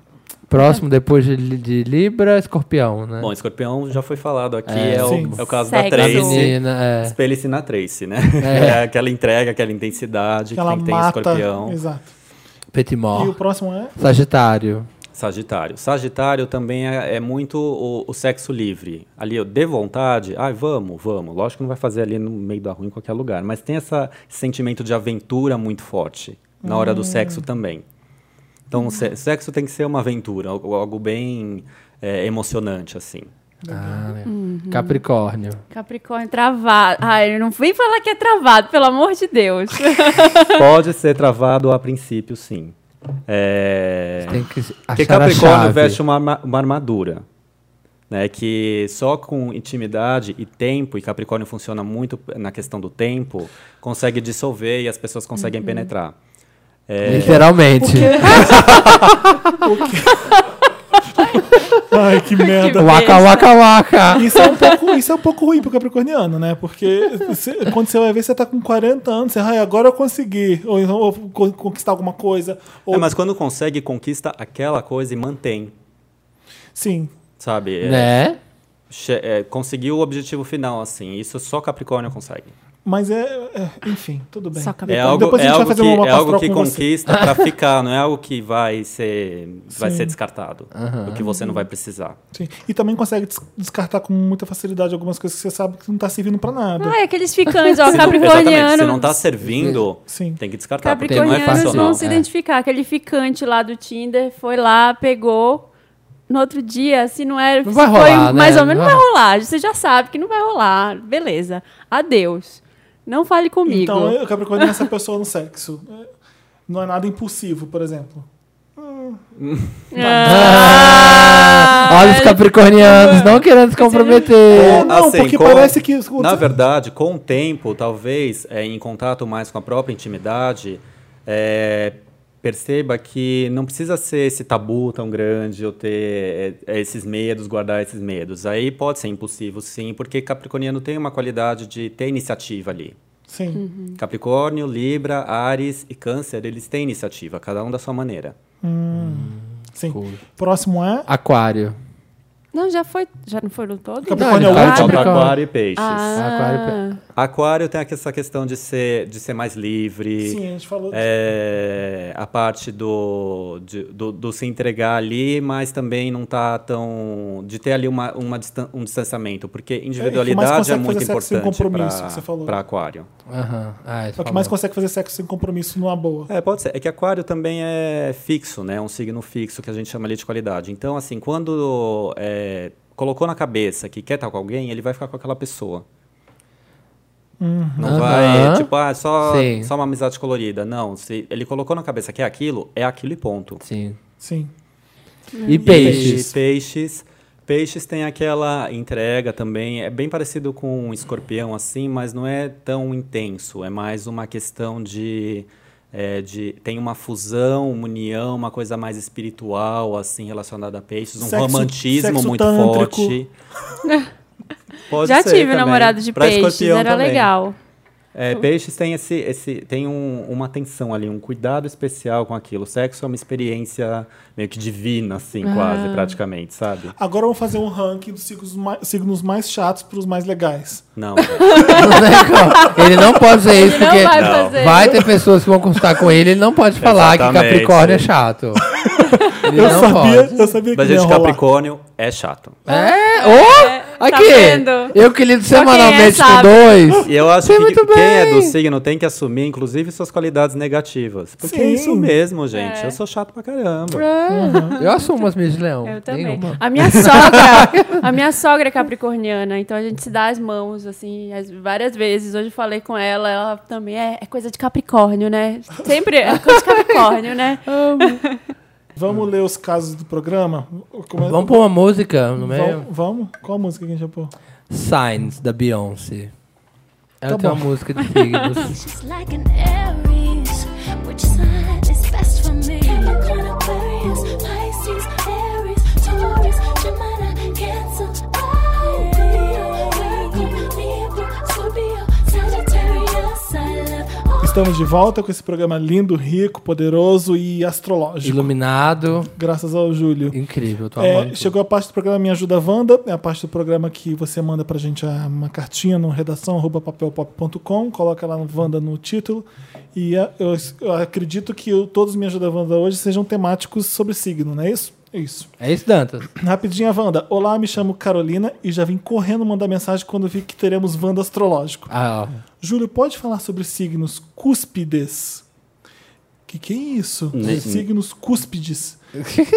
Speaker 3: Próximo, depois de, li- de Libra, escorpião, né?
Speaker 4: Bom, escorpião já foi falado aqui,
Speaker 3: É,
Speaker 4: é,
Speaker 1: sim.
Speaker 4: o, é o caso da
Speaker 2: Sexo.
Speaker 3: A
Speaker 4: Tracy.
Speaker 3: menina, é.
Speaker 4: Espelhe-se na Tracy, né?
Speaker 3: É.
Speaker 4: É. aquela entrega, aquela intensidade
Speaker 1: Que ela
Speaker 4: que tem que ter em
Speaker 1: mata.
Speaker 4: escorpião.
Speaker 1: Exato. E o
Speaker 3: Petimor.
Speaker 1: próximo é?
Speaker 3: Sagitário.
Speaker 4: Sagitário. Sagitário também é, é muito o, o sexo livre. Ali, eu dê vontade, ai, vamos, vamos. Lógico que não vai fazer ali no meio da rua, em qualquer lugar. Mas tem essa, esse sentimento de aventura muito forte na hora do sexo também. Então, o se- sexo tem que ser uma aventura, algo, algo bem é, emocionante, assim.
Speaker 3: Ah, né. Capricórnio.
Speaker 2: Capricórnio travado. Ai, não vem falar que é travado, pelo amor de Deus.
Speaker 4: Pode ser travado a princípio, sim. É...
Speaker 3: Tem que
Speaker 4: Porque
Speaker 3: achar a
Speaker 4: Capricórnio
Speaker 3: chave.
Speaker 4: veste um- uma, arma- uma armadura. Né, que só com intimidade e tempo, e Capricórnio funciona muito na questão do tempo, consegue dissolver e as pessoas
Speaker 1: Uhum.
Speaker 4: conseguem penetrar. É,
Speaker 3: Literalmente.
Speaker 1: Ai, que merda.
Speaker 3: Waka, waka, waka.
Speaker 1: Isso é, um pouco, isso é um pouco ruim pro capricorniano, né? Porque você- quando você vai ver, você tá com 40 anos, você, ai, agora eu consegui. Ou, então, ou con- conquistar alguma coisa. Ou,
Speaker 4: é, mas quando consegue, conquista aquela coisa e mantém.
Speaker 1: Sim.
Speaker 4: Sabe? É,
Speaker 3: Né?
Speaker 4: che- é, conseguiu o objetivo final, assim. Isso só Capricórnio consegue.
Speaker 1: Mas é. é, enfim, tudo bem.
Speaker 2: Só cabe-
Speaker 4: É
Speaker 2: Depois-
Speaker 4: algo,
Speaker 1: depois a
Speaker 4: é
Speaker 1: gente vai
Speaker 4: algo
Speaker 1: fazer
Speaker 4: que,
Speaker 1: um mapa
Speaker 4: é algo
Speaker 1: astral
Speaker 4: que
Speaker 1: com você.
Speaker 4: conquista pra ficar, não é algo que vai ser, vai ser descartado.
Speaker 3: Aham.
Speaker 4: O que você não vai precisar.
Speaker 1: Sim. E também consegue des- descartar com muita facilidade algumas coisas que você sabe que não tá servindo pra nada.
Speaker 2: Ah, é aqueles ficantes, ó,
Speaker 4: Exatamente,
Speaker 2: capricorniano.
Speaker 4: se não tá servindo,
Speaker 1: Sim.
Speaker 4: tem que descartar, porque não é
Speaker 2: Capricornianos
Speaker 4: funcional.
Speaker 2: vão se
Speaker 3: é.
Speaker 2: identificar. Aquele ficante lá do Tinder foi lá, pegou. No outro dia, se não era.
Speaker 3: Não vai
Speaker 2: se
Speaker 3: rolar,
Speaker 2: foi,
Speaker 3: né?
Speaker 2: Mais ou menos
Speaker 3: Não
Speaker 2: não vai
Speaker 3: vai-
Speaker 2: rolar. Você já sabe que não vai rolar. Beleza. Adeus. Não fale comigo.
Speaker 1: Então, eu- capricorniano é essa pessoa no sexo. É, Não é nada impulsivo, por exemplo.
Speaker 2: Ah,
Speaker 3: Olha os capricornianos não querendo se comprometer.
Speaker 1: É, não,
Speaker 4: Assim,
Speaker 1: porque
Speaker 4: com-
Speaker 1: parece que. o-
Speaker 4: Na verdade, com o tempo, talvez, é, em contato mais com a própria intimidade, é, perceba que não precisa ser esse tabu tão grande ou ter é, esses medos, guardar esses medos. Aí pode ser impossível, sim, porque Capricorniano tem uma qualidade de ter iniciativa ali.
Speaker 1: Sim.
Speaker 2: Uhum. Hum.
Speaker 4: Capricórnio, Libra, Ares e Câncer, eles têm iniciativa, cada um da sua maneira.
Speaker 1: Sim. Próximo é.
Speaker 3: Aquário.
Speaker 2: Não, já foi. Já não foram todos?
Speaker 1: Capricórnio é o
Speaker 3: Não, ele
Speaker 1: último.
Speaker 3: tá-
Speaker 4: Falta
Speaker 3: Capricórnio.
Speaker 4: Aquário e Peixes.
Speaker 2: Ah,
Speaker 3: Aquário
Speaker 4: Aquário tem essa questão de ser, de ser mais livre.
Speaker 1: Sim, a gente falou.
Speaker 4: É, a parte do, de- do, do se entregar ali, mas também não tá tão. de ter ali uma, uma distan- um distanciamento, porque individualidade é,
Speaker 1: consegue
Speaker 4: muito
Speaker 1: fazer sexo sem
Speaker 4: importante
Speaker 1: compromisso, que você falou.
Speaker 4: para Aquário.
Speaker 3: Aham. Ah, isso
Speaker 1: É o que mais
Speaker 3: falou.
Speaker 1: consegue fazer sexo sem compromisso numa boa.
Speaker 4: É, pode ser. É que Aquário também é fixo, né? É um signo fixo que a gente chama ali de qualidade. Então, assim, quando é, colocou na cabeça que quer estar com alguém, ele vai ficar com aquela pessoa. Não
Speaker 3: Aham.
Speaker 4: vai, tipo, ah, só,
Speaker 3: Sim.
Speaker 4: só uma amizade colorida. Não, se ele colocou na cabeça que é aquilo, é aquilo e ponto.
Speaker 3: Sim.
Speaker 1: Sim.
Speaker 2: Hum.
Speaker 3: E peixes.
Speaker 4: E peixes. Peixes tem aquela entrega também, é bem parecido com um escorpião assim, mas não é tão intenso, é mais uma questão de, é, de tem uma fusão, uma união, uma coisa mais espiritual assim relacionada a peixes, um
Speaker 1: Sexo-
Speaker 4: romantismo
Speaker 1: sexo
Speaker 4: muito
Speaker 1: tântrico.
Speaker 4: forte. Pode
Speaker 2: já
Speaker 4: ser
Speaker 2: tive
Speaker 4: também.
Speaker 2: namorado de
Speaker 4: Pra
Speaker 2: peixes,
Speaker 4: escorpião
Speaker 2: era
Speaker 4: também.
Speaker 2: legal.
Speaker 4: É, peixes tem esse, esse tem um- uma atenção ali, um cuidado especial com aquilo. O sexo é uma experiência meio que divina, assim, quase, praticamente, sabe?
Speaker 1: Agora vamos fazer um ranking dos signos mais, signos mais chatos pros mais legais.
Speaker 4: Não.
Speaker 3: ele não pode dizer isso
Speaker 2: Ele não
Speaker 3: porque
Speaker 2: vai
Speaker 4: Não.
Speaker 2: fazer.
Speaker 3: vai ter pessoas que vão consultar com ele. Ele não pode falar que
Speaker 4: Exatamente.
Speaker 3: Capricórnio é chato. Ele
Speaker 1: Eu
Speaker 3: não
Speaker 1: sabia,
Speaker 3: pode.
Speaker 1: eu sabia que
Speaker 4: Mas,
Speaker 1: não ia
Speaker 4: gente,
Speaker 1: rolar.
Speaker 4: Capricórnio é chato.
Speaker 3: É? Ô!
Speaker 2: né?
Speaker 3: aqui!
Speaker 2: Tá vendo?
Speaker 3: Eu que lido
Speaker 2: quem é,
Speaker 3: semanalmente com
Speaker 2: sabe.
Speaker 3: dois.
Speaker 4: E eu acho
Speaker 3: Sei
Speaker 4: que
Speaker 3: muito
Speaker 4: quem é
Speaker 3: bem.
Speaker 4: do signo tem que assumir, inclusive, suas qualidades negativas. Porque é
Speaker 1: Sim.
Speaker 4: isso mesmo, gente.
Speaker 2: É.
Speaker 4: Eu sou chato pra caramba.
Speaker 3: Eu assumo as minhas de leão.
Speaker 2: Eu também.
Speaker 3: Nenhuma.
Speaker 2: A minha sogra, a minha sogra é capricorniana, então a gente se dá as mãos, assim, as- várias vezes. Hoje eu falei com ela, ela também é, é coisa de capricórnio, né? Sempre é coisa de capricórnio, né?
Speaker 4: Ah,
Speaker 1: Vamos ler os casos do programa? Come-
Speaker 3: Vamos pôr uma música no meio?
Speaker 1: Vamos? Vamos? Qual a música que a gente já pôr?
Speaker 3: Signs, da Beyoncé. Ela
Speaker 1: Tá
Speaker 3: tem
Speaker 1: bom.
Speaker 3: uma música de signos.
Speaker 5: She's like an Aries. Which sign is best for me? Capricorn, Aquarius, Pisces, Aries, Taurus, Gemini, Cancer. I'll be your Virgo, Libra, Scorpio, Sagittarius. I love all
Speaker 1: Estamos de volta com esse programa lindo, rico, poderoso e astrológico.
Speaker 3: Iluminado.
Speaker 1: Graças ao Júlio.
Speaker 3: Incrível, tua
Speaker 1: É,
Speaker 3: mãe.
Speaker 1: chegou a parte do programa Me Ajuda Wanda, é a parte do programa que você manda pra gente a- uma cartinha no redação arroba papelpop.com, coloca lá no Wanda no título. E a- eu, eu acredito que o- todos os Me Ajuda Wanda hoje sejam temáticos sobre signo, não é isso? É isso.
Speaker 3: É isso, Dantas.
Speaker 1: Rapidinha, Wanda. Olá, me chamo Carolina e já vim correndo mandar mensagem quando vi que teremos Wanda Astrológico.
Speaker 3: Ah, ó.
Speaker 1: Júlio, pode falar sobre signos cúspides? Que que é isso?
Speaker 4: Ne-
Speaker 1: signos cúspides.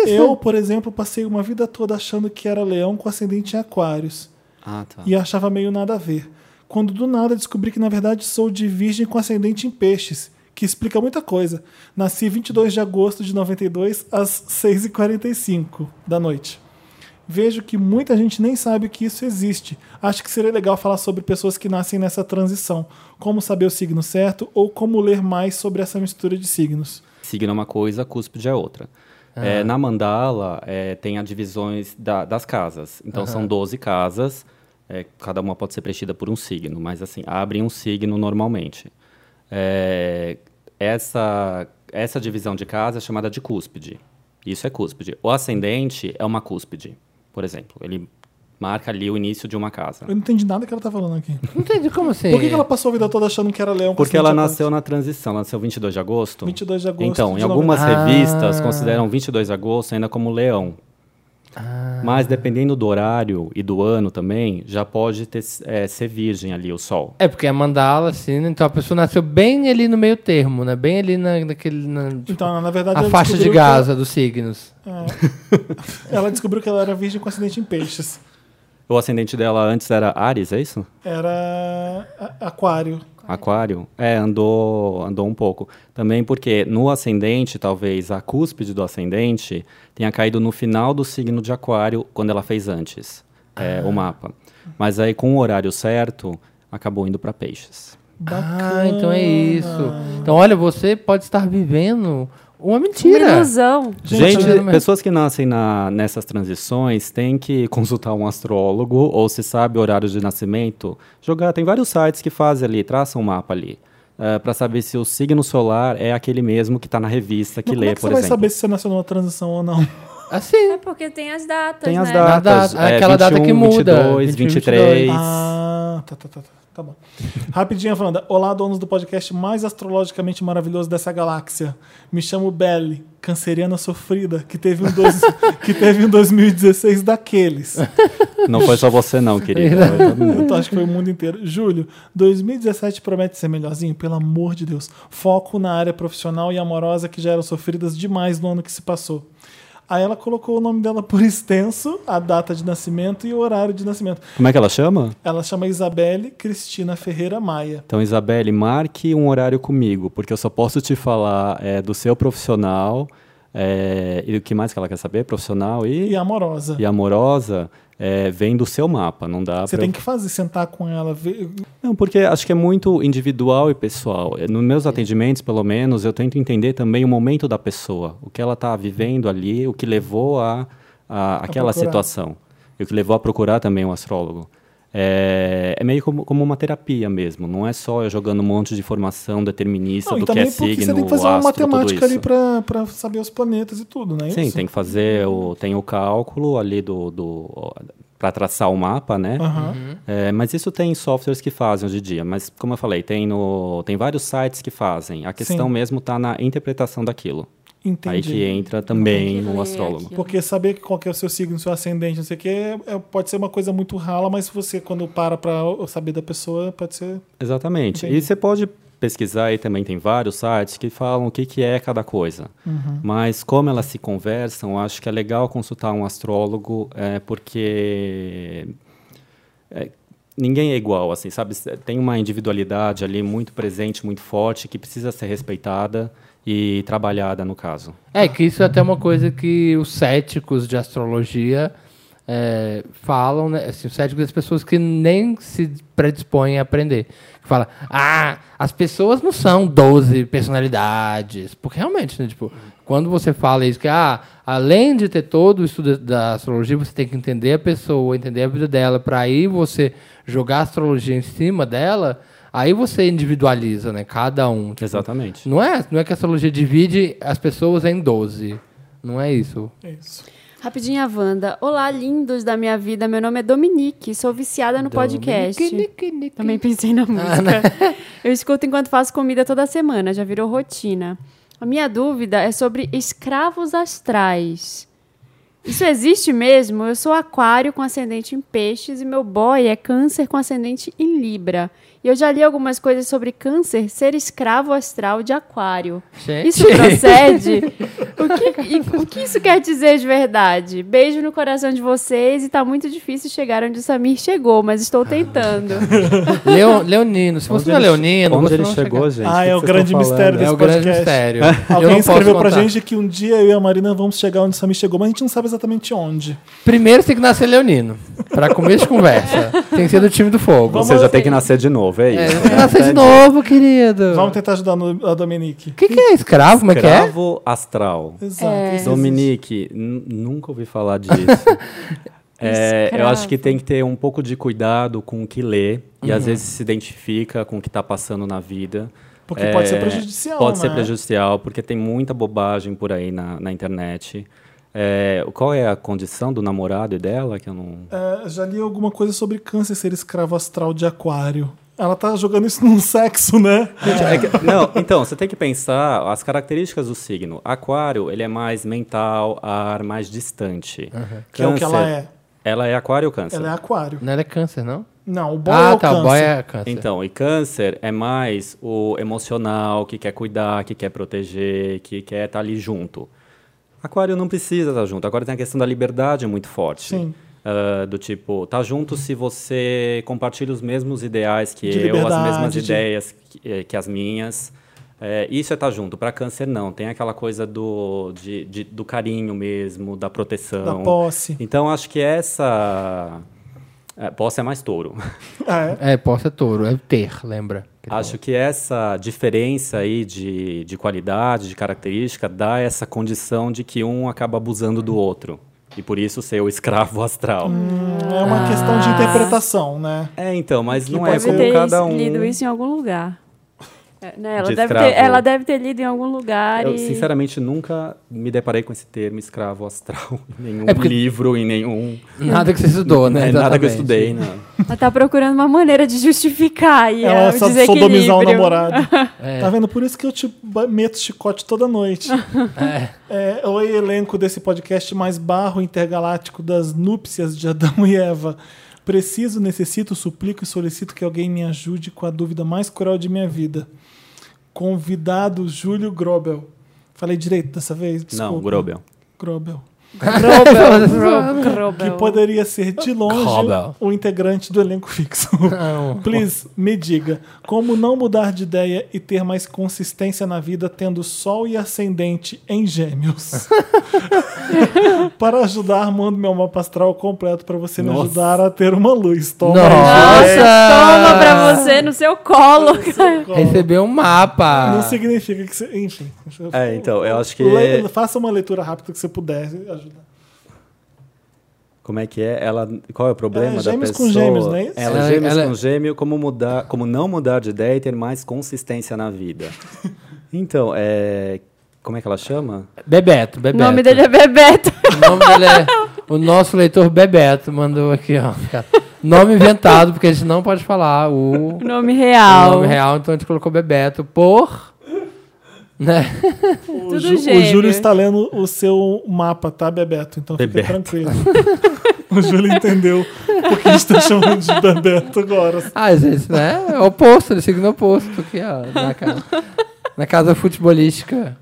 Speaker 1: Eu, por exemplo, passei uma vida toda achando que era leão com ascendente em aquários
Speaker 4: Ah, tá.
Speaker 1: e achava meio nada a ver. Quando do nada descobri que na verdade sou de virgem com ascendente em peixes. que explica muita coisa. Nasci 22 de agosto de 92, às 6h45 da noite. Vejo que muita gente nem sabe que isso existe. Acho que seria legal falar sobre pessoas que nascem nessa transição, como saber o signo certo ou como ler mais sobre essa mistura de signos.
Speaker 4: Signo é uma coisa, cúspide é outra. É, na mandala, é, tem as divisões da- das casas. Então, são 12 casas. é, cada uma pode ser preenchida por um signo, mas assim, abrem um signo normalmente. É, essa, essa divisão de casa é chamada de cúspide. Isso é cúspide. O ascendente é uma cúspide, por exemplo. Ele marca ali o início de uma casa.
Speaker 1: Eu não entendi nada que ela tá falando aqui.
Speaker 3: Não entendi como assim.
Speaker 1: Por que, que ela passou a vida toda achando que era leão? com
Speaker 4: Porque ela
Speaker 1: acidente
Speaker 4: nasceu na transição, ela nasceu 22 de agosto.
Speaker 1: 22 de agosto
Speaker 4: Então,
Speaker 1: de
Speaker 4: em algumas
Speaker 3: 90.
Speaker 4: revistas
Speaker 3: Ah.
Speaker 4: consideram 22 de agosto ainda como leão. Mas dependendo do horário e do ano também, já pode ter, é, ser virgem ali o sol.
Speaker 3: É porque a mandala, assim, né? então a pessoa nasceu bem ali no meio termo, né? Bem ali na, naquele. na- tipo,
Speaker 1: Então, na verdade,
Speaker 3: a
Speaker 1: ela
Speaker 3: faixa de
Speaker 1: descobriu que ela-
Speaker 3: Gaza dos signos.
Speaker 1: Ela descobriu que ela era virgem com acidente em peixes.
Speaker 4: O ascendente dela antes era Ares, é isso?
Speaker 1: Era a- aquário.
Speaker 4: Aquário? É, andou, andou um pouco. Também porque no ascendente, talvez a cúspide do ascendente tenha caído no final do signo de Aquário, quando ela fez antes é, o mapa. Mas aí, com o horário certo, acabou indo para Peixes.
Speaker 1: Bacana.
Speaker 3: Ah, então é isso. Então, olha, você pode estar vivendo uma mentira.
Speaker 2: Uma ilusão.
Speaker 1: Gente,
Speaker 4: Gente,
Speaker 3: eu não-
Speaker 4: pessoas que nascem na- nessas transições têm que consultar um astrólogo ou se sabe o horário de nascimento. Jogar, tem vários sites que fazem ali, traçam um mapa ali. para saber se o signo solar é aquele mesmo que está na revista que
Speaker 1: Mas como
Speaker 4: lê,
Speaker 1: é que você
Speaker 4: por
Speaker 1: vai
Speaker 4: exemplo.
Speaker 1: saber se você nasceu numa transição ou não?
Speaker 3: Assim.
Speaker 2: É porque tem as datas,
Speaker 4: Tem as
Speaker 2: né?
Speaker 3: Na
Speaker 4: datas.
Speaker 3: data-
Speaker 4: é,
Speaker 3: aquela data que muda,
Speaker 4: 22,
Speaker 3: 21,
Speaker 4: 23.
Speaker 1: Ah, tá, tá, tá, tá. Tá bom. Rapidinho, Fernanda. Olá, donos do podcast mais astrologicamente maravilhoso dessa galáxia. Me chamo Belly, canceriana sofrida, que teve um, dois- que teve um 2016 daqueles.
Speaker 4: Não foi só você, não, querida. Foi todo mundo.
Speaker 1: Eu Então, acho que foi o mundo inteiro. Júlio, 2017 promete ser melhorzinho? Pelo amor de Deus. Foco na área profissional e amorosa que já eram sofridas demais no ano que se passou. Aí ela colocou o nome dela por extenso, a data de nascimento e o horário de nascimento.
Speaker 4: Como é que ela chama?
Speaker 1: Ela chama Isabelle Cristina Ferreira Maia.
Speaker 4: Então, Isabelle, marque um horário comigo, porque eu só posso te falar é, do seu profissional. é, e o que mais que ela quer saber? Profissional
Speaker 1: E
Speaker 4: e,
Speaker 1: amorosa.
Speaker 4: e amorosa é, vem do seu mapa, não dá
Speaker 1: Você
Speaker 4: pra-
Speaker 1: tem que fazer, sentar com ela, ver.
Speaker 4: Não, porque acho que é muito individual e pessoal. Eh, Nos meus atendimentos, pelo menos, eu tento entender também o momento da pessoa, o que ela está vivendo ali, o que levou a, a
Speaker 1: procurar.
Speaker 4: aquela situação, e o que levou a procurar também um astrólogo. É, é meio como, como uma terapia mesmo, não é só eu jogando um monte de informação determinista
Speaker 1: Não,
Speaker 4: do
Speaker 1: e
Speaker 4: que é
Speaker 1: também porque
Speaker 4: signo,
Speaker 1: você tem que fazer uma
Speaker 4: astro, tudo
Speaker 1: matemática ali
Speaker 4: isso.
Speaker 1: pra, pra saber os planetas e tudo, né?
Speaker 4: Sim, tem que fazer o, tem o cálculo ali do, do para traçar o mapa, né? É, mas isso tem softwares que fazem hoje em dia. Mas como eu falei, tem no tem vários sites que fazem. A questão
Speaker 1: Sim.
Speaker 4: mesmo está na interpretação daquilo.
Speaker 1: Entendi.
Speaker 4: Aí que entra também
Speaker 2: Tem que
Speaker 4: o
Speaker 2: ler
Speaker 4: astrólogo.
Speaker 2: aquilo.
Speaker 1: Porque saber qual que é o seu signo, seu ascendente, não sei o que, é, pode ser uma coisa muito rala, mas você, quando para pra saber da pessoa, pode ser.
Speaker 4: Exatamente.
Speaker 1: Entendi.
Speaker 4: E você pode pesquisar aí também, tem vários sites que falam o que, que é cada coisa.
Speaker 3: Uhum.
Speaker 4: Mas como elas se conversam, eu acho que é legal consultar um astrólogo, é, porque é, ninguém é igual, assim, sabe? Cê- Tem uma individualidade ali muito presente, muito forte, que precisa ser respeitada e trabalhada, no caso.
Speaker 3: É que isso é até uma coisa que os céticos de astrologia é, falam, né? Assim, os céticos das pessoas que nem se predispõem a aprender. Fala, ah, as pessoas não são 12 personalidades. Porque realmente, né? Tipo, quando você fala isso, que ah, além de ter todo o estudo da astrologia, você tem que entender a pessoa, entender a vida dela, para aí você jogar a astrologia em cima dela, aí você individualiza, né? Cada um. Tipo,
Speaker 4: Exatamente.
Speaker 3: não é, não é que a astrologia divide as pessoas em 12. Não é isso.
Speaker 1: É isso.
Speaker 2: Rapidinha, Wanda. Olá, lindos da minha vida. Meu nome é Dominique. Sou viciada no podcast. Também pensei na música. Eu escuto enquanto faço comida toda semana. Já virou rotina. A minha dúvida é sobre escravos astrais. Isso existe mesmo? Eu sou aquário com ascendente em peixes e meu boy é câncer com ascendente em libra. E eu já li algumas coisas
Speaker 3: É.
Speaker 2: sobre câncer ser escravo astral de aquário.
Speaker 3: Gente.
Speaker 2: Isso procede? O que, e- o que isso quer dizer de verdade? Beijo no coração de vocês e tá muito difícil chegar onde o Samir chegou, mas estou tentando.
Speaker 3: Leon- Leonino, se você não é Leonino,
Speaker 4: onde
Speaker 3: você
Speaker 4: ele
Speaker 3: não chega.
Speaker 4: chegou, gente?
Speaker 1: Ah, é
Speaker 4: que
Speaker 1: o
Speaker 4: vocês
Speaker 1: grande
Speaker 4: estão falando?
Speaker 1: mistério
Speaker 3: É
Speaker 1: desse
Speaker 3: o grande
Speaker 1: podcast.
Speaker 3: mistério. Eu não
Speaker 1: Alguém
Speaker 3: posso
Speaker 1: escreveu pra
Speaker 3: contar.
Speaker 1: gente que um dia eu e a Marina vamos chegar onde o Samir chegou, mas a gente não sabe exatamente onde.
Speaker 3: Primeiro você tem que nascer Leonino. Pra começo de conversa. tem que ser do time do fogo.
Speaker 1: Vamos-
Speaker 4: Você já tem que nascer de novo, é
Speaker 3: É,
Speaker 4: isso.
Speaker 3: tem que nascer de novo, querido.
Speaker 1: Vamos tentar ajudar no- a Dominique.
Speaker 3: O que, que é escravo? Como é que é?
Speaker 4: Cravo astral.
Speaker 1: Exato. isso
Speaker 4: Dominique, n- nunca ouvi falar disso. É, eu
Speaker 2: Escravo.
Speaker 4: acho que tem que ter um pouco de cuidado com o que lê e às vezes se identifica com o que está passando na vida. É,
Speaker 1: Porque pode
Speaker 3: é,
Speaker 1: ser prejudicial,
Speaker 4: Pode ser
Speaker 1: né?
Speaker 4: prejudicial, porque tem muita bobagem por aí na, na internet. É, qual é a condição do namorado e dela que eu não.
Speaker 1: É, já li alguma coisa sobre câncer ser escravo astral de aquário. Ela tá jogando isso num sexo, né?
Speaker 4: É que- não, então, você tem que pensar as características do signo. Aquário, ele é mais mental, ar, mais distante.
Speaker 1: Que é o que ela é.
Speaker 4: Ela é aquário ou câncer?
Speaker 1: Ela é aquário.
Speaker 3: Não era câncer, não?
Speaker 1: Não, o boy é
Speaker 3: ah,
Speaker 1: o
Speaker 3: tá.
Speaker 1: câncer.
Speaker 3: O boy é câncer.
Speaker 4: Então, e câncer é mais o emocional, que quer cuidar, que quer proteger, que quer estar ali junto. Aquário não precisa estar junto. Agora tem a questão da liberdade muito forte.
Speaker 1: Sim.
Speaker 4: Ah, do tipo, tá junto se você compartilha os mesmos ideais que
Speaker 1: De
Speaker 4: eu, as mesmas
Speaker 1: liberdade, de-
Speaker 4: ideias que, eh, que as minhas. É, isso é estar junto. Para câncer, não. Tem aquela coisa do, de- de- do carinho mesmo, da
Speaker 3: é
Speaker 4: proteção.
Speaker 3: um
Speaker 1: Da posse.
Speaker 4: Então, acho que essa... é, posse é mais touro.
Speaker 1: Ah, é.
Speaker 3: É, posso é touro. É o ter, lembra? Que
Speaker 4: Acho que essa diferença aí de, de qualidade, de característica, dá essa condição de que um acaba abusando do outro. E por isso ser o escravo astral.
Speaker 1: É uma questão de interpretação, né?
Speaker 4: É, então, mas não é
Speaker 1: pode
Speaker 4: como
Speaker 1: ter
Speaker 4: cada um.
Speaker 2: lido isso em algum lugar. É, né, Ela,
Speaker 4: De
Speaker 2: deve
Speaker 4: escravo.
Speaker 2: ter, ela deve ter lido em algum lugar
Speaker 4: Eu,
Speaker 2: e...
Speaker 4: sinceramente, nunca me deparei com esse termo escravo astral em nenhum
Speaker 3: É porque-
Speaker 4: livro, em nenhum.
Speaker 3: tal. Nada que você estudou, né?
Speaker 4: é, nada que eu
Speaker 3: Exatamente.
Speaker 4: estudei, né?
Speaker 2: Ela tá procurando uma maneira de justificar e
Speaker 1: Ela
Speaker 2: é,
Speaker 1: só
Speaker 2: dizer
Speaker 1: sodomizar o namorado.
Speaker 3: É.
Speaker 1: Tá vendo? Por isso que eu te ba- meto chicote toda noite. É, oi, elenco desse podcast mais barro intergaláctico das núpcias de Adão e Eva. Preciso, necessito, suplico e solicito que alguém me ajude com a dúvida mais cruel de minha vida. Convidado Júlio Grobel. Falei direito dessa vez? Desculpa.
Speaker 4: Não, Grobel.
Speaker 1: Grobel.
Speaker 2: Grobel.
Speaker 1: Que poderia ser de longe
Speaker 3: Grobel.
Speaker 1: o integrante do elenco fixo.
Speaker 3: Não.
Speaker 1: Please, me diga, como não mudar de ideia e ter mais consistência na vida tendo sol e ascendente em gêmeos? para ajudar, mando meu mapa astral completo para você me
Speaker 4: Nossa.
Speaker 1: ajudar a ter uma luz. Toma
Speaker 3: Nossa!
Speaker 1: aí,
Speaker 2: Toma pra você no seu colo.
Speaker 1: Júlio.
Speaker 3: Recebeu um mapa.
Speaker 1: Não significa que você... Enfim.
Speaker 4: É, então, eu acho que.
Speaker 1: Le- Faça uma leitura rápida que você puder ajudar.
Speaker 4: Como é que é? Ela, qual é o problema
Speaker 1: É,
Speaker 4: da
Speaker 1: gêmeos
Speaker 4: pessoa?
Speaker 1: com gêmeos, não é isso?
Speaker 4: Ela,
Speaker 3: Ela-
Speaker 4: gêmeos
Speaker 3: ela-
Speaker 4: com gêmeo, como mudar, como não mudar de ideia e ter mais consistência na vida. então, é, como é que ela chama?
Speaker 3: Bebeto,
Speaker 2: O
Speaker 3: Bebeto.
Speaker 2: nome dele é Bebeto.
Speaker 3: O nome dele é... O nosso leitor Bebeto mandou aqui, ó. cara. Nome inventado, porque a gente não pode falar o...
Speaker 2: O nome
Speaker 3: o
Speaker 2: real.
Speaker 3: nome real, então a gente colocou Bebeto por. Né?
Speaker 1: O,
Speaker 2: Tudo
Speaker 1: Ju- o
Speaker 2: gêmeo.
Speaker 1: Júlio está lendo o seu mapa, tá, Bebeto? Então
Speaker 4: Bebeto.
Speaker 1: fica tranquilo. o Júlio entendeu porque a gente tá chamando de Bebeto agora. Tá
Speaker 3: Ah, gente, né? É o oposto, ele signo oposto aqui, ó. Na casa, na casa futebolística.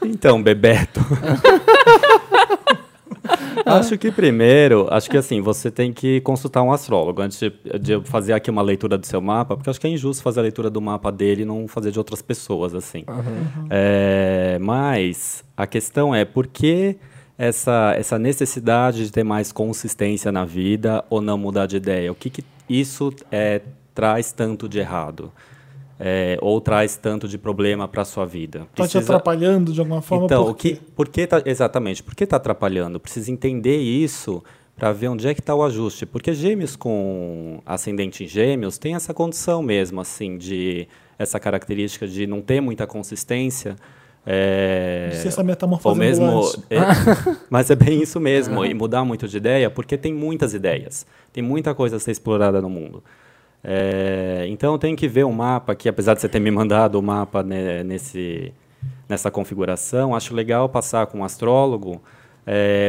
Speaker 4: Então, Bebeto. acho que primeiro, acho que assim, você tem que consultar um astrólogo antes de, de eu fazer aqui uma leitura do seu mapa, porque acho que é injusto fazer a leitura do mapa dele e não fazer de outras pessoas, assim. É, mas a questão é por que essa, essa necessidade de ter mais consistência na vida ou não mudar de ideia? O que, que isso é, traz tanto de errado? É, ou traz tanto de problema para sua vida?
Speaker 1: Tá te
Speaker 4: Precisa-
Speaker 1: atrapalhando de alguma forma?
Speaker 4: então,
Speaker 1: por
Speaker 4: o que,
Speaker 1: quê?
Speaker 4: por que tá, exatamente, por que está atrapalhando? Precisa entender isso para ver onde é que está o ajuste. Porque gêmeos com ascendente em gêmeos tem essa condição mesmo, assim, de essa característica de não ter muita consistência. É,
Speaker 1: De ser essa metamorfose
Speaker 4: ou mesmo,
Speaker 1: ambulante.
Speaker 4: é, mas é bem isso mesmo, e mudar muito de ideia, porque tem muitas ideias, tem muita coisa a ser explorada no mundo. É, então tem que ver um mapa que, apesar de você ter me mandado o mapa né, nesse, nessa configuração, acho legal passar com um astrólogo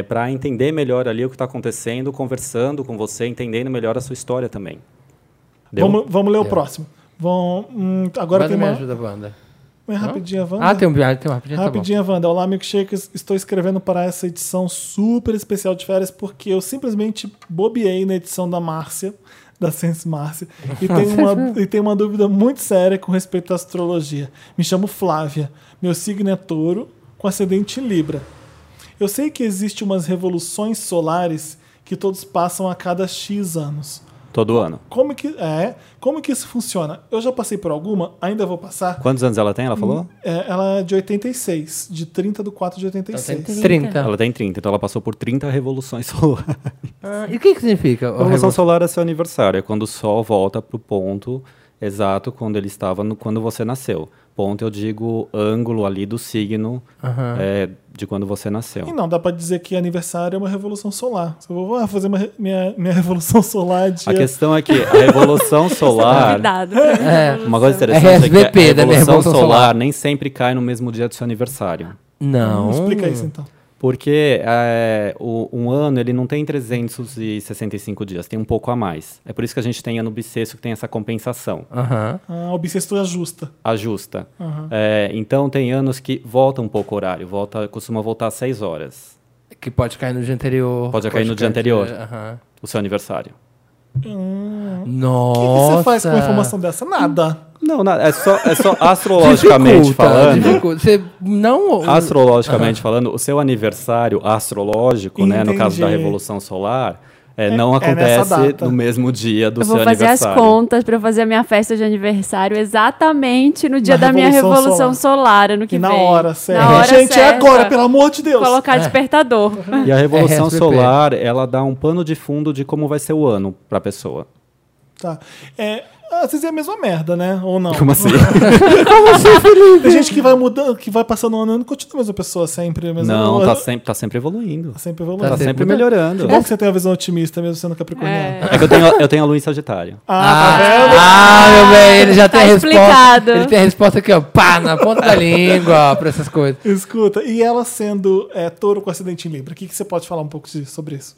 Speaker 4: para entender melhor ali o que está acontecendo, conversando com você, entendendo melhor a sua história também. Deu?
Speaker 1: Vamos, vamos ler o próximo. Vão, hum, agora
Speaker 3: Manda
Speaker 1: tem
Speaker 3: me
Speaker 1: uma,
Speaker 3: ajuda, banda.
Speaker 1: Mas rapidinha, Wanda.
Speaker 3: Ah, tem um viagem, tem uma rapidinha, tá bom.
Speaker 1: Rapidinha, Wanda. Olá, milkshakers. Estou escrevendo para essa edição super especial de férias porque eu simplesmente bobiei na edição da Márcia, da Sense Márcia, e tenho, uma, e tenho uma dúvida muito séria com respeito à astrologia. Me chamo Flávia. Meu signo é touro, com ascendente em Libra. Eu sei que existem umas revoluções solares que todos passam a cada X anos.
Speaker 4: Todo ano.
Speaker 1: Como que, é, como que isso funciona? Eu já passei por alguma, ainda vou passar.
Speaker 4: Quantos anos ela tem, ela falou?
Speaker 1: É, ela é de 86, de 30 de 4 de
Speaker 4: Tá
Speaker 1: 86.
Speaker 3: 30.
Speaker 4: Ela tem 30, então ela passou por 30 revoluções solares.
Speaker 3: Ah, e o que que significa?
Speaker 4: A revolução solar é seu aniversário, é quando o Sol volta pro ponto exato quando ele estava no, quando você nasceu. Ponto, eu digo ângulo ali do signo
Speaker 3: Aham.
Speaker 4: é, de quando você
Speaker 1: E
Speaker 4: nasceu.
Speaker 1: não, dá pra dizer que aniversário é uma revolução solar. Se eu vou ah, fazer uma re- minha, minha revolução solar de.
Speaker 4: A questão é que a revolução solar.
Speaker 2: Convidado. pra minha
Speaker 3: É.
Speaker 2: evolução.
Speaker 4: Uma coisa interessante é
Speaker 3: RSVP
Speaker 4: que a
Speaker 3: da minha
Speaker 4: revolução
Speaker 3: Revolução
Speaker 4: solar,
Speaker 3: Solar.
Speaker 4: nem sempre cai no mesmo dia do seu aniversário.
Speaker 1: um
Speaker 4: um.
Speaker 3: Não.
Speaker 1: Explica isso então.
Speaker 4: Porque é, o- um ano ele não tem 365 dias, tem um pouco a mais. É por isso que a gente tem ano bissexto que tem essa compensação,
Speaker 3: Aham.
Speaker 1: Ah, o bissexto é justa.
Speaker 4: ajusta. É, então tem anos que volta um pouco o horário, volta, costuma voltar às 6 horas,
Speaker 3: Que pode cair no dia anterior.
Speaker 4: Pode cair no dia anterior.
Speaker 3: Aham.
Speaker 4: o seu aniversário.
Speaker 1: O que, que você faz com uma
Speaker 3: Nossa.
Speaker 1: informação dessa? Nada.
Speaker 4: Não, não, é só, é só astrologicamente
Speaker 3: Dificulta,
Speaker 4: falando.
Speaker 3: dificulta. Você não.
Speaker 4: Astrologicamente falando, o seu aniversário astrológico, né, no caso da
Speaker 1: Entendi.
Speaker 4: Revolução Solar, é, não
Speaker 1: é nessa
Speaker 4: acontece
Speaker 1: data.
Speaker 4: no mesmo dia do
Speaker 2: Eu
Speaker 4: seu
Speaker 2: vou fazer as
Speaker 4: aniversário.
Speaker 2: contas pra eu fazer a minha festa de aniversário exatamente no dia
Speaker 1: Na
Speaker 2: da minha
Speaker 1: Revolução
Speaker 2: revolução solar, ano que
Speaker 1: E na
Speaker 2: vem.
Speaker 1: hora, certo.
Speaker 2: Na hora
Speaker 1: Gente, é
Speaker 2: certa.
Speaker 1: agora, pelo amor de Deus.
Speaker 2: Colocar despertador.
Speaker 4: E a
Speaker 1: É,
Speaker 4: Revolução
Speaker 3: RSVP.
Speaker 4: Solar, ela dá um pano de fundo de como vai ser o ano pra pessoa.
Speaker 1: Tá. É, às vezes é a mesma merda, né? Ou não?
Speaker 4: Como assim?
Speaker 1: Tem gente que vai mudando, que vai passando um ano e continua a mesma pessoa sempre. a Mesma
Speaker 4: Não,
Speaker 1: eu-
Speaker 4: tá sempre, tá sempre evoluindo.
Speaker 1: tá sempre
Speaker 4: Tá,
Speaker 1: evoluindo.
Speaker 3: sempre
Speaker 4: sempre
Speaker 3: mudando.
Speaker 4: melhorando.
Speaker 1: Que É bom que você tem a visão otimista, mesmo sendo capricorniano.
Speaker 2: É.
Speaker 4: É que eu tenho, eu tenho a lua em Sagitário.
Speaker 1: Ah, tá vendo?
Speaker 3: Ah, meu bem, ele já
Speaker 2: Tá
Speaker 3: tem a resposta.
Speaker 2: explicado.
Speaker 3: Ele tem a resposta aqui, ó, pá, na ponta da língua, ó, pra essas coisas.
Speaker 1: Escuta, e ela sendo é, touro com acidente em Libra, o que, que você pode falar um pouco de- sobre isso?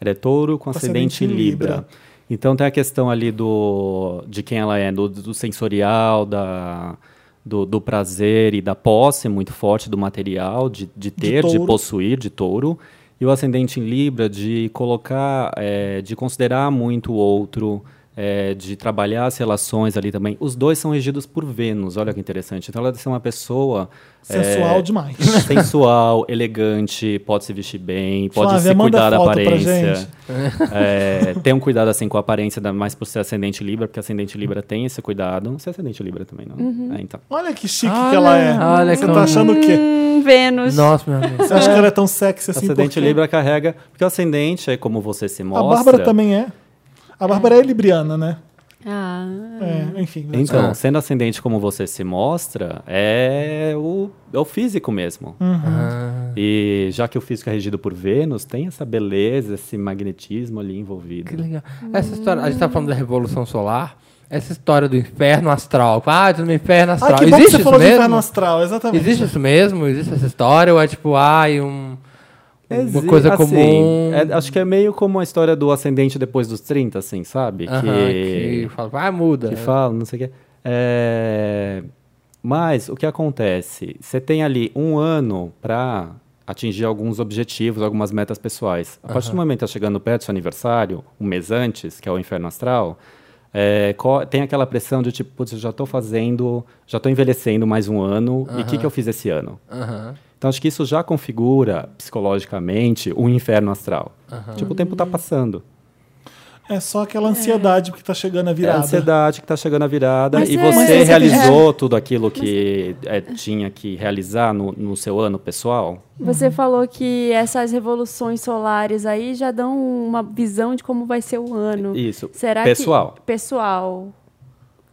Speaker 4: Ela é touro com ascendente em
Speaker 1: Ascendente em
Speaker 4: Libra.
Speaker 1: Libra.
Speaker 4: Então tem a questão ali do de quem ela é, do, do sensorial, da, do, do prazer e da posse muito forte do material, de, de ter, de,
Speaker 1: touro.
Speaker 4: possuir, de touro. E o ascendente em Libra de colocar, é, de considerar muito o outro, é, de trabalhar as relações ali também. Os dois são regidos por Vênus, olha que interessante. Então ela deve ser uma pessoa.
Speaker 1: Sensual
Speaker 4: é,
Speaker 1: demais.
Speaker 4: sensual, elegante, pode se vestir bem, pode
Speaker 1: Flávia,
Speaker 4: se
Speaker 1: manda
Speaker 4: cuidar da
Speaker 1: foto pra
Speaker 4: aparência. É, tem um cuidado assim com a aparência, ainda mais por ser ascendente Libra, porque ascendente Libra tem esse cuidado. Você é ascendente Libra também, não? É, então.
Speaker 1: Olha que chique que
Speaker 3: Olha,
Speaker 1: ela é.
Speaker 3: olha
Speaker 1: você
Speaker 3: como-
Speaker 1: tá achando o quê?
Speaker 2: Hum, Vênus.
Speaker 3: Nossa, meu amigo.
Speaker 1: Você acha que ela é tão sexy assim?
Speaker 4: ascendente
Speaker 1: porque-
Speaker 4: Libra carrega. Porque o ascendente é como você se
Speaker 1: A
Speaker 4: mostra.
Speaker 1: Bárbara também é. A Bárbara é libriana, né?
Speaker 2: Ah.
Speaker 1: É, enfim.
Speaker 4: Então,
Speaker 3: Ah.
Speaker 4: sendo ascendente como você se mostra, é o, é o físico mesmo.
Speaker 1: Uhum.
Speaker 3: Ah,
Speaker 4: E já que o físico é regido por Vênus, tem essa beleza, esse magnetismo ali envolvido.
Speaker 3: que legal. Essa história, a gente tá falando da Revolução Solar, essa história do inferno astral. Ah, eu tô no inferno
Speaker 1: Ah,
Speaker 3: astral.
Speaker 1: que bom que
Speaker 3: Existe
Speaker 1: você
Speaker 3: isso
Speaker 1: falou de
Speaker 3: mesmo?
Speaker 1: inferno astral, exatamente.
Speaker 3: Existe isso mesmo? Existe essa história? Ou é tipo, ai, um. Uma
Speaker 4: Exi-
Speaker 3: coisa
Speaker 4: assim,
Speaker 3: comum.
Speaker 4: é- acho que é meio como a história do ascendente depois dos 30, assim, sabe?
Speaker 3: Aham, que...
Speaker 4: que,
Speaker 3: fala, ah, muda.
Speaker 4: que fala, não sei o quê. É, Mas o que acontece? Você tem ali um ano pra atingir alguns objetivos, algumas metas pessoais. A partir do momento que tá chegando perto do seu aniversário, um mês antes, que é o inferno astral, é, co- tem aquela pressão de tipo, putz, eu já tô fazendo, já tô envelhecendo mais um ano, e o que, que eu fiz esse ano?
Speaker 3: Aham.
Speaker 4: Então acho que isso já configura psicologicamente o inferno astral. Tipo, o tempo tá passando.
Speaker 1: É só aquela ansiedade porque tá chegando a
Speaker 4: É a
Speaker 1: virada.
Speaker 4: ansiedade que tá chegando a virada
Speaker 2: Mas
Speaker 4: e
Speaker 2: é- Mas
Speaker 4: você
Speaker 1: é-
Speaker 4: realizou tudo aquilo que é, tinha que realizar no, no seu ano pessoal?
Speaker 2: Você falou que essas revoluções solares aí já dão uma visão de como vai ser o ano.
Speaker 4: Isso.
Speaker 2: Será
Speaker 4: Pessoal.
Speaker 2: que. Pessoal.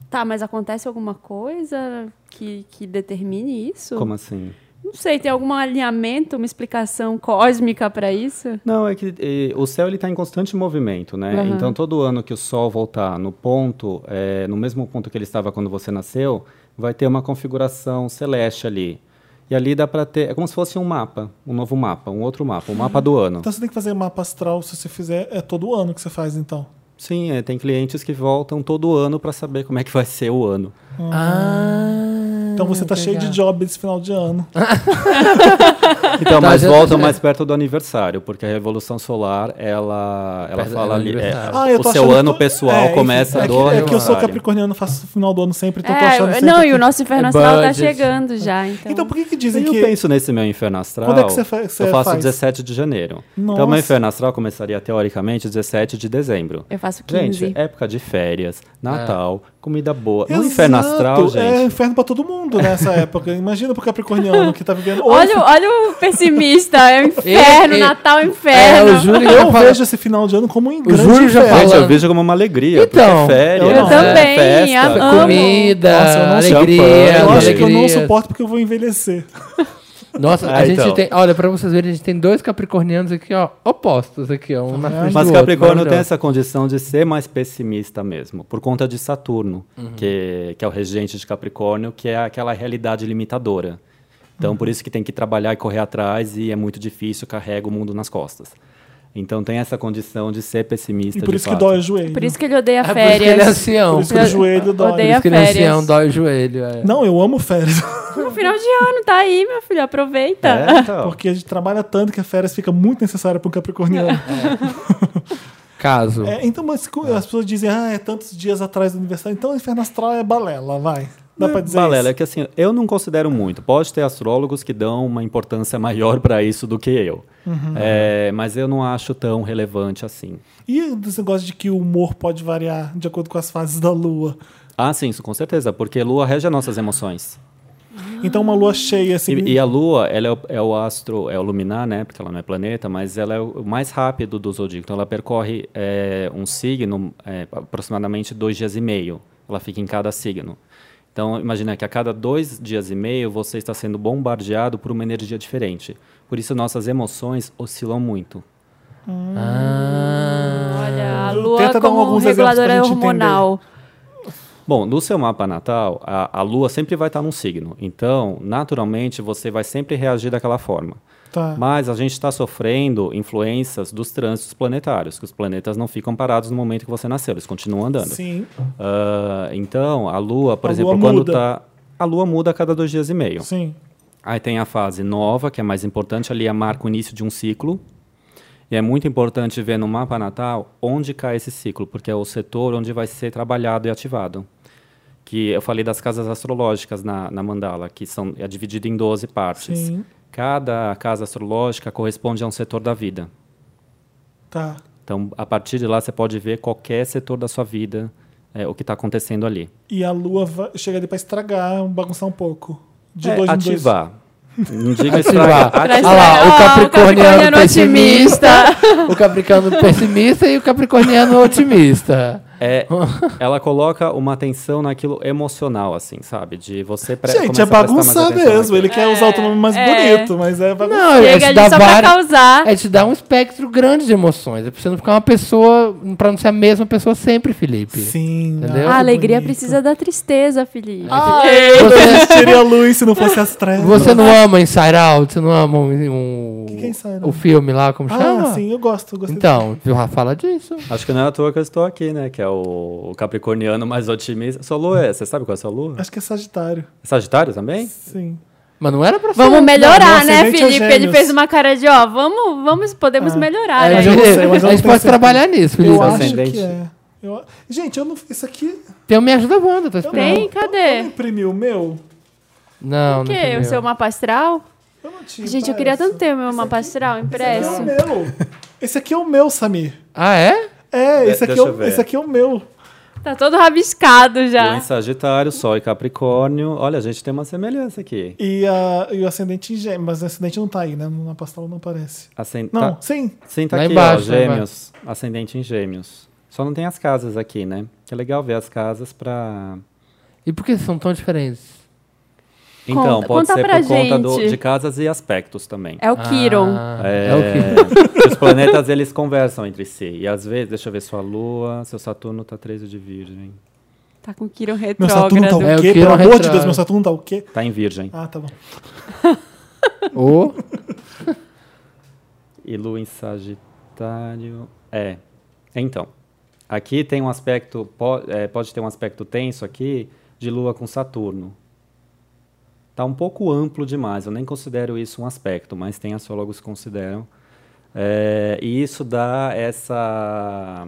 Speaker 2: Tá, mas acontece alguma coisa que, que determine isso?
Speaker 4: Como assim?
Speaker 2: Não sei, tem algum alinhamento, uma explicação cósmica pra isso?
Speaker 4: Não, é que eh, o céu ele está em constante movimento, né?
Speaker 2: Aham.
Speaker 4: Então todo ano que o Sol voltar no ponto, eh, no mesmo ponto que ele estava quando você nasceu, vai ter uma configuração celeste ali. E ali dá para ter, é como se fosse um mapa, um novo mapa, um outro mapa, um mapa do ano.
Speaker 1: Então você tem que fazer mapa astral, se você fizer, é todo ano que você faz, então.
Speaker 4: Sim, é, tem clientes que voltam todo ano para saber como é que vai ser o ano.
Speaker 3: Ah.
Speaker 1: Então Então você tá
Speaker 3: que
Speaker 1: cheio de
Speaker 3: legal.
Speaker 1: job esse final de ano.
Speaker 4: Então,
Speaker 3: Tá,
Speaker 4: mas
Speaker 3: já-
Speaker 4: volta
Speaker 3: já-
Speaker 4: mais perto do aniversário, porque a Revolução Solar, ela, ela
Speaker 3: Perto do
Speaker 4: fala ali. é,
Speaker 3: aniversário.
Speaker 1: Ah, eu
Speaker 4: o
Speaker 1: tô
Speaker 4: seu
Speaker 1: achando
Speaker 4: ano
Speaker 1: que-
Speaker 4: pessoal
Speaker 1: enfim,
Speaker 4: começa
Speaker 1: é que- É
Speaker 4: do
Speaker 1: que eu sou
Speaker 4: aniversário.
Speaker 1: capricorniano, faço final do ano sempre, então tô achando
Speaker 2: É,
Speaker 1: sempre.
Speaker 2: não, e
Speaker 1: que-
Speaker 2: o nosso inferno astral tá
Speaker 3: budget.
Speaker 2: chegando já, então.
Speaker 1: Então por que, que dizem
Speaker 4: Mas Eu
Speaker 1: que.
Speaker 4: penso nesse meu inferno astral.
Speaker 1: Quando é que você fa- você
Speaker 4: Eu faço
Speaker 1: faz?
Speaker 4: 17 de janeiro.
Speaker 1: Nossa.
Speaker 4: Então, meu inferno astral começaria teoricamente 17 de dezembro.
Speaker 2: Eu faço 15.
Speaker 4: Gente, é época de férias, Natal, comida boa. No
Speaker 1: Exato,
Speaker 4: inferno astral,
Speaker 1: É
Speaker 4: gente.
Speaker 1: inferno pra todo mundo nessa época. Imagina pro capricorniano que tá vivendo.
Speaker 2: Olha, o- olha o pessimista, é o inferno,
Speaker 3: E- e-
Speaker 2: Natal é o
Speaker 3: É,
Speaker 2: inferno.
Speaker 3: o Júlio já
Speaker 1: eu
Speaker 3: fala-
Speaker 1: vejo assim, esse final de ano como um grande
Speaker 3: Júlio já
Speaker 1: inferno.
Speaker 4: Gente,
Speaker 3: falando.
Speaker 4: eu vejo como uma alegria.
Speaker 3: Então,
Speaker 4: porque é férias,
Speaker 1: eu
Speaker 4: é
Speaker 2: também,
Speaker 4: festa.
Speaker 2: amo.
Speaker 3: Comida,
Speaker 1: Nossa, eu não-
Speaker 3: alegria,
Speaker 1: Eu acho que eu não
Speaker 3: alegrias.
Speaker 1: suporto porque eu vou envelhecer.
Speaker 3: Nossa, a
Speaker 4: Ah,
Speaker 3: gente
Speaker 4: então.
Speaker 3: tem. Olha, pra vocês verem, a gente tem dois capricornianos aqui, ó, opostos aqui,
Speaker 1: Ah,
Speaker 3: ó. Um na frente
Speaker 4: Mas
Speaker 3: do
Speaker 4: Capricórnio
Speaker 3: outro,
Speaker 4: tem essa condição de ser mais pessimista mesmo, por conta de Saturno, que, que é o regente de Capricórnio, que é aquela realidade limitadora. Então, por isso que tem que trabalhar e correr atrás, e é muito difícil, carrega o mundo nas costas. Então, tem essa condição de ser pessimista.
Speaker 1: E por
Speaker 4: de
Speaker 1: isso que
Speaker 4: fato.
Speaker 1: dói o joelho.
Speaker 2: Por isso que ele odeia
Speaker 3: maravilhoso. É por isso que ele é
Speaker 2: férias.
Speaker 3: ancião.
Speaker 1: Por isso que o joelho dói.
Speaker 3: Por
Speaker 2: Odeia
Speaker 3: isso que ele é ancião,
Speaker 2: férias.
Speaker 3: dói o joelho. é.
Speaker 1: Não, eu amo férias.
Speaker 2: No final de ano, tá aí, meu filho, aproveita.
Speaker 4: É, então.
Speaker 1: Porque a gente trabalha tanto que a férias fica muito necessária pro capricorniano.
Speaker 3: Caso.
Speaker 1: É, então, mas co- as pessoas dizem, ah, é tantos dias atrás do aniversário. Então, o inferno astral é balela, vai. Dá pra dizer
Speaker 4: Balela, é
Speaker 1: isso.
Speaker 4: que assim, eu não considero muito. Pode ter astrólogos que dão uma importância maior para isso do que eu.
Speaker 1: Uhum.
Speaker 4: É, mas eu não acho tão relevante assim.
Speaker 1: E esse negócio de que o humor pode variar de acordo com as fases da lua.
Speaker 4: Ah, sim, isso com certeza, porque Lua rege as nossas emoções.
Speaker 1: Então, uma lua cheia, assim...
Speaker 4: E, e a Lua, ela é o, é o astro, é o luminar, né? Porque ela não é planeta, mas ela é o mais rápido do zodíaco. Então, ela percorre é, um signo é, aproximadamente dois dias e meio. Ela fica em cada signo. Então, imagina que a cada dois dias e meio você está sendo bombardeado por uma energia diferente. Por isso, nossas emoções oscilam muito.
Speaker 2: Olha, a lua
Speaker 1: Tenta dar
Speaker 2: como
Speaker 1: alguns exemplos pra
Speaker 2: reguladora
Speaker 1: gente
Speaker 2: hormonal.
Speaker 4: Bom, no seu mapa natal, a, a Lua sempre vai estar num signo. Então, naturalmente, você vai sempre reagir daquela forma.
Speaker 1: Tá.
Speaker 4: Mas a gente está sofrendo influências dos trânsitos planetários, que os planetas não ficam parados no momento que você nasceu, eles continuam andando.
Speaker 1: Sim.
Speaker 4: Ah, então, a Lua, por
Speaker 1: A
Speaker 4: exemplo,
Speaker 1: Lua
Speaker 4: quando
Speaker 1: muda.
Speaker 4: tá. A Lua muda a cada dois dias e meio.
Speaker 1: Sim.
Speaker 4: Aí tem a fase nova, que é mais importante, ali é- marca o início de um ciclo. E é muito importante ver no mapa natal onde cai esse ciclo, porque é o setor onde vai ser trabalhado e ativado. Que eu falei das casas astrológicas na, na mandala, que são, é dividido em 12 partes.
Speaker 1: Sim.
Speaker 4: Cada casa astrológica corresponde a um setor da vida.
Speaker 1: Tá.
Speaker 4: Então, a partir de lá, você pode ver qualquer setor da sua vida, é, o que está acontecendo ali.
Speaker 1: E a lua va- chega ali pra estragar, bagunçar um pouco. De
Speaker 4: É,
Speaker 1: dois em dois.
Speaker 4: ativar. Não diga
Speaker 3: Ativar.
Speaker 4: estragar.
Speaker 3: Olha lá, o
Speaker 2: Ah,
Speaker 3: capricorniano pessimista. O capricorniano pessimista e o capricorniano otimista.
Speaker 4: É, ela coloca uma atenção naquilo emocional, assim, sabe? De você pre-
Speaker 1: Gente,
Speaker 4: começa
Speaker 1: é
Speaker 4: a prestar mais
Speaker 1: bagunçar
Speaker 4: atenção
Speaker 1: mesmo. Ele
Speaker 4: naquilo.
Speaker 1: quer usar outro nome mais
Speaker 2: é.
Speaker 1: bonito, mas é bagunçar.
Speaker 3: Não, é
Speaker 2: Chega
Speaker 3: te
Speaker 2: ali
Speaker 3: dar
Speaker 2: só pra
Speaker 3: várias-
Speaker 2: causar.
Speaker 3: É te dar um espectro grande de emoções. É pra você não ficar uma pessoa, pra não ser a mesma pessoa sempre, Felipe.
Speaker 1: Sim.
Speaker 3: Entendeu?
Speaker 1: ah,
Speaker 2: A alegria
Speaker 1: bonito.
Speaker 2: precisa da tristeza, Felipe.
Speaker 3: Você, é
Speaker 1: Seria a luz se não fosse as trevas.
Speaker 3: você não ama Inside Out? Você não ama um, um-
Speaker 1: que é Inside Out?
Speaker 3: o filme lá, como chama?
Speaker 1: Ah, sim, eu gosto. eu gostei.
Speaker 3: Então, o Rafa fala disso.
Speaker 4: Acho que não é à toa que eu estou aqui, né? Que é o capricorniano mais otimista. Sua lua é... Você sabe qual é a sua lua?
Speaker 1: Acho que é Sagitário.
Speaker 4: Sagitário também?
Speaker 1: Sim.
Speaker 3: Mas não era pra ser. um-
Speaker 2: Vamos melhorar,
Speaker 1: Não,
Speaker 2: né,
Speaker 1: ascendente é
Speaker 2: Felipe? Ele
Speaker 1: gêmeos.
Speaker 2: fez uma cara de, ó, vamos, vamos podemos melhorar. né?
Speaker 3: É,
Speaker 1: Mas eu não sei, mas eu
Speaker 3: a
Speaker 1: não
Speaker 3: gente
Speaker 1: tenho
Speaker 3: pode
Speaker 1: certeza.
Speaker 3: trabalhar nisso, Felipe.
Speaker 1: Eu acho
Speaker 4: Ascendente.
Speaker 1: que é. Eu- Gente, eu não. Isso aqui.
Speaker 3: Tem o Me Ajuda Wanda, tô esperando.
Speaker 2: Tem?
Speaker 1: Eu não
Speaker 2: Cadê?
Speaker 1: imprimi o meu.
Speaker 3: Não,
Speaker 2: O quê?
Speaker 3: não tem
Speaker 2: O seu mapa astral?
Speaker 1: Eu não tinha.
Speaker 2: Gente, eu
Speaker 1: impresso.
Speaker 2: queria tanto ter o meu mapa astral
Speaker 1: Esse
Speaker 2: impresso.
Speaker 1: aqui é o meu. Esse aqui é o meu, Samir.
Speaker 3: Ah, é?
Speaker 1: É, esse aqui, é
Speaker 4: deixa eu
Speaker 1: o,
Speaker 4: ver.
Speaker 1: esse aqui é o meu.
Speaker 2: Tá todo rabiscado
Speaker 4: Lua
Speaker 2: já.
Speaker 4: em Sagitário, Sol e Capricórnio. Olha, a gente tem uma semelhança aqui.
Speaker 1: E, a, e o ascendente em gêmeos. Mas o ascendente não tá aí, né? No apostolo não aparece.
Speaker 4: Ascend...
Speaker 1: Não,
Speaker 4: Tá...
Speaker 1: sim.
Speaker 4: Sim, tá
Speaker 3: Lá
Speaker 4: aqui,
Speaker 3: embaixo,
Speaker 4: ó,
Speaker 3: lá
Speaker 4: gêmeos, ascendente em gêmeos. Só não tem as casas aqui, né? Que é legal ver as casas pra...
Speaker 3: E por que são tão diferentes?
Speaker 4: Então,
Speaker 2: Conta-
Speaker 4: pode
Speaker 2: conta
Speaker 4: ser
Speaker 2: pra
Speaker 4: por conta do-
Speaker 2: gente.
Speaker 4: de casas e aspectos também.
Speaker 2: É o Kiron.
Speaker 3: Ah,
Speaker 4: É,
Speaker 3: é o que?
Speaker 4: os planetas, eles conversam entre si. E às vezes, deixa eu ver, sua lua, seu Saturno tá 13 de virgem.
Speaker 2: Tá com Kiron
Speaker 1: Meu Saturno tá
Speaker 2: retrógrado.
Speaker 1: o
Speaker 3: É, eu
Speaker 1: quê?
Speaker 3: queria
Speaker 1: Pelo
Speaker 3: um
Speaker 1: amor de
Speaker 3: retrógrado.
Speaker 1: Deus, meu Saturno tá o quê?
Speaker 4: Tá em virgem.
Speaker 1: Ah, tá bom.
Speaker 4: É.
Speaker 3: O
Speaker 4: E lua em sagitário... É. Então, aqui tem um aspecto... po- é, Pode, ter um aspecto tenso aqui de lua com Saturno. tá um pouco amplo demais. Eu nem considero isso um aspecto, mas tem astrólogos que consideram. É, e isso dá essa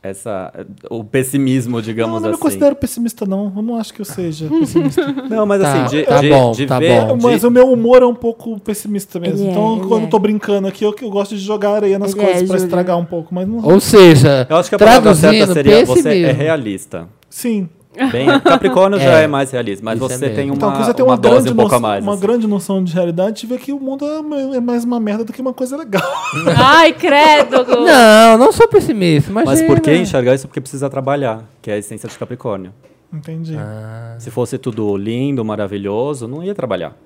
Speaker 4: essa o pessimismo,
Speaker 1: Não,
Speaker 4: digamos
Speaker 1: eu não me
Speaker 4: assim.
Speaker 1: considero pessimista, não. Eu não acho que eu seja pessimista.
Speaker 4: Não, mas
Speaker 3: Tá,
Speaker 4: assim, de,
Speaker 3: tá
Speaker 4: de-
Speaker 3: bom,
Speaker 4: de
Speaker 3: tá
Speaker 4: ver,
Speaker 3: bom.
Speaker 4: de-
Speaker 1: Mas o meu humor é um pouco pessimista mesmo.
Speaker 2: Ele é,
Speaker 1: então,
Speaker 2: ele
Speaker 1: quando eu tô
Speaker 2: é.
Speaker 1: brincando aqui, eu, eu gosto de jogar areia nas
Speaker 2: Ele é,
Speaker 1: coisas pra
Speaker 2: Júlio.
Speaker 1: estragar um pouco. Mas não.
Speaker 3: Ou seja,
Speaker 4: eu acho que a palavra certa
Speaker 3: traduzindo,
Speaker 4: seria você é
Speaker 3: pessimismo.
Speaker 4: realista.
Speaker 1: Sim.
Speaker 4: Bem, Capricórnio já
Speaker 3: É.
Speaker 4: é mais realista, mas
Speaker 3: Isso é
Speaker 4: você
Speaker 3: mesmo.
Speaker 4: tem uma,
Speaker 1: Então, quando você tem
Speaker 4: uma,
Speaker 1: uma,
Speaker 4: dose
Speaker 1: grande,
Speaker 4: um pouco a
Speaker 1: noção,
Speaker 4: mais.
Speaker 1: uma
Speaker 4: assim.
Speaker 1: grande noção de realidade e vê que o mundo é é mais uma merda do que uma coisa legal.
Speaker 2: Ai, credo! Gu.
Speaker 3: Não, não sou pessimista, é, né? imagina.
Speaker 4: Mas por que enxergar isso? Porque precisa trabalhar, que é a essência de Capricórnio.
Speaker 1: Entendi.
Speaker 3: É.
Speaker 4: Se fosse tudo lindo, maravilhoso, não ia trabalhar.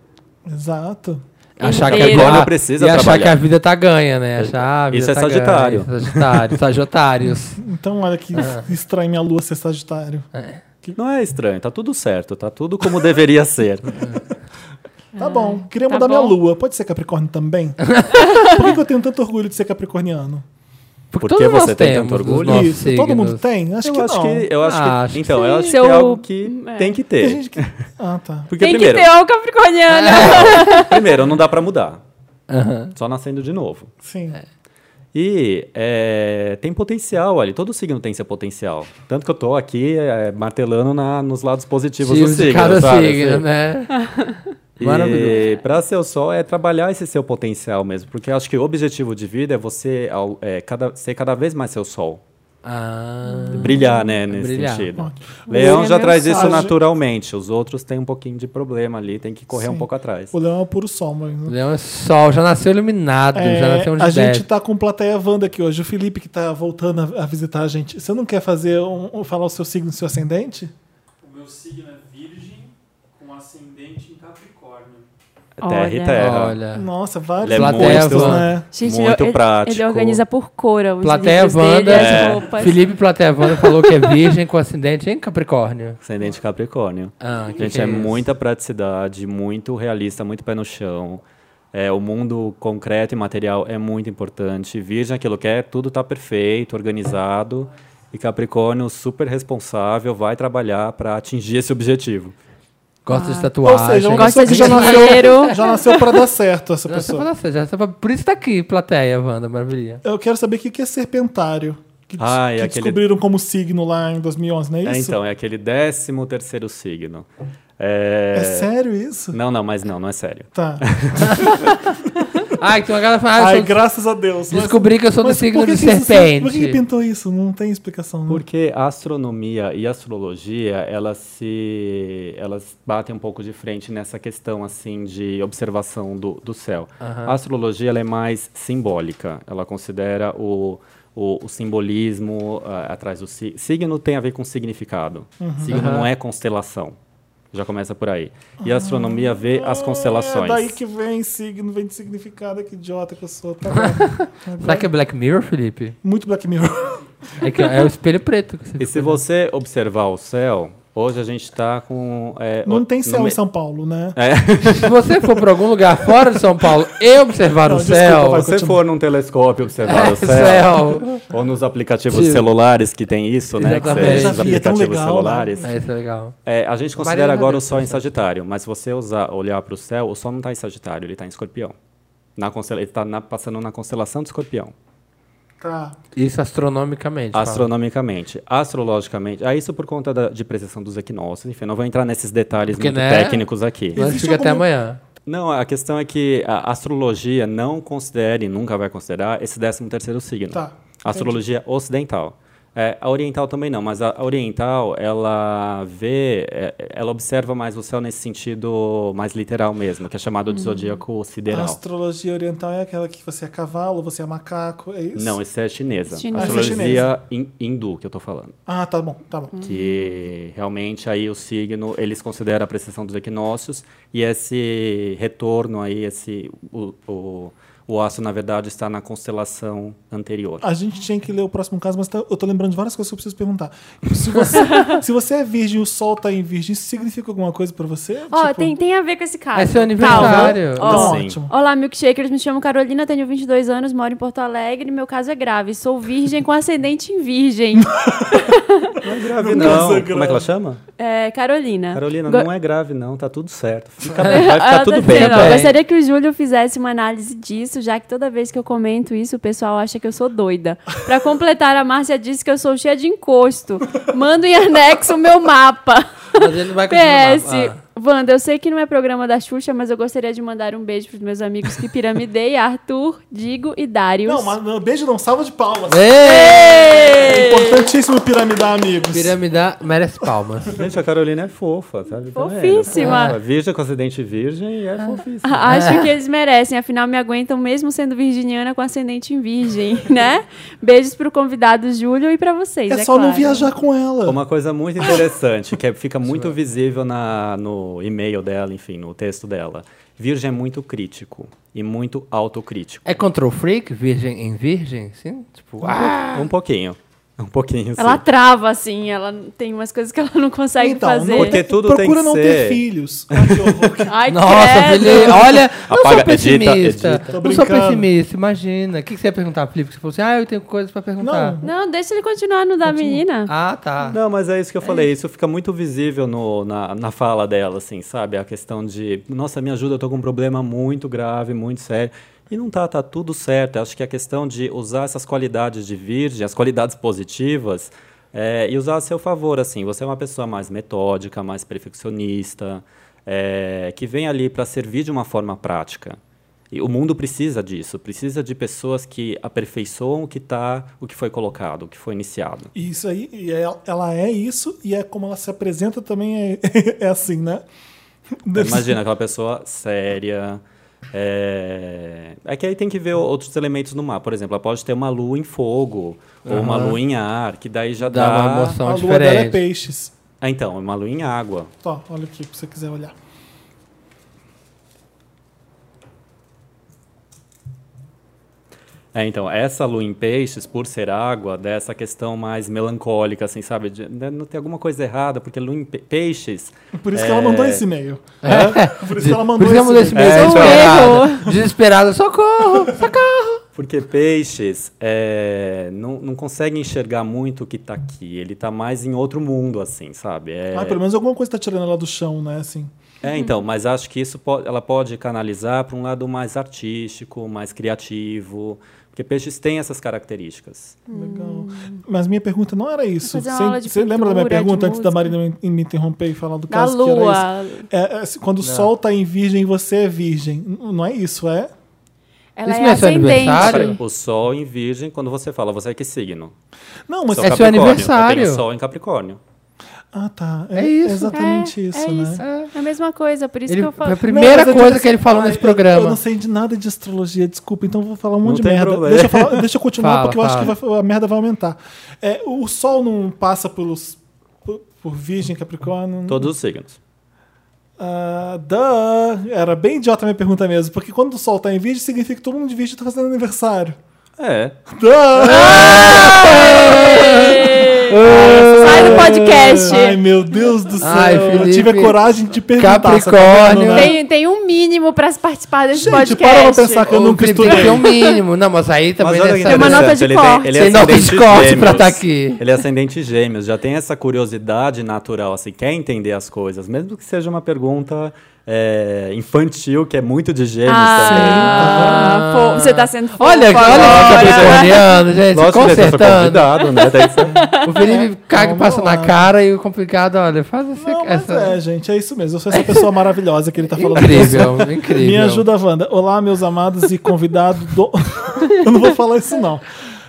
Speaker 1: Exato.
Speaker 3: Achar que
Speaker 2: Inteiro.
Speaker 3: agora
Speaker 4: Não precisa
Speaker 3: e achar
Speaker 4: trabalhar.
Speaker 3: que a vida tá ganha, né? Achar, ah, a vida
Speaker 4: Isso é
Speaker 3: tá
Speaker 4: Sagitário.
Speaker 3: Ganha, isso é sagitário, Sagitários.
Speaker 1: Então, olha que
Speaker 3: É.
Speaker 1: estranho minha lua ser Sagitário.
Speaker 4: Não é estranho, tá tudo certo, tá tudo como deveria ser.
Speaker 1: Tá bom. Queria
Speaker 2: tá
Speaker 1: mudar minha
Speaker 2: bom.
Speaker 1: lua. Pode ser Capricórnio também? Por que, que eu tenho tanto orgulho de ser Capricorniano?
Speaker 3: Porque,
Speaker 4: Por que
Speaker 3: todos nós
Speaker 4: você tem tanto
Speaker 3: temos os
Speaker 4: orgulho?
Speaker 3: nossos
Speaker 1: Isso. Todo mundo
Speaker 3: signos.
Speaker 1: tem? Acho
Speaker 4: eu
Speaker 1: que
Speaker 4: acho
Speaker 1: não.
Speaker 4: que. Eu acho que-
Speaker 3: Acho que
Speaker 4: então, eu acho
Speaker 2: Seu-
Speaker 4: que é algo que
Speaker 2: é.
Speaker 4: tem que
Speaker 1: Tem
Speaker 4: ter.
Speaker 1: gente que- Ah, tá.
Speaker 4: Porque,
Speaker 2: Tem
Speaker 4: primeiro, É,
Speaker 2: que ter o capricorniano.
Speaker 4: primeiro, não dá pra mudar.
Speaker 3: Aham.
Speaker 4: Só nascendo de novo.
Speaker 1: Sim.
Speaker 3: É.
Speaker 4: E é, tem potencial ali. Todo signo tem seu potencial. Tanto que eu tô aqui é, martelando na, nos lados positivos do
Speaker 3: Signo de
Speaker 4: signo.
Speaker 3: cada
Speaker 4: sabe?
Speaker 3: signo,
Speaker 4: Assim.
Speaker 3: né?
Speaker 4: E
Speaker 3: Maravilhoso.
Speaker 4: para ser o sol é trabalhar esse seu potencial mesmo, porque eu acho que o objetivo de vida é você ao- é, cada- ser cada vez mais seu sol.
Speaker 3: Ah,
Speaker 4: Brilhar, né, nesse
Speaker 3: Brilhar.
Speaker 4: sentido.
Speaker 1: Ótimo.
Speaker 4: Leão
Speaker 2: Você
Speaker 4: já
Speaker 2: é meu
Speaker 4: traz isso
Speaker 1: sol.
Speaker 4: naturalmente, os outros têm um pouquinho de problema ali, tem que correr um
Speaker 1: Sim.
Speaker 4: pouco atrás.
Speaker 1: O leão é puro sol, mas...
Speaker 3: o Leão é sol, já nasceu iluminado, já
Speaker 1: É,
Speaker 3: nasceu uns
Speaker 1: a
Speaker 3: 10.
Speaker 1: gente tá com plateia Wanda aqui hoje. O Felipe que tá voltando a, a visitar a gente. Você não quer fazer um, um- falar o seu signo, seu ascendente?
Speaker 6: O meu signo é virgem com ascendente em Capricórnio.
Speaker 4: Terra e
Speaker 2: Olha.
Speaker 4: terra.
Speaker 3: Olha.
Speaker 1: Nossa, vários.
Speaker 4: Ele é
Speaker 3: Plateia
Speaker 4: muito,
Speaker 3: Wanda.
Speaker 1: né?
Speaker 2: Gente,
Speaker 4: Muito
Speaker 2: ele,
Speaker 4: prático.
Speaker 2: ele organiza por cor. Os
Speaker 3: Plateia
Speaker 2: livros dele,
Speaker 3: Wanda.
Speaker 2: as
Speaker 4: É.
Speaker 2: roupas.
Speaker 3: Felipe Plateia Wanda falou que é virgem com acidente em Capricórnio.
Speaker 4: ascendente Capricórnio.
Speaker 3: Ah, que
Speaker 4: Gente,
Speaker 3: que
Speaker 4: é
Speaker 3: isso?
Speaker 4: muita praticidade, muito realista, muito pé no chão. É, o mundo concreto e material é muito importante. Virgem é aquilo que é, tudo tá perfeito, organizado. E Capricórnio, super responsável, vai trabalhar para atingir esse objetivo.
Speaker 3: Gosta de
Speaker 1: Ou
Speaker 3: tatuagem.
Speaker 1: seja, uma
Speaker 2: Ah. Gosta
Speaker 1: pessoa que
Speaker 2: de
Speaker 1: já nasceu,
Speaker 2: dinheiro.
Speaker 1: já nasceu pra dar certo essa
Speaker 3: Já nasceu
Speaker 1: pessoa.
Speaker 3: pra nascer, já nasceu pra- Por isso tá aqui, Plateia Wanda, maravilha.
Speaker 1: Eu quero saber o que que é serpentário. Que, des-
Speaker 4: Ah, é
Speaker 1: que
Speaker 4: aquele-
Speaker 1: descobriram como signo lá em 2011, não é
Speaker 4: É,
Speaker 1: isso?
Speaker 4: então, é aquele décimo terceiro signo. É...
Speaker 1: É sério isso?
Speaker 4: Não, não, mas não, não é sério.
Speaker 1: Tá.
Speaker 3: Ai, que tem uma galera falando, ah,
Speaker 1: Ai,
Speaker 3: eu sou-
Speaker 1: graças a Deus. Mas-
Speaker 3: descobri que eu sou do
Speaker 1: mas por
Speaker 3: signo
Speaker 1: que
Speaker 3: de
Speaker 1: que isso-
Speaker 3: serpente.
Speaker 1: Por que que pintou isso? Não tem explicação. né?
Speaker 4: Porque a astronomia e a astrologia, elas se elas batem um pouco de frente nessa questão assim de observação do, do céu. A astrologia ela é mais simbólica. Ela considera o o, o simbolismo ah, atrás do si- signo tem a ver com significado.
Speaker 1: Uhum.
Speaker 4: Signo não é constelação. Já começa por aí. E a astronomia vê as constelações.
Speaker 1: Ah, É daí que vem signo, vem de significado. Que idiota que eu sou. Tá bom.
Speaker 3: Será que é Black Mirror, Felipe?
Speaker 1: Muito Black Mirror.
Speaker 3: É, que é o espelho preto. Que você
Speaker 4: E se você observar o céu, hoje a gente está com é, o-
Speaker 1: Não tem
Speaker 4: no
Speaker 1: céu
Speaker 4: me- É.
Speaker 1: em São Paulo, né?
Speaker 3: Se você for pra algum lugar fora de São Paulo e observar
Speaker 1: Não,
Speaker 3: o
Speaker 1: desculpa,
Speaker 3: céu,
Speaker 1: vai
Speaker 4: Se É, você
Speaker 1: Continua.
Speaker 4: for num telescópio observar o
Speaker 3: o
Speaker 4: céu,
Speaker 3: É, céu.
Speaker 4: ou nos aplicativos
Speaker 3: Sim.
Speaker 4: celulares que tem isso, né? Que
Speaker 3: Exatamente.
Speaker 4: você,
Speaker 3: Eu
Speaker 4: os
Speaker 1: já vi, é tão
Speaker 4: aplicativos
Speaker 1: legal,
Speaker 4: celulares.
Speaker 3: É, isso é legal.
Speaker 4: É, a gente considera
Speaker 3: Mariana
Speaker 4: agora o
Speaker 3: deve
Speaker 4: Sol em
Speaker 3: pensar.
Speaker 4: Sagitário, mas se você usar, olhar para o céu, o Sol não está em Sagitário, ele está em Escorpião. Na constela- ele está passando na constelação de Escorpião.
Speaker 1: Tá.
Speaker 3: Isso astronomicamente. fala.
Speaker 4: Astronomicamente, astrologicamente. Ah, isso por conta da, de precisão dos equinócios. Enfim, não vou entrar nesses detalhes
Speaker 3: Porque,
Speaker 4: muito
Speaker 3: né?
Speaker 4: técnicos aqui.
Speaker 3: Mas
Speaker 1: Existe
Speaker 3: fica até
Speaker 1: algum-
Speaker 3: amanhã.
Speaker 4: Não, a questão é que a astrologia não considera e nunca vai considerar esse 13 terceiro signo.
Speaker 1: Tá,
Speaker 4: A astrologia ocidental. É, a oriental também não, mas a a oriental, ela vê, é, ela observa mais o céu nesse sentido mais literal mesmo, que é chamado de
Speaker 2: Hum.
Speaker 4: zodíaco
Speaker 1: A
Speaker 4: sideral.
Speaker 1: astrologia oriental é aquela que você é cavalo, você é macaco, é isso?
Speaker 4: Não, isso é chinesa.
Speaker 2: Chinesa.
Speaker 4: Astrologia
Speaker 1: Ah, isso
Speaker 4: hin- hindu, que eu tô falando.
Speaker 1: Ah, tá bom, tá bom.
Speaker 2: Hum.
Speaker 4: Que realmente aí o signo, eles consideram a precessão dos equinócios e esse retorno aí, esse, o, o, o aço, na verdade, está na constelação anterior.
Speaker 1: A gente tinha que ler o próximo caso, mas tá- eu tô lembrando de várias coisas que eu preciso perguntar. Se você, se você é virgem e o sol tá em virgem, isso significa alguma coisa pra você?
Speaker 2: Ó,
Speaker 1: Tipo,
Speaker 2: tem, tem a ver com esse caso.
Speaker 3: É seu
Speaker 2: Calma.
Speaker 3: aniversário.
Speaker 1: Então,
Speaker 2: Ó,
Speaker 4: Sim.
Speaker 1: ótimo.
Speaker 2: Olá, milkshakers. Me chamo Carolina, tenho 22 anos, moro em Porto Alegre. Meu caso é grave. Sou virgem com ascendente em virgem.
Speaker 4: grave,
Speaker 1: Nunca
Speaker 4: não.
Speaker 1: sangrava.
Speaker 4: Como é que ela chama?
Speaker 2: É, Carolina.
Speaker 4: Carolina,
Speaker 2: Go-
Speaker 4: não é grave, não. Tá tudo certo. Fica-
Speaker 2: Ela
Speaker 4: vai ficar
Speaker 2: tá
Speaker 4: tudo bem.
Speaker 2: dizendo, ó,
Speaker 3: bem.
Speaker 2: Gostaria que o Júlio fizesse uma análise disso, já que toda vez que eu comento isso, o pessoal acha que eu sou doida. Pra completar, a Márcia disse que eu sou cheia de encosto. Mando em anexo o meu mapa.
Speaker 3: Mas ele vai continuar.
Speaker 2: PS, Wanda, eu sei que não é programa da Xuxa, mas eu gostaria de mandar um beijo pros meus amigos que piramidei, Arthur, Digo e Darius.
Speaker 1: Não, mas não, beijo não, salva de palmas.
Speaker 3: Ah. Ei!
Speaker 1: É importantíssimo piramidar amigos.
Speaker 3: Piramidar merece palmas.
Speaker 4: Gente, a Carolina é fofa, sabe? Tá vendo?
Speaker 2: Fofíssima. Ah.
Speaker 4: Fofa. Virgem com acidente virgem e é fofíssima.
Speaker 2: Acho que eles merecem, afinal me aguentam mesmo sendo virginiana com ascendente em virgem, né? Beijos pro convidado Júlio e pra vocês, é,
Speaker 1: É só não
Speaker 2: claro.
Speaker 1: viajar com ela.
Speaker 4: Uma coisa muito interessante, que é- fica muito visível na, no e-mail dela, enfim, no texto dela. Virgem é muito crítico e muito autocrítico.
Speaker 3: É control freak, virgem em virgem, sim? Tipo, ah,
Speaker 4: Um pouquinho. Um pouquinho,
Speaker 2: Ela
Speaker 4: sim.
Speaker 2: trava, assim, ela tem umas coisas que ela não consegue
Speaker 1: Então,
Speaker 2: fazer.
Speaker 1: não-
Speaker 4: Porque tudo
Speaker 1: Procura
Speaker 4: tem que
Speaker 1: não
Speaker 4: ser-
Speaker 1: ter filhos. Ai, que horror.
Speaker 2: Ai,
Speaker 3: nossa,
Speaker 2: credo.
Speaker 3: Felipe, olha, não sou
Speaker 4: Apaga, edita,
Speaker 3: pessimista.
Speaker 4: edita.
Speaker 1: Tô
Speaker 3: Não sou
Speaker 1: brincando.
Speaker 3: pessimista, imagina. O que, que você ia perguntar, Felipe? Que Você falou assim, ah, eu tenho coisas pra perguntar.
Speaker 1: Não.
Speaker 2: Não, deixa ele continuar no da menina.
Speaker 3: Ah, tá.
Speaker 4: Não, mas é isso que eu falei. Isso fica muito visível no- na, na fala dela, assim, sabe? A questão de, nossa, me ajuda, eu tô com um problema muito grave, muito sério. E não tá, tá tudo certo. Eu Acho que a questão de usar essas qualidades de virgem, as qualidades positivas, é, e usar a seu favor, assim. Você é uma pessoa mais metódica, mais perfeccionista, é, que vem ali para servir de uma forma prática. E o mundo precisa disso, precisa de pessoas que aperfeiçoam o que tá, o que foi colocado, o que foi iniciado.
Speaker 1: E Isso aí, e ela, ela é isso, e é como ela se apresenta também é, é assim, né? Deve ser-
Speaker 4: Imagina aquela pessoa séria. É... é que aí tem que ver outros elementos no mar. Por exemplo, ela pode ter uma lua em fogo ou uma lua em ar, que daí já
Speaker 3: Dá
Speaker 4: dá.
Speaker 3: uma emoção. São
Speaker 1: a lua
Speaker 3: diferentes.
Speaker 1: dela é peixes.
Speaker 4: Ah, então, uma lua em água.
Speaker 1: Ó, olha aqui, se você quiser olhar.
Speaker 4: É, então, essa lua em peixes, por ser água, dessa questão mais melancólica, assim, sabe? De, né, não tem alguma coisa errada, porque lua em pe- peixes.
Speaker 1: Por isso que ela
Speaker 4: É.
Speaker 1: mandou esse e-mail. É, Por isso que ela mandou
Speaker 3: Por isso que eu
Speaker 1: esse
Speaker 3: esse
Speaker 1: e-mail.
Speaker 3: mês
Speaker 4: É,
Speaker 3: desesperada. Desesperada, socorro, socorro.
Speaker 4: Porque peixes é, não, não consegue enxergar muito o que tá aqui. Ele tá mais em outro mundo, assim, sabe? É,
Speaker 1: Ah, pelo menos alguma coisa tá tirando ela do chão, né? Assim.
Speaker 3: Uhum.
Speaker 4: é, então, mas acho que isso po- ela pode canalizar para um lado mais artístico, mais criativo. Porque peixes têm essas características.
Speaker 3: Uhum.
Speaker 1: Legal. Mas minha pergunta não era isso.
Speaker 2: Hum. Fazer uma
Speaker 1: Você
Speaker 2: aula de
Speaker 1: você lembra da minha
Speaker 2: pintura, de
Speaker 1: pergunta antes da
Speaker 2: música?
Speaker 1: Marina me, me interromper e falar do
Speaker 2: Da
Speaker 1: caso que era isso?
Speaker 2: lua.
Speaker 1: É, é, se- quando o sol tá em virgem, você é virgem. N- Não é isso, é?
Speaker 2: Ela
Speaker 3: Isso
Speaker 2: é
Speaker 3: não é seu
Speaker 2: ascendente.
Speaker 3: aniversário?
Speaker 4: Peraí, O sol em virgem, quando você fala, você é que signo?
Speaker 1: Não, mas.
Speaker 4: Sou
Speaker 3: É seu
Speaker 4: Capricórnio.
Speaker 3: aniversário.
Speaker 4: Eu tenho sol em Capricórnio.
Speaker 1: Ah, tá.
Speaker 3: É isso.
Speaker 1: exatamente
Speaker 2: é,
Speaker 1: isso,
Speaker 2: é
Speaker 1: né?
Speaker 2: Isso. É a mesma coisa, por isso
Speaker 3: Ele,
Speaker 2: que eu
Speaker 3: foi a
Speaker 2: falo.
Speaker 1: Não,
Speaker 3: primeira
Speaker 1: mas eu
Speaker 3: coisa
Speaker 1: digo
Speaker 3: que ele
Speaker 1: assim,
Speaker 3: falou
Speaker 1: ah,
Speaker 3: nesse
Speaker 1: eu- Eu
Speaker 3: programa.
Speaker 1: não sei de nada de astrologia, desculpa, então eu vou falar um
Speaker 4: Não
Speaker 1: monte de
Speaker 4: tem
Speaker 1: merda.
Speaker 4: problema.
Speaker 1: Deixa eu, falar- deixa eu continuar,
Speaker 3: Fala,
Speaker 1: porque eu
Speaker 3: fala.
Speaker 1: acho que vai- a merda vai aumentar. É, o Sol não passa pelos. Por, por Virgem, Capricórnio.
Speaker 4: Todos os signos.
Speaker 1: Ah, duh. Era bem idiota a minha pergunta mesmo, porque quando o Sol tá em Virgem, significa que todo mundo de Virgem tá fazendo aniversário.
Speaker 4: É.
Speaker 1: Duh!
Speaker 2: Sai do podcast.
Speaker 1: Ai, meu Deus do céu.
Speaker 3: Ai,
Speaker 1: eu tive a
Speaker 3: Felipe.
Speaker 1: coragem de perguntar. você tá
Speaker 3: Capricórnio.
Speaker 1: vendo, né?
Speaker 2: Tem, tem um mínimo pra se participar desse
Speaker 1: Gente,
Speaker 2: podcast.
Speaker 1: para pra pensar que eu
Speaker 3: Ô,
Speaker 1: nunca
Speaker 3: Felipe,
Speaker 1: estudei.
Speaker 3: Tem que ter um mínimo. Não, mas aí também...
Speaker 4: olha
Speaker 3: nessa-
Speaker 4: que
Speaker 2: Tem uma nota de
Speaker 4: interessante, ele
Speaker 2: corte.
Speaker 4: ele é
Speaker 3: Tem nota de
Speaker 4: ascendente
Speaker 3: corte
Speaker 4: gêmeos.
Speaker 3: pra tá aqui.
Speaker 4: Ele é ascendente gêmeos, já tem essa curiosidade natural, assim, quer entender as coisas, mesmo que seja uma pergunta é, infantil, que é muito de gêmeos
Speaker 2: Ah, fo- você tá sendo fofa
Speaker 3: Olha, olha
Speaker 2: agora.
Speaker 3: que capricorniano,
Speaker 4: também.
Speaker 3: gente,
Speaker 4: Lógico que ele é
Speaker 3: consertando.
Speaker 4: convidado, né? Tem que ser-
Speaker 3: O Felipe caga e passa
Speaker 1: Vamos lá.
Speaker 3: na cara e o complicado, olha, faz esse,
Speaker 1: Não, mas
Speaker 3: essa...
Speaker 1: é, gente, é isso mesmo. Eu sou essa pessoa maravilhosa que ele tá falando.
Speaker 3: Incrível, incrível.
Speaker 1: Me ajuda, Wanda. Olá, meus amados e convidado. Do... Eu não vou falar isso, não.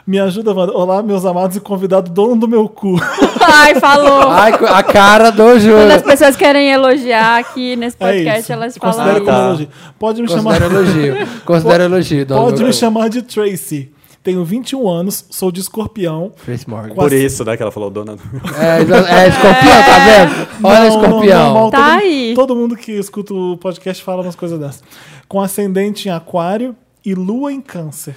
Speaker 1: Me ajuda, Wanda. Olá, meus amados e convidado, dono do meu cu.
Speaker 2: Ai, falou.
Speaker 3: Ai, co- a cara do
Speaker 2: Quando as
Speaker 3: Júlio.
Speaker 2: pessoas querem elogiar aqui nesse
Speaker 1: é
Speaker 2: podcast,
Speaker 1: isso.
Speaker 2: elas
Speaker 1: Considera
Speaker 2: falam.
Speaker 1: como
Speaker 4: Ah, tá.
Speaker 1: elogio. Pode me
Speaker 3: Considero
Speaker 1: chamar.
Speaker 3: elogio. Considero elogio. dona
Speaker 1: Pode me
Speaker 3: Lucas.
Speaker 1: chamar de Tracy. Tenho 21 anos, sou de escorpião.
Speaker 3: Chris Morgan.
Speaker 4: Por isso, né, que ela falou, dona. do-
Speaker 3: É, exa- é, escorpião, tá vendo?
Speaker 1: Não,
Speaker 3: Olha,
Speaker 1: não,
Speaker 3: escorpião.
Speaker 1: não, mal,
Speaker 2: Tá
Speaker 1: todo,
Speaker 2: aí.
Speaker 1: todo mundo que escuta o podcast fala umas coisas dessas. Com ascendente em aquário e lua em câncer.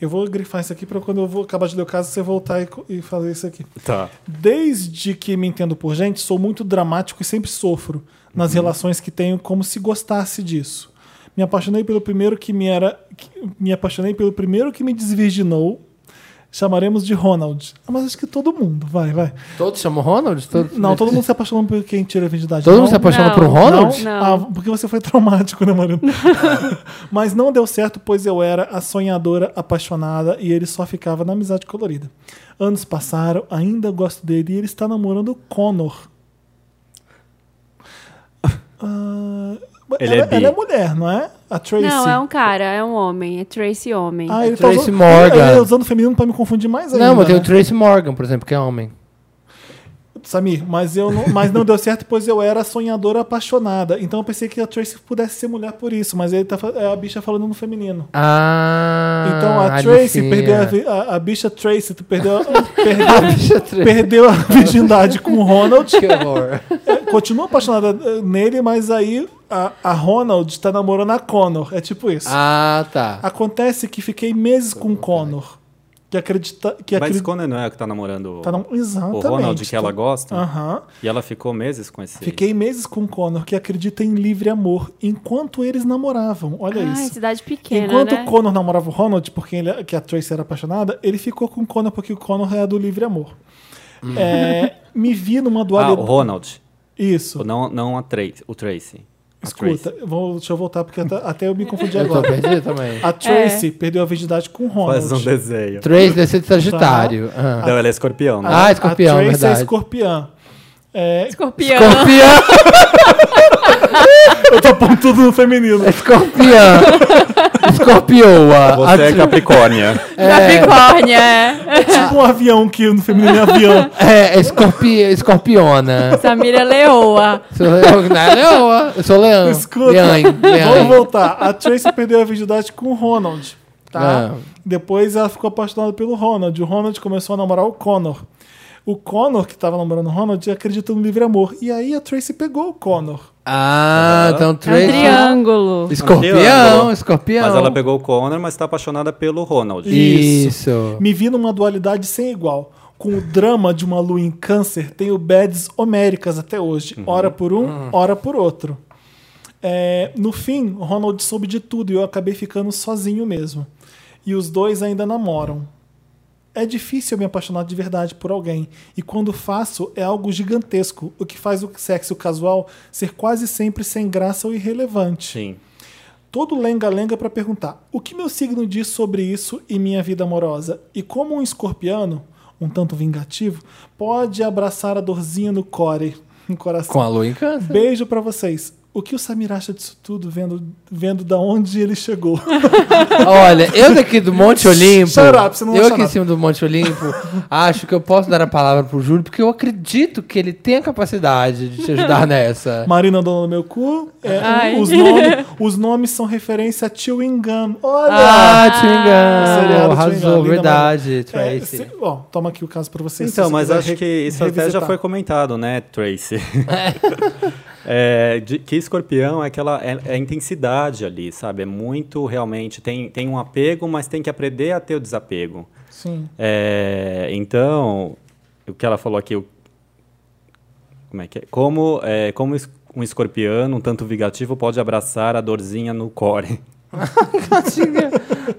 Speaker 1: Eu vou grifar isso aqui para quando eu vou acabar de ler o caso, você voltar e co- e fazer isso aqui.
Speaker 4: Tá.
Speaker 1: Desde que me entendo por gente, sou muito dramático e sempre sofro nas
Speaker 3: Uhum.
Speaker 1: relações que tenho, como se gostasse disso. Me apaixonei pelo primeiro que me era, que- me apaixonei pelo primeiro que me desvirginou. Chamaremos de Ronald. Ah, mas acho que todo mundo, vai, vai.
Speaker 3: Todos chamam Ronald? Todos-
Speaker 1: Não, todo mundo se apaixonou por quem tira a virgindade.
Speaker 3: Todo
Speaker 1: Não,
Speaker 3: mundo se apaixona
Speaker 2: Não,
Speaker 3: por Ronald?
Speaker 2: não.
Speaker 1: Ah, porque você foi traumático, né, Marina? Mas não deu certo, pois eu era a sonhadora apaixonada e ele só ficava na amizade colorida. Anos passaram, ainda gosto dele e ele está namorando o Connor. Ah,
Speaker 4: Ele é
Speaker 1: ela,
Speaker 4: bi.
Speaker 1: ela mulher, não é? A Tracy.
Speaker 2: Não, é um cara, é um homem, é Tracy Homem.
Speaker 1: Ah, ele
Speaker 3: É Tracy
Speaker 1: tá usando,
Speaker 3: Morgan.
Speaker 1: Ele, ele usando feminino pra me confundir mais ainda.
Speaker 3: Não, mas tem
Speaker 1: né?
Speaker 3: o Tracy Morgan, por exemplo, que é homem.
Speaker 1: Samir, mas, eu não, mas não deu certo, pois eu era sonhadora apaixonada. Então eu pensei que a Tracy pudesse ser mulher por isso, mas ele tá, fa- é a bicha falando no feminino.
Speaker 3: Ah, é.
Speaker 1: Então a Tracy perdeu a, vi- a, a bicha Tracy tu perdeu, perdeu,
Speaker 3: bicha Tracy.
Speaker 1: perdeu a virgindade com o Ronald.
Speaker 3: Que horror.
Speaker 1: É, Continua apaixonada eh, nele, mas aí a, a Ronald tá namorando a Connor. É tipo isso.
Speaker 3: Ah, tá.
Speaker 1: Acontece que fiquei meses com o Connor. Que acredita. Que
Speaker 4: Mas
Speaker 1: acredita
Speaker 4: Conan não é a que tá namorando
Speaker 1: tá nam-
Speaker 4: o
Speaker 1: Exatamente.
Speaker 4: Ronald, que ela gosta?
Speaker 1: Aham.
Speaker 4: E ela ficou meses com esse...
Speaker 1: Fiquei meses com o Connor, que acredita em livre amor, enquanto eles namoravam. Olha
Speaker 2: Ah,
Speaker 1: isso.
Speaker 2: cidade pequena,
Speaker 1: Enquanto
Speaker 2: né?
Speaker 1: o Connor namorava o Ronald, porque ele, que a Tracy era apaixonada, ele ficou com o Connor porque o Connor é do livre amor. É, me vi numa
Speaker 4: Hum. Ah, o
Speaker 1: dualidade.
Speaker 4: Ronald. Tipo,
Speaker 1: Isso.
Speaker 4: Não, não a Tracy, o Tracy. A
Speaker 1: Escuta,
Speaker 4: Tracy.
Speaker 1: vou, deixa eu voltar porque até, até eu me confundi
Speaker 3: Eu tô
Speaker 1: agora.
Speaker 3: perdido também.
Speaker 1: A Tracy perdeu a virgindade com o Ronald.
Speaker 4: Faz um desenho.
Speaker 3: Tracy deve
Speaker 1: Tá.
Speaker 3: ser de Sagitário. Ah.
Speaker 4: Não, ela é escorpião, né?
Speaker 3: Ah, escorpião,
Speaker 1: a Tracy é
Speaker 3: verdade.
Speaker 1: escorpião. É,
Speaker 2: Escorpião.
Speaker 3: Escorpião!
Speaker 1: eu tô pondo tudo no feminino.
Speaker 3: Escorpião! Escorpioa! A
Speaker 4: Você é
Speaker 3: Tra-
Speaker 4: Capricórnia.
Speaker 2: Capricórnia, é.
Speaker 1: Tipo um avião que no feminino é avião.
Speaker 3: É, escorpi... escorpiona.
Speaker 2: Samira é Leoa.
Speaker 3: Sou eu, não é leoa. Eu sou leão.
Speaker 1: Escuta,
Speaker 3: Leão, leão.
Speaker 1: vamos voltar. A Tracy perdeu a virgindade com o Ronald. Tá?
Speaker 3: Ah.
Speaker 1: Depois ela ficou apaixonada pelo Ronald. O Ronald começou a namorar o Connor. O Connor, que estava namorando o Ronald, acredita no livre amor. E aí a Tracy pegou o Connor.
Speaker 3: Ah, então
Speaker 2: É um
Speaker 3: Tracy...
Speaker 2: triângulo.
Speaker 3: Escorpião, escorpião.
Speaker 4: Mas ela pegou o Connor, mas tá apaixonada pelo Ronald.
Speaker 3: Isso.
Speaker 1: Me vi numa dualidade sem igual. Com o drama de uma lua em câncer, tenho bads homéricas até hoje. Hora por um, hora por outro. É, no fim, o Ronald soube de tudo e eu acabei ficando sozinho mesmo. E os dois ainda namoram. É difícil eu me apaixonar de verdade por alguém, e quando faço é algo gigantesco, o que faz o sexo casual ser quase sempre sem graça ou irrelevante
Speaker 4: Sim.
Speaker 1: todo lenga-lenga para perguntar o que meu signo diz sobre isso e minha vida amorosa. E como um escorpiano, um tanto vingativo, pode abraçar a dorzinha no core, no coração.
Speaker 3: Com a lua em câncer.
Speaker 1: Beijo para vocês. O que o Samir acha disso tudo, vendo, vendo da onde ele chegou?
Speaker 3: Olha, eu daqui do Monte Olimpo.
Speaker 1: Shut up, você não
Speaker 3: eu
Speaker 1: acha
Speaker 3: aqui em
Speaker 1: nada.
Speaker 3: cima do Monte Olimpo, acho que eu posso dar a palavra pro Júlio, porque eu acredito que ele tem a capacidade de te ajudar nessa.
Speaker 1: Marina dona do meu cu. é,
Speaker 2: Ai.
Speaker 1: os, nome- os nomes são referência a Tio Engam. Olha!
Speaker 3: Ah, Tingan!
Speaker 1: Seriado Chewing Gum,
Speaker 3: Arrasou,
Speaker 1: linda
Speaker 3: verdade,
Speaker 1: É,
Speaker 3: Tracy.
Speaker 1: se- ó, toma aqui o caso para vocês.
Speaker 4: Então,
Speaker 1: se você
Speaker 4: mas
Speaker 1: quiser
Speaker 4: acho
Speaker 1: re-
Speaker 4: que isso até já
Speaker 1: revisitar.
Speaker 4: foi comentado, né, Tracy? É, de- que escorpião é aquela é, é a intensidade ali, sabe? É muito realmente. Tem, tem um apego, mas tem que aprender a ter o desapego.
Speaker 1: Sim.
Speaker 4: É, então, o que ela falou aqui, o- como é que é? Como, é, como es- um escorpião, um tanto vingativo, pode abraçar a dorzinha no core?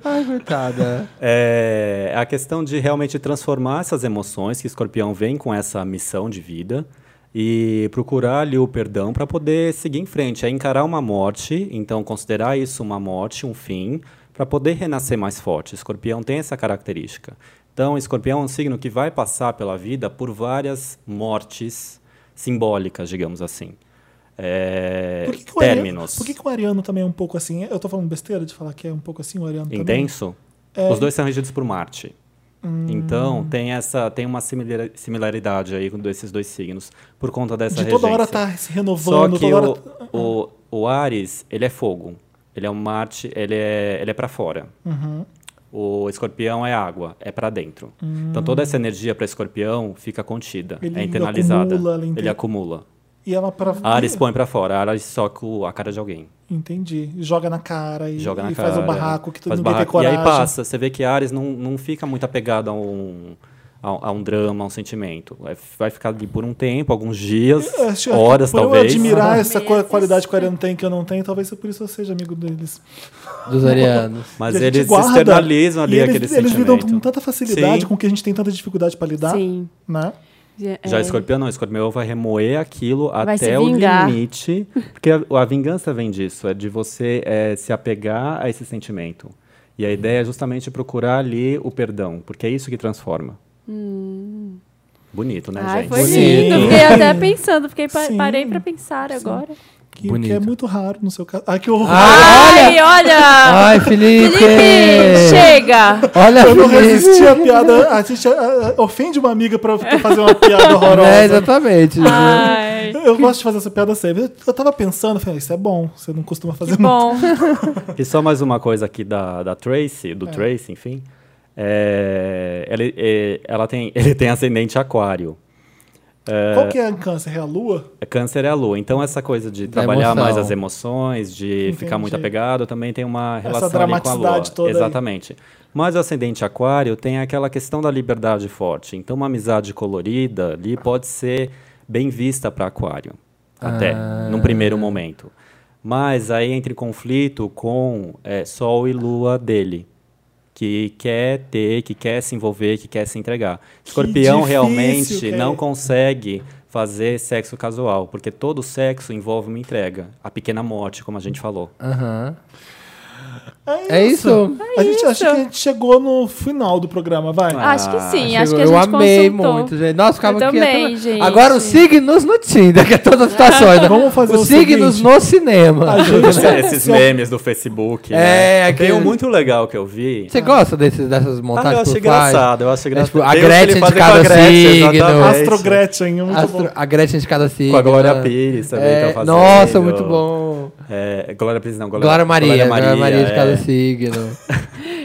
Speaker 3: Ai, coitada.
Speaker 4: É a questão de realmente transformar essas emoções que Escorpião vem com essa missão de vida e procurar ali o perdão para poder seguir em frente, é encarar uma morte, então considerar isso uma morte, um fim, para poder renascer mais forte. Escorpião tem essa característica. Então, Escorpião é um signo que vai passar pela vida por várias mortes simbólicas, digamos assim. É,
Speaker 1: Por que que o Ariano-
Speaker 4: términos.
Speaker 1: por que, que o Ariano também é um pouco assim? Eu tô falando besteira de falar que é um pouco assim o Ariano também? É.
Speaker 4: intenso. Os dois são regidos por Marte.
Speaker 1: Hum.
Speaker 4: Então tem essa tem uma similar- similaridade aí com esses dois signos por conta dessa
Speaker 1: de toda hora
Speaker 4: regência.
Speaker 1: tá se
Speaker 4: Só
Speaker 1: renovando,
Speaker 4: que
Speaker 1: toda hora. tá-
Speaker 4: o, o, o Ares ele é fogo, ele é um Marte, ele é ele é para fora.
Speaker 1: Uhum.
Speaker 4: O Escorpião é água, é para dentro. Então toda essa energia para Escorpião fica contida,
Speaker 1: Hum. Ele
Speaker 4: é internalizada,
Speaker 1: acumula, ele
Speaker 4: ele
Speaker 1: inter- Hum.
Speaker 4: acumula.
Speaker 1: E ela pra...
Speaker 4: Ares põe para fora, Ares soca o- a cara de alguém.
Speaker 1: Entendi. Joga na cara e,
Speaker 4: joga na
Speaker 1: e
Speaker 4: cara. é.
Speaker 1: faz o barraco que todo
Speaker 4: faz
Speaker 1: ninguém tem
Speaker 4: barraco.
Speaker 1: coragem.
Speaker 4: E aí passa. Você vê que Ares não, não fica muito apegado a um, a, a um drama, a um sentimento. Vai- Vai ficar ali por um tempo, alguns dias,
Speaker 1: Eu acho- é
Speaker 4: horas
Speaker 1: por
Speaker 4: talvez.
Speaker 1: eu admirar essa qua-
Speaker 2: Meses.
Speaker 1: qualidade que o Ariano tem que eu não tenho, talvez por isso eu seja amigo deles.
Speaker 3: dos arianos.
Speaker 4: Mas
Speaker 1: E a gente
Speaker 4: eles
Speaker 1: guarda,
Speaker 4: externalizam ali
Speaker 1: e eles,
Speaker 4: aquele
Speaker 1: Eles
Speaker 4: sentimento.
Speaker 1: lidam com tanta facilidade,
Speaker 4: Sim.
Speaker 1: com que a gente tem tanta dificuldade pra lidar,
Speaker 2: Sim.
Speaker 1: né?
Speaker 2: É-
Speaker 4: Já
Speaker 2: é.
Speaker 4: escorpião não, escorpião vai remoer aquilo
Speaker 2: se
Speaker 4: até o
Speaker 2: vingar.
Speaker 4: limite. Porque a, a vingança vem disso, é de você eh, se apegar a esse sentimento. E a ideia é justamente procurar ali o perdão, porque é isso que transforma. Bonito, né,
Speaker 2: Hum. Ai,
Speaker 4: gente?
Speaker 2: foi
Speaker 3: Bonito.
Speaker 2: lindo. Fiquei até pensando. Fiquei pa-
Speaker 1: Sim.
Speaker 2: parei pra pensar agora.
Speaker 1: Que,
Speaker 3: Bonito.
Speaker 1: que é muito raro no seu caso. Ah, que horror!
Speaker 2: Ai, olha!
Speaker 3: Ai, Felipe!
Speaker 2: Felipe, chega!
Speaker 3: Olha,
Speaker 1: eu não
Speaker 3: Felipe!
Speaker 1: resisti à piada. A gente ah, ah, ofende uma amiga pra fazer uma piada
Speaker 3: É,
Speaker 1: horrorosa. Ah.
Speaker 3: exatamente.
Speaker 2: Ai,
Speaker 1: Eu gosto de fazer essa piada sempre. Eu- Eu tava pensando, falei, isso é bom, você não costuma fazer
Speaker 2: que bom.
Speaker 4: E só mais uma coisa aqui da, da Tracy, do Tracy, enfim. É, ela, é, ela tem, ele tem ascendente aquário. É,
Speaker 1: Qual que é a câncer? É a lua?
Speaker 4: Câncer é a lua. Então, essa coisa de trabalhar
Speaker 3: emoção.
Speaker 4: mais as emoções, de
Speaker 1: Entendi.
Speaker 4: ficar muito apegado, também tem uma relação ali com a lua.
Speaker 1: dramaticidade toda aí.
Speaker 4: Exatamente. Mas o ascendente aquário tem aquela questão da liberdade forte. Então, uma amizade colorida ali pode ser bem vista para aquário. Até, num primeiro
Speaker 1: Ah.
Speaker 4: momento. Mas aí entra em conflito com é, sol e lua dele. Que quer ter, que quer se envolver, que quer se entregar. Escorpião
Speaker 1: difícil,
Speaker 4: realmente não
Speaker 1: cara.
Speaker 4: consegue fazer sexo casual, porque todo sexo envolve uma entrega. A pequena morte, como a gente falou.
Speaker 3: Ah, Aham. É isso.
Speaker 1: A gente acha que a gente chegou no final do programa, vai.
Speaker 4: Ah,
Speaker 2: Acho que sim, acho que a
Speaker 3: eu
Speaker 2: gente
Speaker 3: amei
Speaker 2: consultou.
Speaker 3: muito, gente. Nossa, ficava
Speaker 2: Eu
Speaker 3: aqui
Speaker 2: também,
Speaker 3: até-
Speaker 2: gente.
Speaker 3: Agora os signos no Tinder, que é todas as situações. né?
Speaker 1: Vamos fazer o
Speaker 3: os signos
Speaker 1: seguinte.
Speaker 3: no cinema.
Speaker 1: A gente-
Speaker 4: Esses memes do Facebook.
Speaker 3: É,
Speaker 4: né?
Speaker 3: aquele-
Speaker 4: Tem um muito legal que eu vi.
Speaker 3: Você gosta desses, dessas montagens?
Speaker 4: Ah,
Speaker 3: que
Speaker 4: eu
Speaker 3: tu
Speaker 4: acho
Speaker 3: faz?
Speaker 4: engraçado, eu acho engraçado.
Speaker 3: tipo, a
Speaker 4: Tem o que
Speaker 3: Gretchen
Speaker 4: ele
Speaker 3: de
Speaker 4: faz com
Speaker 3: cada
Speaker 4: a Gretchen,
Speaker 3: signo.
Speaker 4: exatamente.
Speaker 1: Astro Gretchen, é muito
Speaker 3: Astro-
Speaker 1: bom.
Speaker 3: a Gretchen de cada signo.
Speaker 4: Com a Glória
Speaker 3: né?
Speaker 4: Pires também
Speaker 3: É,
Speaker 4: tá fazendo.
Speaker 3: Nossa, muito bom.
Speaker 4: É, Glória Pires não, Glória,
Speaker 3: Glória Maria, Glória Maria de
Speaker 4: é.
Speaker 3: cada signo.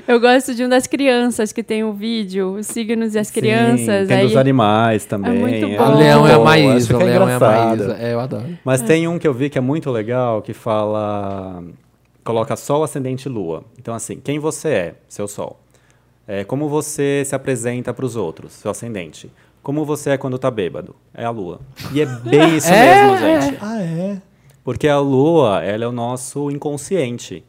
Speaker 2: Eu gosto de um das crianças que tem o vídeo, os signos e as
Speaker 4: Sim,
Speaker 2: crianças.
Speaker 4: Tem
Speaker 2: aí...
Speaker 4: dos animais também.
Speaker 2: muito
Speaker 4: é
Speaker 2: bom.
Speaker 3: A
Speaker 2: Oh,
Speaker 3: Leão é a
Speaker 4: bom, acho que
Speaker 3: Maísa, o
Speaker 4: é
Speaker 3: Leão é a
Speaker 4: engraçado.
Speaker 3: Maísa. É, eu adoro.
Speaker 4: Mas tem um que eu vi que é muito legal, que fala. Coloca Sol, Ascendente e Lua. Então, assim, quem você é, seu Sol. É, como você se apresenta para os outros, seu Ascendente. Como você é quando tá bêbado, é a Lua. E é bem isso mesmo, gente.
Speaker 1: Ah, é?
Speaker 4: Porque a Lua, ela é o nosso inconsciente,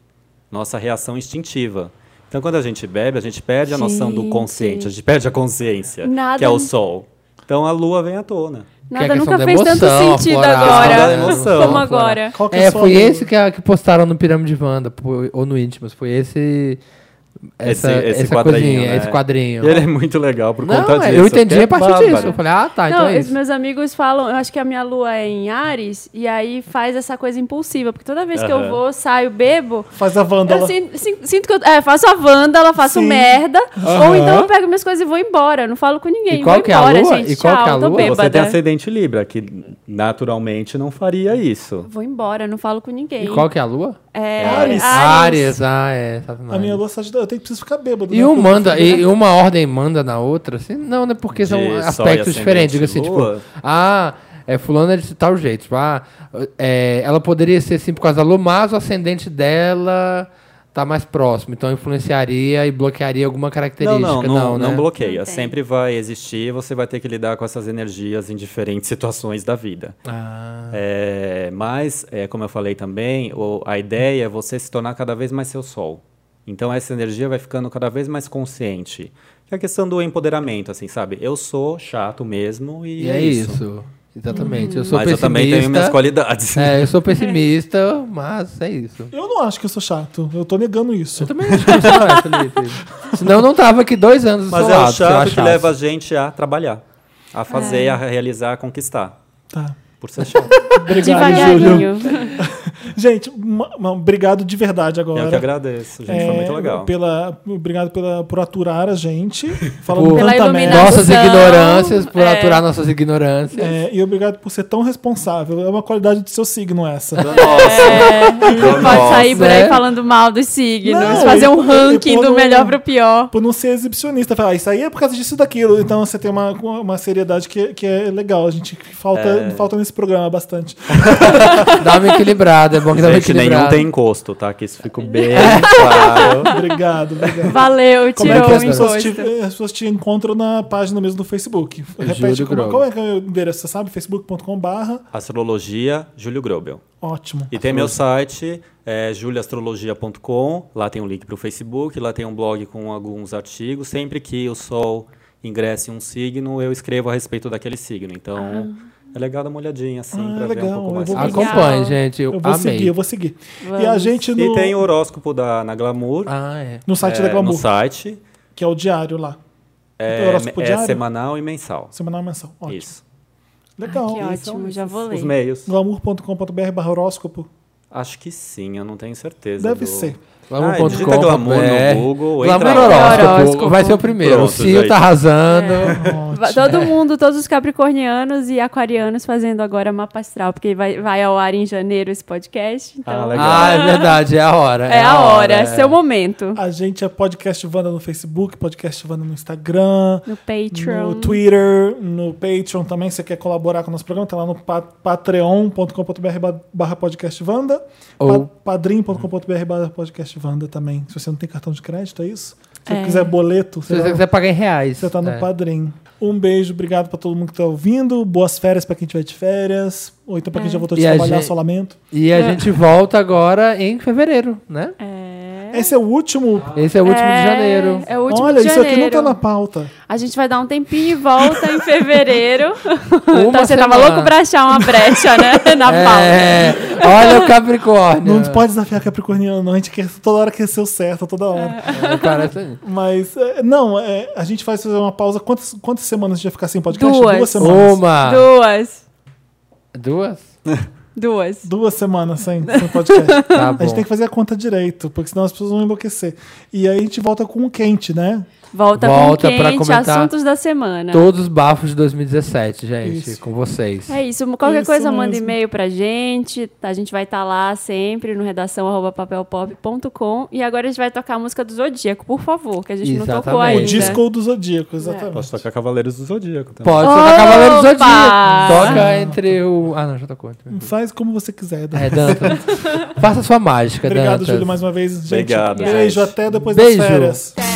Speaker 4: nossa reação instintiva. Então, quando a gente bebe, a gente perde a noção do
Speaker 2: Gente.
Speaker 4: consciente, a gente perde a consciência,
Speaker 2: Nada-
Speaker 4: que é o Sol. Então, a Lua vem à tona.
Speaker 3: Que é
Speaker 2: Nada
Speaker 3: a
Speaker 2: nunca
Speaker 3: questão da
Speaker 2: fez
Speaker 3: emoção,
Speaker 2: tanto sentido
Speaker 3: aflorar,
Speaker 2: agora
Speaker 4: da emoção,
Speaker 2: como
Speaker 3: aflorar.
Speaker 2: agora.
Speaker 1: Qual que é,
Speaker 3: É,
Speaker 1: a sua
Speaker 3: foi
Speaker 1: lua?
Speaker 3: esse que, a- que postaram no Pirâmide Wanda, pô, ou no Íntimas. Foi esse. Essa,
Speaker 4: Esse- esse
Speaker 3: essa
Speaker 4: quadrinho,
Speaker 3: coisinha,
Speaker 4: né?
Speaker 3: esse quadrinho.
Speaker 4: E ele é muito legal por
Speaker 3: Não,
Speaker 4: conta
Speaker 3: é,
Speaker 4: disso.
Speaker 3: eu entendi
Speaker 4: porque é
Speaker 3: a partir
Speaker 4: bárbaro.
Speaker 3: disso. Eu falei, ah, tá, então
Speaker 2: Não,
Speaker 3: é
Speaker 2: os
Speaker 3: isso.
Speaker 2: meus amigos falam, eu acho que a minha lua é em Ares, e aí faz essa coisa impulsiva, porque toda vez que eu
Speaker 4: Aham.
Speaker 2: vou, saio, bebo,
Speaker 1: Faz a
Speaker 2: eu
Speaker 1: vândala.
Speaker 2: sin- sin- sinto que eu é, faço a vândala, faço
Speaker 1: Sim.
Speaker 2: merda, ou então eu pego minhas coisas e vou embora, não falo com ninguém,
Speaker 3: E qual
Speaker 2: vou
Speaker 3: que é a
Speaker 2: embora,
Speaker 3: lua?
Speaker 2: gente,
Speaker 3: E qual
Speaker 2: tchau,
Speaker 3: que é a
Speaker 2: tô
Speaker 3: lua?
Speaker 4: Você tem
Speaker 2: bêbada.
Speaker 4: ascendente Libra, que naturalmente não faria isso.
Speaker 2: Vou embora, não falo com ninguém.
Speaker 3: E qual que é a lua?
Speaker 2: É,
Speaker 1: Ares.
Speaker 3: Ares, ah, é. sabe
Speaker 1: A minha
Speaker 3: mais.
Speaker 1: lua sagitário. Eu tenho, preciso ficar bêbado.
Speaker 3: E
Speaker 1: né?
Speaker 3: um manda, e e uma ordem manda na outra, assim, não, né? Porque são
Speaker 4: De Sol e
Speaker 3: aspectos diferentes. Digo assim,
Speaker 4: ascendente Lua.
Speaker 3: tipo, ah, é fulana é de tal jeito. Tipo, ah, é, ela poderia ser assim por causa da Lua, mas o ascendente dela tá mais próximo. Então influenciaria e bloquearia alguma
Speaker 4: Não,
Speaker 3: característica.
Speaker 4: não, não, não,
Speaker 3: né?
Speaker 4: bloqueia.
Speaker 2: Não tem.
Speaker 4: Sempre vai existir, você vai ter que lidar com essas energias em diferentes situações da vida.
Speaker 3: Ah,
Speaker 4: É, mas, é, como eu falei também, o- a ideia é você se tornar cada vez mais seu sol. Então essa energia vai ficando cada vez mais consciente. Que é a questão do empoderamento, assim, sabe? Eu sou chato mesmo e,
Speaker 3: e é isso. Exatamente. Eu sou
Speaker 4: Mas eu
Speaker 3: pessimista.
Speaker 4: também tenho minhas qualidades.
Speaker 3: É, eu sou pessimista, mas é isso.
Speaker 1: Eu não acho que eu sou chato. Eu tô negando isso.
Speaker 3: Eu também acho que você não é, Felipe. Senão eu não tava aqui dois anos do
Speaker 4: Mas
Speaker 3: seu
Speaker 4: é
Speaker 3: lado,
Speaker 4: o
Speaker 3: se eu
Speaker 4: chato que
Speaker 3: achasse.
Speaker 4: leva a gente a trabalhar, a fazer,
Speaker 2: É.
Speaker 4: a realizar, a conquistar.
Speaker 1: Tá.
Speaker 4: Por ser chato.
Speaker 1: Obrigado, Júlio.
Speaker 2: Devagarinho.
Speaker 1: Gente, ma- ma- obrigado de verdade agora.
Speaker 4: Eu que agradeço, gente. foi
Speaker 1: É,
Speaker 4: muito legal.
Speaker 1: Pela, obrigado pela, por aturar a gente. Falando
Speaker 3: Pela
Speaker 1: tanta merda.
Speaker 2: iluminação.
Speaker 3: Nossas ignorâncias, por
Speaker 2: É.
Speaker 3: aturar nossas ignorâncias.
Speaker 1: É, e obrigado por ser tão responsável. É uma qualidade do seu signo essa.
Speaker 2: É, não pode sair por aí
Speaker 3: Né?
Speaker 2: falando mal dos signos,
Speaker 1: Não,
Speaker 2: fazer
Speaker 1: e-
Speaker 2: um
Speaker 1: e- e
Speaker 2: ranking
Speaker 1: pôr
Speaker 2: do
Speaker 1: no-
Speaker 2: melhor pro pior.
Speaker 1: Por não ser exibicionista. Falar, "Ah, isso aí é por causa disso e daquilo. Então você tem uma, uma seriedade que,
Speaker 4: É.
Speaker 1: que é legal. A gente falta, falta nesse programa bastante.
Speaker 3: Dá uma equilibrada, é bom que tava
Speaker 4: Gente, nenhum
Speaker 3: equilibrado.
Speaker 4: tem encosto, tá? Que isso ficou bem
Speaker 1: É.
Speaker 4: claro.
Speaker 1: Obrigado, obrigado.
Speaker 2: Valeu,
Speaker 1: Como
Speaker 2: tirou
Speaker 1: é que
Speaker 2: o
Speaker 1: as pessoas, te,
Speaker 2: encosto.
Speaker 1: as pessoas te encontram na página mesmo do Facebook? Repete,
Speaker 3: Júlio
Speaker 1: como,
Speaker 3: Grogo.
Speaker 1: qual é que é o endereço? Você sabe? facebook.com barra,
Speaker 4: Astrologia, Júlio Grobel.
Speaker 1: ótimo.
Speaker 4: E tem meu site, é, juliastrologia.com. Lá tem um link para o Facebook, lá tem um blog com alguns artigos. Sempre que o Sol ingresse em um signo, eu escrevo a respeito daquele signo. Então, é legal dar uma olhadinha, assim,
Speaker 1: Ah,
Speaker 4: para ver
Speaker 1: legal,
Speaker 4: um pouco
Speaker 1: eu
Speaker 4: mais.
Speaker 1: vou
Speaker 4: sobre.
Speaker 2: Legal.
Speaker 3: Acompanhe, gente. Eu,
Speaker 1: Eu vou
Speaker 3: amei.
Speaker 1: seguir, eu vou seguir. E a
Speaker 2: Vamos.
Speaker 1: gente no,
Speaker 4: E tem o horóscopo da, na Glamour,
Speaker 3: Ah, é.
Speaker 1: no site
Speaker 4: é,
Speaker 1: da Glamour,
Speaker 4: no site.
Speaker 1: que é o diário lá.
Speaker 4: É,
Speaker 1: Então, horóscopo
Speaker 4: é
Speaker 1: diário?
Speaker 4: semanal e mensal.
Speaker 1: Semanal mensal. Ótimo.
Speaker 4: Isso.
Speaker 1: Legal. é um
Speaker 2: Que ótimo, já vou
Speaker 4: Os
Speaker 2: ler.
Speaker 4: meios.
Speaker 1: Glamour.com.br barra horóscopo.
Speaker 4: Acho que sim, eu não tenho certeza.
Speaker 1: Deve
Speaker 4: do-
Speaker 1: ser.
Speaker 4: Ah, digita glamour no Google, entra
Speaker 3: é. Glamour
Speaker 4: lá.
Speaker 3: horóscopo.
Speaker 2: Horóscopo. É.
Speaker 3: Vai ser o primeiro.
Speaker 4: Pronto,
Speaker 3: o Cio
Speaker 4: gente.
Speaker 3: tá arrasando.
Speaker 2: Va- Todo mundo, todos os capricornianos e aquarianos fazendo agora mapa astral, porque vai, vai ao ar em janeiro esse podcast. Então,
Speaker 4: Ah, legal.
Speaker 3: Ah, é verdade. É a hora.
Speaker 2: é a hora, é
Speaker 3: é.
Speaker 2: seu momento.
Speaker 1: A gente é podcast Vanda no Facebook, podcast Vanda no Instagram.
Speaker 2: No Patreon.
Speaker 1: No Twitter, no Patreon também, se você quer colaborar com o nosso programa, tá lá no pa- patreon.com.br ba- barra podcastvanda,
Speaker 3: Ou-
Speaker 1: pa- padrim.com.br barra podcastvanda também. Se você não tem cartão de crédito, é isso? Se você
Speaker 2: É.
Speaker 1: quiser boleto,
Speaker 3: Se
Speaker 1: você,
Speaker 3: você
Speaker 1: vai-
Speaker 3: quiser pagar em reais.
Speaker 1: você tá no
Speaker 3: é.
Speaker 1: Padrim. Um beijo, obrigado pra todo mundo que tá ouvindo, boas férias pra quem tiver de férias, ou então pra
Speaker 2: É.
Speaker 1: quem já voltou de
Speaker 3: E a
Speaker 1: trabalhar,
Speaker 3: gente-
Speaker 1: só lamento.
Speaker 3: E a gente volta agora em fevereiro, né?
Speaker 2: É.
Speaker 1: Esse é o último...
Speaker 3: Esse é o último
Speaker 2: É,
Speaker 3: de janeiro.
Speaker 2: É o último
Speaker 1: Olha,
Speaker 2: de
Speaker 1: isso aqui não
Speaker 2: janeiro.
Speaker 1: tá na pauta.
Speaker 2: A gente vai dar um tempinho e volta em fevereiro.
Speaker 3: Uma
Speaker 2: então você tava
Speaker 3: semana.
Speaker 2: louco pra achar uma brecha, né? Na pauta.
Speaker 3: É, olha o Capricórnio.
Speaker 1: Não pode desafiar Capricorniano, não. A gente quer toda hora quer ser o certo, toda hora.
Speaker 3: É, parece-
Speaker 1: Mas, é, não, é, a gente vai fazer uma pausa. Quantas, quantas semanas a gente vai ficar sem podcast?
Speaker 2: Duas.
Speaker 1: semanas.
Speaker 3: Uma.
Speaker 2: Duas.
Speaker 3: Duas?
Speaker 2: Duas.
Speaker 1: Duas semanas sem, sem podcast. a
Speaker 3: Tá
Speaker 1: gente
Speaker 3: bom.
Speaker 1: tem que fazer a conta direito, porque senão as pessoas vão enlouquecer. E aí a gente volta com um quente, né?
Speaker 2: Volta,
Speaker 3: Volta
Speaker 2: com
Speaker 3: pra
Speaker 2: quente,
Speaker 3: comentar
Speaker 2: assuntos da semana.
Speaker 3: Todos os bafos de 2017, gente,
Speaker 1: Isso.
Speaker 3: com vocês.
Speaker 2: É isso. Qualquer
Speaker 1: Isso
Speaker 2: coisa, manda
Speaker 1: mesmo.
Speaker 2: e-mail pra gente. A gente vai estar lá sempre no redação arroba papelpop.com. E agora a gente vai tocar a música do Zodíaco, por favor, que a gente não tocou
Speaker 3: Exatamente.
Speaker 2: ainda.
Speaker 1: O disco do Zodíaco,
Speaker 2: É.
Speaker 1: exatamente.
Speaker 4: Posso tocar Cavaleiros do Zodíaco também.
Speaker 3: Pode tocar
Speaker 2: Opa!
Speaker 3: Cavaleiro do Zodíaco. Toca entre o. Ah, não, já tocou.
Speaker 1: Faz como você quiser, Dan.
Speaker 3: É, Dantas. Faça sua mágica,
Speaker 1: Obrigado,
Speaker 3: Dantas.
Speaker 1: Júlio, mais uma vez. Gente,
Speaker 4: Obrigado,
Speaker 1: Beijo,
Speaker 4: gente.
Speaker 1: até depois
Speaker 3: Beijo.
Speaker 1: das férias.
Speaker 5: Até